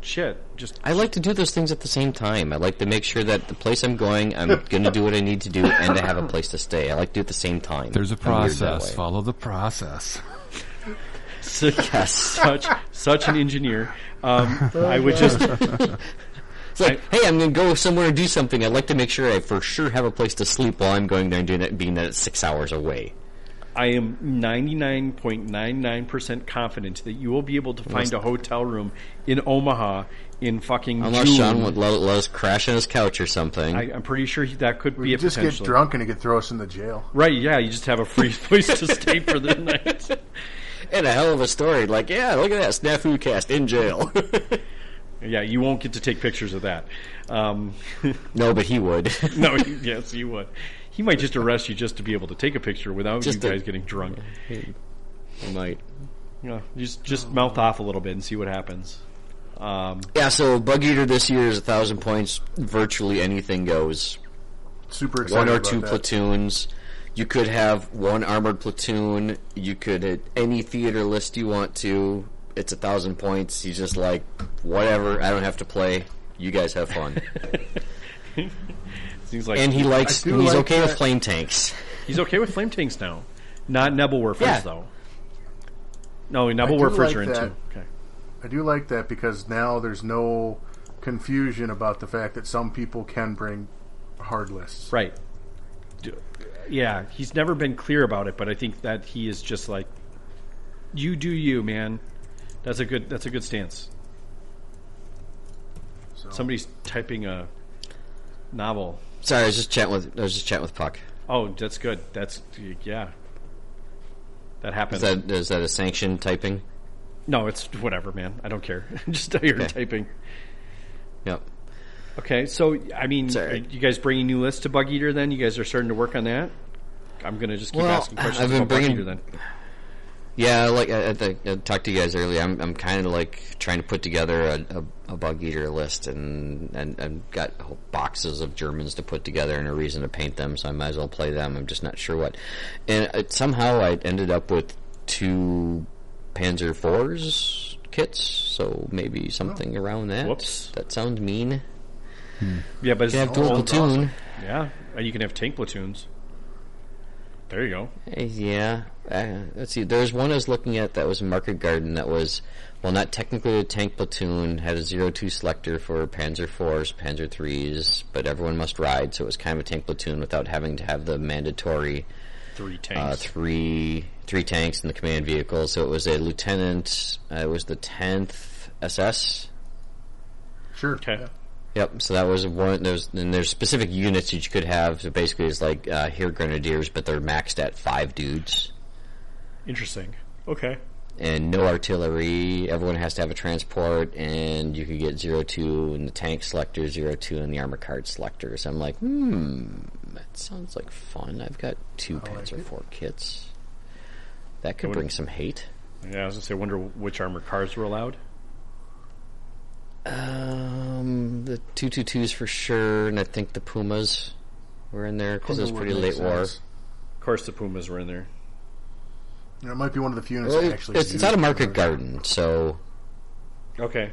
Speaker 2: shit. Just
Speaker 1: I like to do those things at the same time. I like to make sure that the place I'm going, I'm gonna do what I need to do, and to have a place to stay. I like to do it at the same time.
Speaker 4: There's a
Speaker 1: I'm weird that
Speaker 4: process.
Speaker 1: way.
Speaker 4: Follow the process.
Speaker 1: yes.
Speaker 2: such such an engineer. Um, I would just
Speaker 1: It's like, hey, I'm gonna go somewhere and do something. I'd like to make sure I for sure have a place to sleep while I'm going there and doing that, being that it's six hours away.
Speaker 2: I am 99.99% confident that you will be able to find a hotel room in Omaha in fucking
Speaker 1: Unless
Speaker 2: June.
Speaker 1: Sean would let, let us crash on his couch or something.
Speaker 2: I, I'm pretty sure he- that could be
Speaker 3: You
Speaker 2: a
Speaker 3: just get
Speaker 2: potential.
Speaker 3: drunk and it could throw us in the jail.
Speaker 2: Right, yeah, you just have a free place to stay for the night.
Speaker 1: and a hell of a story. Like, yeah, look at that snafu cast in jail.
Speaker 2: Yeah, you won't get to take pictures of that. Um,
Speaker 1: no, but he would.
Speaker 2: no, you- yes, you would. He might just arrest you just to be able to take a picture without
Speaker 1: Just
Speaker 2: you
Speaker 1: a-
Speaker 2: guys getting drunk.
Speaker 1: might.
Speaker 2: Yeah, just just mouth off a little bit and see what happens. Um,
Speaker 1: Yeah, so Bug Eater this year is a thousand points. Virtually anything goes.
Speaker 3: Super excited.
Speaker 1: One or
Speaker 3: about
Speaker 1: two
Speaker 3: that.
Speaker 1: platoons. You could have one armored platoon. You could hit any theater list you want to. It's a thousand points. He's just like, whatever. I don't have to play. You guys have fun.
Speaker 2: seems like
Speaker 1: and he likes.
Speaker 3: I do
Speaker 1: And he's
Speaker 3: like
Speaker 1: okay with
Speaker 3: that.
Speaker 1: flame tanks.
Speaker 2: He's okay with flame tanks now. Not Nebelwerfers,
Speaker 1: Yeah.
Speaker 2: though. No,
Speaker 3: do
Speaker 2: Nebelwerfers
Speaker 3: like
Speaker 2: are in
Speaker 3: that.
Speaker 2: too. Okay.
Speaker 3: I do like that because now there's no confusion about the fact that some people can bring hard lists.
Speaker 2: Right. D- Yeah, he's never been clear about it, but I think that he is just like, you do you, man. That's a good. That's a good stance.
Speaker 3: So-
Speaker 2: Somebody's typing a novel.
Speaker 1: Sorry, I was just chatting with. I was just chatting with Puck.
Speaker 2: Oh, that's good. That's yeah. That happens.
Speaker 1: Is that is that a sanction typing?
Speaker 2: no, it's whatever, man. I don't care. just out here typing.
Speaker 1: Yep.
Speaker 2: Okay, so I mean,
Speaker 1: Sorry.
Speaker 2: are you guys bringing new lists to Bug Eater? Then you guys are starting to work on that. I'm gonna just keep
Speaker 1: Well,
Speaker 2: asking questions
Speaker 1: I've been
Speaker 2: about Bug
Speaker 1: bringing-
Speaker 2: Eater. Then
Speaker 1: Yeah, like I, I, think- I talked to you guys earlier. I'm I'm kind of like trying to put together a, a, a bug eater list, and and I've got whole boxes of Germans to put together and a reason to paint them. So I might as well play them. I'm just not sure what. And it, somehow I ended up with two Panzer fours kits. So maybe something around that.
Speaker 2: Whoops.
Speaker 1: That sounds mean.
Speaker 2: yeah, but it's,
Speaker 1: You have dual platoon.
Speaker 2: yeah, and you can have tank platoons. There you go.
Speaker 1: Uh, Yeah. Uh, let's see. There was one I was looking at that was a market garden that was, well, not technically a tank platoon, had a 02 selector for Panzer IVs, Panzer IIIs, but everyone must ride, so it was kind of a tank platoon without having to have the mandatory
Speaker 2: Three
Speaker 1: uh,
Speaker 2: tanks.
Speaker 1: three three tanks in the command vehicle. So it was a lieutenant. Uh, it was the 10th SS.
Speaker 3: Sure.
Speaker 2: okay.
Speaker 3: Yeah.
Speaker 1: Yep. So that was one. There's and there's specific units that you could have. So basically, it's like uh, here grenadiers, but they're maxed at five dudes.
Speaker 2: Interesting. Okay.
Speaker 1: and no artillery. Everyone has to have a transport, and you could get zero two in the tank selector, zero two in the armor card selector. So I'm like, hmm, that sounds like fun. I've got two Panzer IV kits. That could
Speaker 2: would-
Speaker 1: bring some hate.
Speaker 2: Yeah, I was gonna say, I wonder which armored cars were allowed.
Speaker 1: Um, the two two twos for sure, and I think the Pumas were in there because it was
Speaker 3: Would
Speaker 1: pretty
Speaker 3: make
Speaker 1: late war.
Speaker 3: sense.
Speaker 2: Of course, the Pumas were in there.
Speaker 3: You know, it might be one of the few units
Speaker 1: Well,
Speaker 3: that
Speaker 1: it's,
Speaker 3: actually.
Speaker 1: it's
Speaker 3: use
Speaker 1: out of
Speaker 3: it.
Speaker 1: Market Garden, so
Speaker 2: Okay.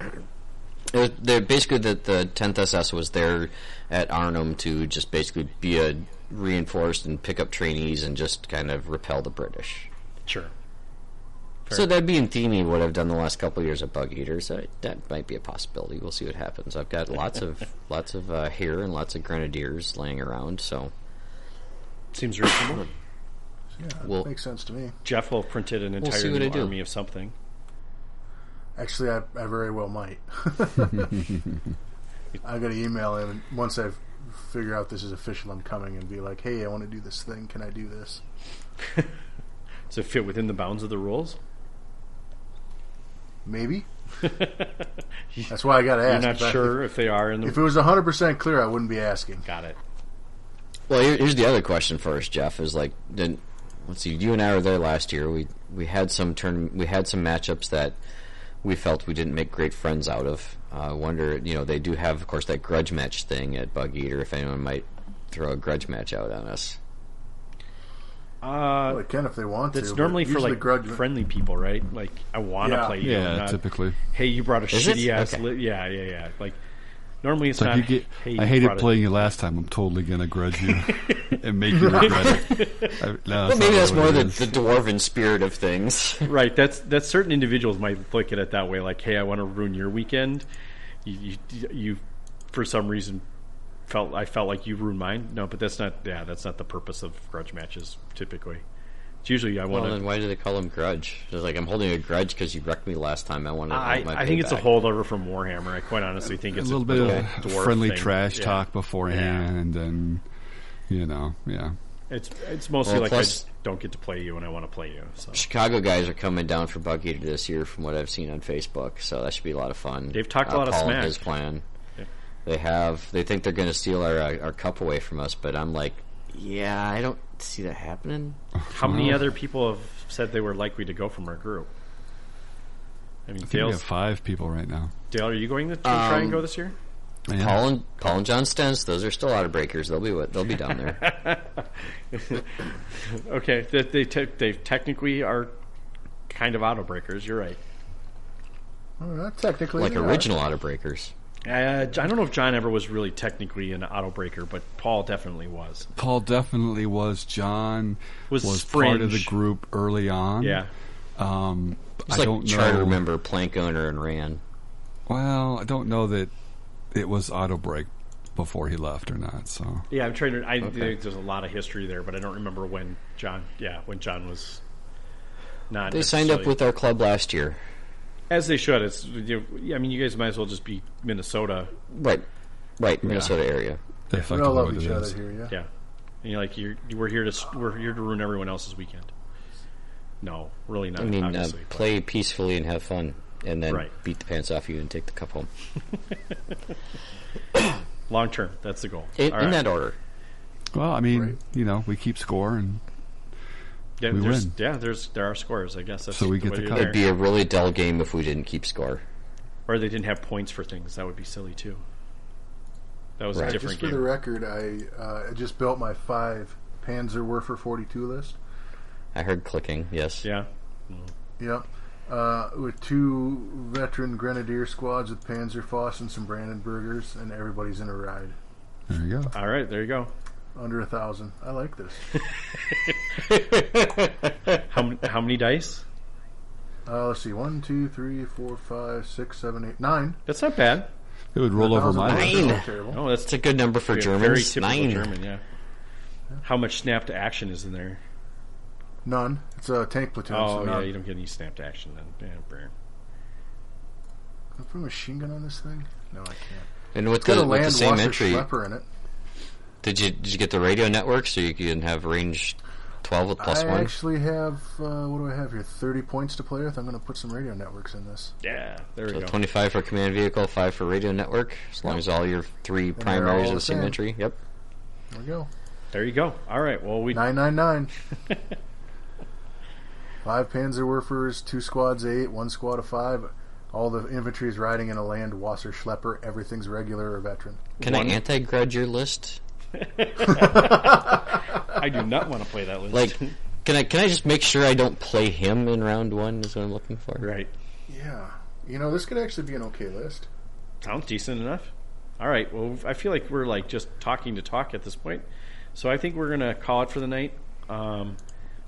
Speaker 1: It was, they're basically that the 10th SS was there at Arnhem to just basically be a reinforced and pick up trainees and just kind of repel the British.
Speaker 2: Sure.
Speaker 1: So that'd be in theory what I've done the last couple of years at Bug Eaters. So that might be a possibility. We'll see what happens. I've got lots of lots of uh, hair and lots of grenadiers laying around. So
Speaker 2: Seems reasonable.
Speaker 3: Yeah, that
Speaker 1: Well-
Speaker 3: makes sense to me.
Speaker 2: Jeff will have printed an
Speaker 1: see
Speaker 2: entire
Speaker 1: what I
Speaker 2: new
Speaker 1: do.
Speaker 2: army of something.
Speaker 3: Actually, I, I very well might. I got to email him and once I figure out this is official. I'm coming and be like, "Hey, I want to do this thing. Can I do this?"
Speaker 2: Does it fit within the bounds of the rules?
Speaker 3: Maybe. That's why I got to
Speaker 2: You're
Speaker 3: ask.
Speaker 2: not
Speaker 3: If I-
Speaker 2: sure if they are in the.
Speaker 3: If it was 100% clear, I wouldn't be asking.
Speaker 2: Got it.
Speaker 1: Well, here, here's the other question for us, Jeff. Is like, then let's see. You and I were there last year. We we had some turn. We had some matchups that we felt we didn't make great friends out of. Uh, I wonder, you know, they do have, of course, that grudge match thing at Bug Eater. If anyone might throw a grudge match out on us,
Speaker 2: Uh,
Speaker 3: Well, they can if they want
Speaker 2: That's
Speaker 3: to. but
Speaker 2: normally for
Speaker 3: usually
Speaker 2: like
Speaker 3: grudge
Speaker 2: friendly people, right? Like I want to
Speaker 3: Yeah.
Speaker 2: play you.
Speaker 4: Yeah,
Speaker 2: not,
Speaker 4: typically.
Speaker 2: Hey, you brought a
Speaker 1: Is it?
Speaker 2: shitty ass.
Speaker 1: Okay.
Speaker 2: Li- yeah, yeah, yeah. Like normally it's
Speaker 4: It's like
Speaker 2: not.
Speaker 4: you get,
Speaker 2: hey,
Speaker 4: I
Speaker 2: you
Speaker 4: hated
Speaker 2: brought a-
Speaker 4: playing you last time. I'm totally going to grudge you and make you regret it. I- no,
Speaker 1: well,
Speaker 4: not
Speaker 1: maybe that's
Speaker 4: what
Speaker 1: more
Speaker 4: it
Speaker 1: the,
Speaker 4: is.
Speaker 1: the dwarven spirit of things.
Speaker 2: Right. That's that's certain individuals might look at it that way. Like, hey, I want to ruin your weekend. You, you, you, for some reason, felt I felt like you ruined mine. No, but that's not. Yeah, that's not the purpose of grudge matches. Typically, it's usually I
Speaker 1: Well,
Speaker 2: want to.
Speaker 1: then why do they call him grudge? It's like I'm holding a grudge because you wrecked me last time. I want to.
Speaker 2: I, I think it's a holdover from Warhammer. I quite honestly think
Speaker 4: a
Speaker 2: it's
Speaker 4: little bit of
Speaker 2: dwarf
Speaker 4: friendly
Speaker 2: thing.
Speaker 4: trash
Speaker 2: Yeah.
Speaker 4: talk beforehand, and you know, yeah.
Speaker 2: It's it's mostly
Speaker 1: Well,
Speaker 2: like I
Speaker 1: plus-
Speaker 2: just don't get to play you and I want to play you. So
Speaker 1: Chicago guys are coming down for Bug Eater this year, from what I've seen on Facebook. So that should be a lot of fun.
Speaker 2: They've talked a lot of
Speaker 1: Paul and
Speaker 2: smack.
Speaker 1: His plan.
Speaker 2: Yeah.
Speaker 1: They have. They think they're going to steal our uh, our cup away from us, but I'm like, yeah, I don't see that happening.
Speaker 2: how
Speaker 1: Mm-hmm.
Speaker 2: many other people have said they were likely to go from our group? I mean,
Speaker 4: I think we
Speaker 2: Dale,
Speaker 4: have five people right now.
Speaker 2: Dale, are you going to try
Speaker 1: Um,
Speaker 2: and go this year?
Speaker 4: Yeah.
Speaker 1: Paul and Paul and John Stens, those are still out of breakers. They'll be what they'll be down there.
Speaker 2: Okay, they they, te- they technically are kind of auto breakers. You're right.
Speaker 3: Oh, Well, not technically.
Speaker 1: like
Speaker 3: they are.
Speaker 1: original out of breakers.
Speaker 2: Uh, I don't know if John ever was really technically an auto breaker, but Paul definitely was.
Speaker 4: Paul definitely was. John
Speaker 2: Was
Speaker 4: part of the
Speaker 2: fringe.
Speaker 4: group early on.
Speaker 2: Yeah,
Speaker 4: Um,
Speaker 1: It's
Speaker 4: I
Speaker 1: like
Speaker 4: don't
Speaker 1: charter
Speaker 4: know.
Speaker 1: member, plank owner, and ran.
Speaker 4: Well, I don't know that it was auto break before he left or not. So
Speaker 2: yeah. I'm trying to. I,
Speaker 1: Okay.
Speaker 2: There's a lot of history there, but I don't remember when John. Yeah, when John was not.
Speaker 1: They signed up
Speaker 2: necessarily-
Speaker 1: with our club last year,
Speaker 2: As they should. It's. You, I mean, you guys might as well just be Minnesota.
Speaker 1: right? Right, Minnesota area.
Speaker 4: if I
Speaker 3: We
Speaker 4: can
Speaker 3: all
Speaker 4: what
Speaker 3: love each
Speaker 4: it
Speaker 3: other
Speaker 4: is.
Speaker 3: here, yeah.
Speaker 2: Yeah. And you're like you're you- we're here to s- we're here to ruin everyone else's weekend. No, really not.
Speaker 1: I mean, uh,
Speaker 2: obviously, but-
Speaker 1: play peacefully and have fun, and then
Speaker 2: Right.
Speaker 1: beat the pants off you and take the cup home.
Speaker 2: long term. That's the goal.
Speaker 1: In,
Speaker 2: All
Speaker 1: in
Speaker 2: right.
Speaker 1: that order.
Speaker 4: Well, I mean,
Speaker 3: Right.
Speaker 4: you know, we keep score, and
Speaker 2: yeah,
Speaker 4: we
Speaker 2: there's,
Speaker 4: win.
Speaker 2: Yeah, there's there are scores. I guess that's
Speaker 4: So we
Speaker 2: the
Speaker 4: get
Speaker 2: way
Speaker 4: the
Speaker 2: you're
Speaker 4: cup.
Speaker 2: there.
Speaker 1: It'd be a really dull game if we didn't keep score.
Speaker 2: or they didn't have points for things. That would be silly too. That was a
Speaker 1: Right.
Speaker 2: different
Speaker 3: Just for
Speaker 2: game.
Speaker 3: the record, I uh, I just built my five Panzerwerfer 42 list.
Speaker 1: I heard clicking, yes.
Speaker 2: yeah,
Speaker 3: Yep. Uh, with two veteran grenadier squads with Panzerfaust and some Brandenburgers, and everybody's in a ride.
Speaker 4: there you go.
Speaker 2: all right, there you go.
Speaker 3: Under a thousand. I like this.
Speaker 2: How m- how many dice?
Speaker 3: Uh, let's see. One, two, three, four, five, six, seven, eight, nine.
Speaker 2: That's not bad.
Speaker 4: It would roll over
Speaker 3: Thousand
Speaker 4: mine.
Speaker 3: words is not
Speaker 1: Nine.
Speaker 3: terrible.
Speaker 2: Oh, that's
Speaker 1: It's a good number for
Speaker 2: yeah, very
Speaker 1: Germans.
Speaker 2: typical
Speaker 1: Nine.
Speaker 2: German. Yeah. How much snap to action is in there?
Speaker 3: None. It's a tank platoon.
Speaker 2: Oh
Speaker 3: so
Speaker 2: yeah,
Speaker 3: none.
Speaker 2: you don't get any snap to action then. Yeah, brr.
Speaker 3: Can I put a machine gun on this thing? No, I can't.
Speaker 1: And with
Speaker 3: It's got
Speaker 1: the,
Speaker 3: a
Speaker 1: with the
Speaker 3: land
Speaker 1: same
Speaker 3: washer
Speaker 1: entry,
Speaker 3: schlepper in it.
Speaker 1: did you did you get the radio network so you can have range twelve with plus
Speaker 3: I
Speaker 1: one?
Speaker 3: actually have uh, what do I have here? Thirty points to play with. I'm going to put some radio networks in this.
Speaker 2: Yeah, there we
Speaker 1: So
Speaker 2: go.
Speaker 1: twenty five for command vehicle, five for radio network. As long as all your three
Speaker 3: they're all
Speaker 1: primaries are
Speaker 3: the
Speaker 1: the same
Speaker 3: same.
Speaker 1: entry. Yep.
Speaker 3: There we go.
Speaker 2: There you go. All right. Well, we
Speaker 3: Nine nine nine. five Panzerwerfers, two squads of eight, one squad of five. All the infantry is riding in a land Wasser Schlepper. Everything's regular or veteran.
Speaker 1: Can
Speaker 2: One-
Speaker 1: I anti grudge your list?
Speaker 2: I do not want to play that list.
Speaker 1: Like can I can I just make sure I don't play him in round one is what I'm looking for?
Speaker 2: right.
Speaker 3: Yeah. You know, this could actually be an okay list.
Speaker 2: Sounds decent enough. All right. Well, I feel like we're like just talking to talk at this point, so I think we're gonna call it for the night. Um,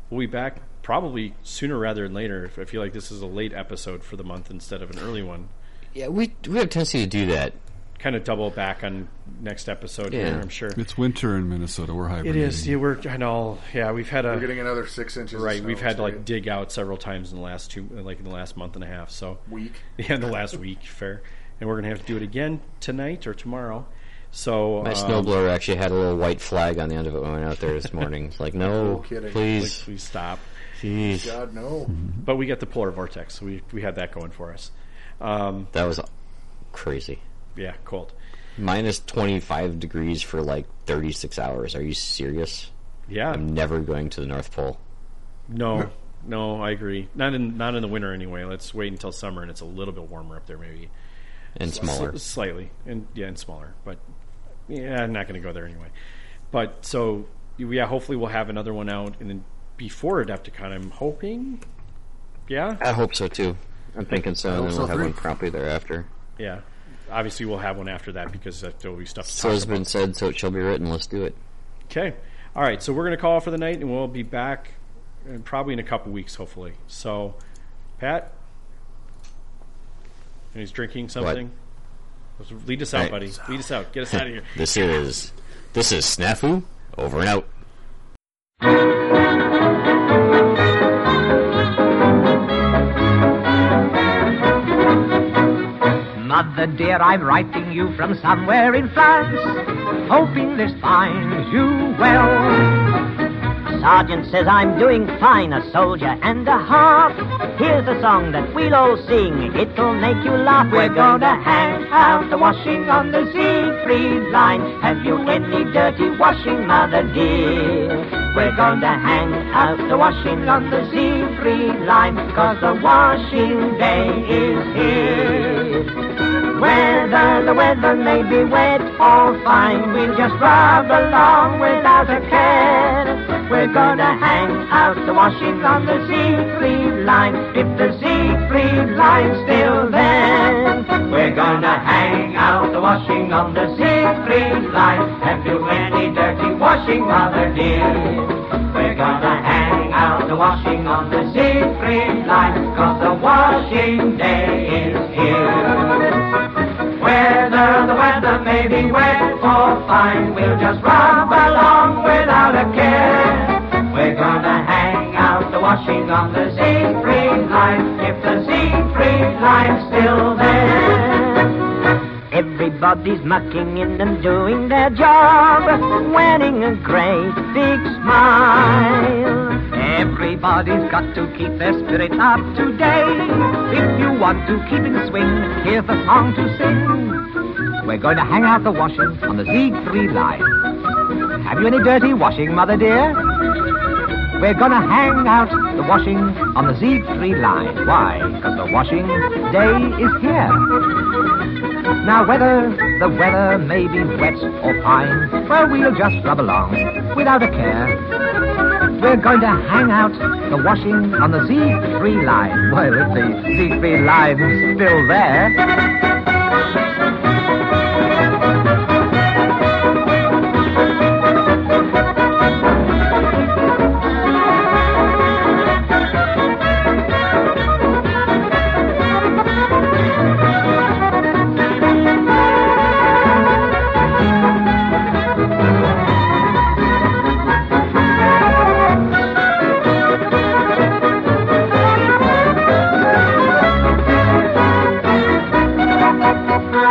Speaker 2: we'll be back probably sooner rather than later. I feel like this is a late episode for the month instead of an early one.
Speaker 1: Yeah, we we have a tendency to do that.
Speaker 2: Kind of double back on next episode
Speaker 1: Yeah.
Speaker 2: here, I'm sure.
Speaker 6: It's winter in Minnesota. We're
Speaker 2: It
Speaker 6: hibernating.
Speaker 2: is. Yeah, we're I know. Yeah, we've had a
Speaker 9: We're getting another six inches. of
Speaker 2: right.
Speaker 9: snow.
Speaker 2: We've had
Speaker 9: It's
Speaker 2: to like
Speaker 9: great.
Speaker 2: dig out several times in the last two, like in the last month and a half. So
Speaker 9: week.
Speaker 2: yeah, in the last week, fair. And we're gonna have to do it again tonight or tomorrow. So
Speaker 1: My
Speaker 2: um,
Speaker 1: snowblower actually had a little white flag on the end of it when I went out there this morning. It's like, no,
Speaker 9: No kidding.
Speaker 2: like,
Speaker 1: please,
Speaker 2: please stop.
Speaker 1: jeez,
Speaker 9: God no.
Speaker 2: But we got the polar vortex, so we we had that going for us. Um,
Speaker 1: that was crazy.
Speaker 2: yeah, cold.
Speaker 1: Minus twenty five degrees for like thirty six hours. Are you serious?
Speaker 2: Yeah,
Speaker 1: I'm never going to the North Pole.
Speaker 2: No, no, I agree. Not in not in the winter anyway. Let's wait until summer and it's a little bit warmer up there, maybe
Speaker 1: And smaller.
Speaker 2: S- slightly, and yeah, and smaller. But yeah, I'm not going to go there anyway. But so yeah, hopefully we'll have another one out, and then before Adepticon, I'm hoping. Yeah,
Speaker 1: I hope so too. I'm thinking so, and then
Speaker 9: so,
Speaker 1: we'll have
Speaker 9: three.
Speaker 1: one promptly thereafter.
Speaker 2: yeah. Obviously, we'll have one after that because that- there'll be stuff to
Speaker 1: So
Speaker 2: talk
Speaker 1: has
Speaker 2: about.
Speaker 1: been said, so it shall be written. Let's do it.
Speaker 2: Okay. All right. So we're going to call for the night, and we'll be back uh, probably in a couple weeks, hopefully. So, Pat, and he's drinking something. Let's- Lead us out,
Speaker 1: Right.
Speaker 2: buddy. Lead us out. Get us out of here.
Speaker 1: This is this is snafu over and out.
Speaker 10: Mother dear, I'm writing you from somewhere in France, hoping this finds you well. Sergeant says I'm doing fine, a soldier and a half. Here's a song that we'll all sing, it'll make you laugh. We're gonna hang out the washing on the Siegfried line. Have you any dirty washing, mother dear? We're gonna hang out the washing on the Siegfried line, cause the washing day is here. Whether the weather may be wet or fine, we'll just rub along without a care. We're gonna hang out the washing on the Siegfried line, if the Siegfried line's still there. We're gonna hang out the washing on the Siegfried line. Have you any dirty washing, mother dear? We're gonna hang out the washing on the Siegfried line, cause the washing day is here. Whether the weather may be wet or fine, we'll just rub along without a care. We're gonna hang out the washing on the Siegfried line, if the Siegfried line's still there. Everybody's mucking in and doing their job, wearing a great big smile. Everybody's got to keep their spirit up today. If you want to keep in swing, here's a song to sing. We're going to hang out the washing on the Z3 line. Have you any dirty washing, Mother dear? We're gonna hang out the washing on the Z3 line. Why? Because the washing day is here. Now, whether the weather may be wet or fine, well, we'll just rub along without a care. We're going to hang out the washing on the Z3 line. Well, if the Z3 line's still there.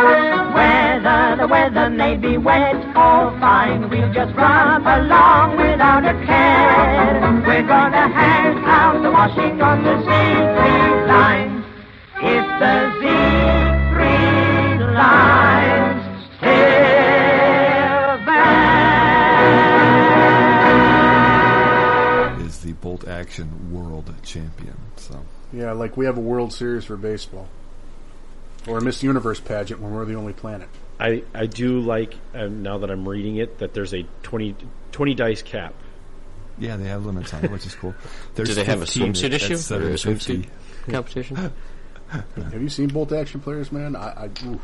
Speaker 10: Whether the weather may be wet or fine, we'll just rub along without a care. We're gonna hang out the washing on the Z3 line. If the Z3 line's still there.
Speaker 6: Is the bolt action world champion? So
Speaker 9: Yeah, like we have a World Series for baseball. Or a Miss Universe pageant when we're the only planet.
Speaker 2: I, I do like, um, now that I'm reading it, that there's a 20, 20 dice cap.
Speaker 6: yeah, they have limits on it, which is cool. There's
Speaker 1: Do they have a
Speaker 6: 15
Speaker 1: swimsuit
Speaker 6: at- at
Speaker 1: issue? Or a
Speaker 6: 750.
Speaker 1: swimsuit competition?
Speaker 9: Have you seen bolt action players, man? I, I oof.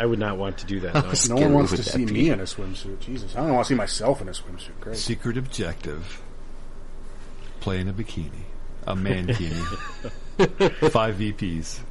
Speaker 2: I would not want to do that. No.
Speaker 9: no
Speaker 1: Scary
Speaker 9: one wants
Speaker 1: would
Speaker 9: to
Speaker 1: that
Speaker 9: see
Speaker 1: be?
Speaker 9: me in a swimsuit. Jesus, I don't want to see myself in a swimsuit. Great.
Speaker 6: Secret objective: play in a E bikini.
Speaker 4: a mankini. Five VPs.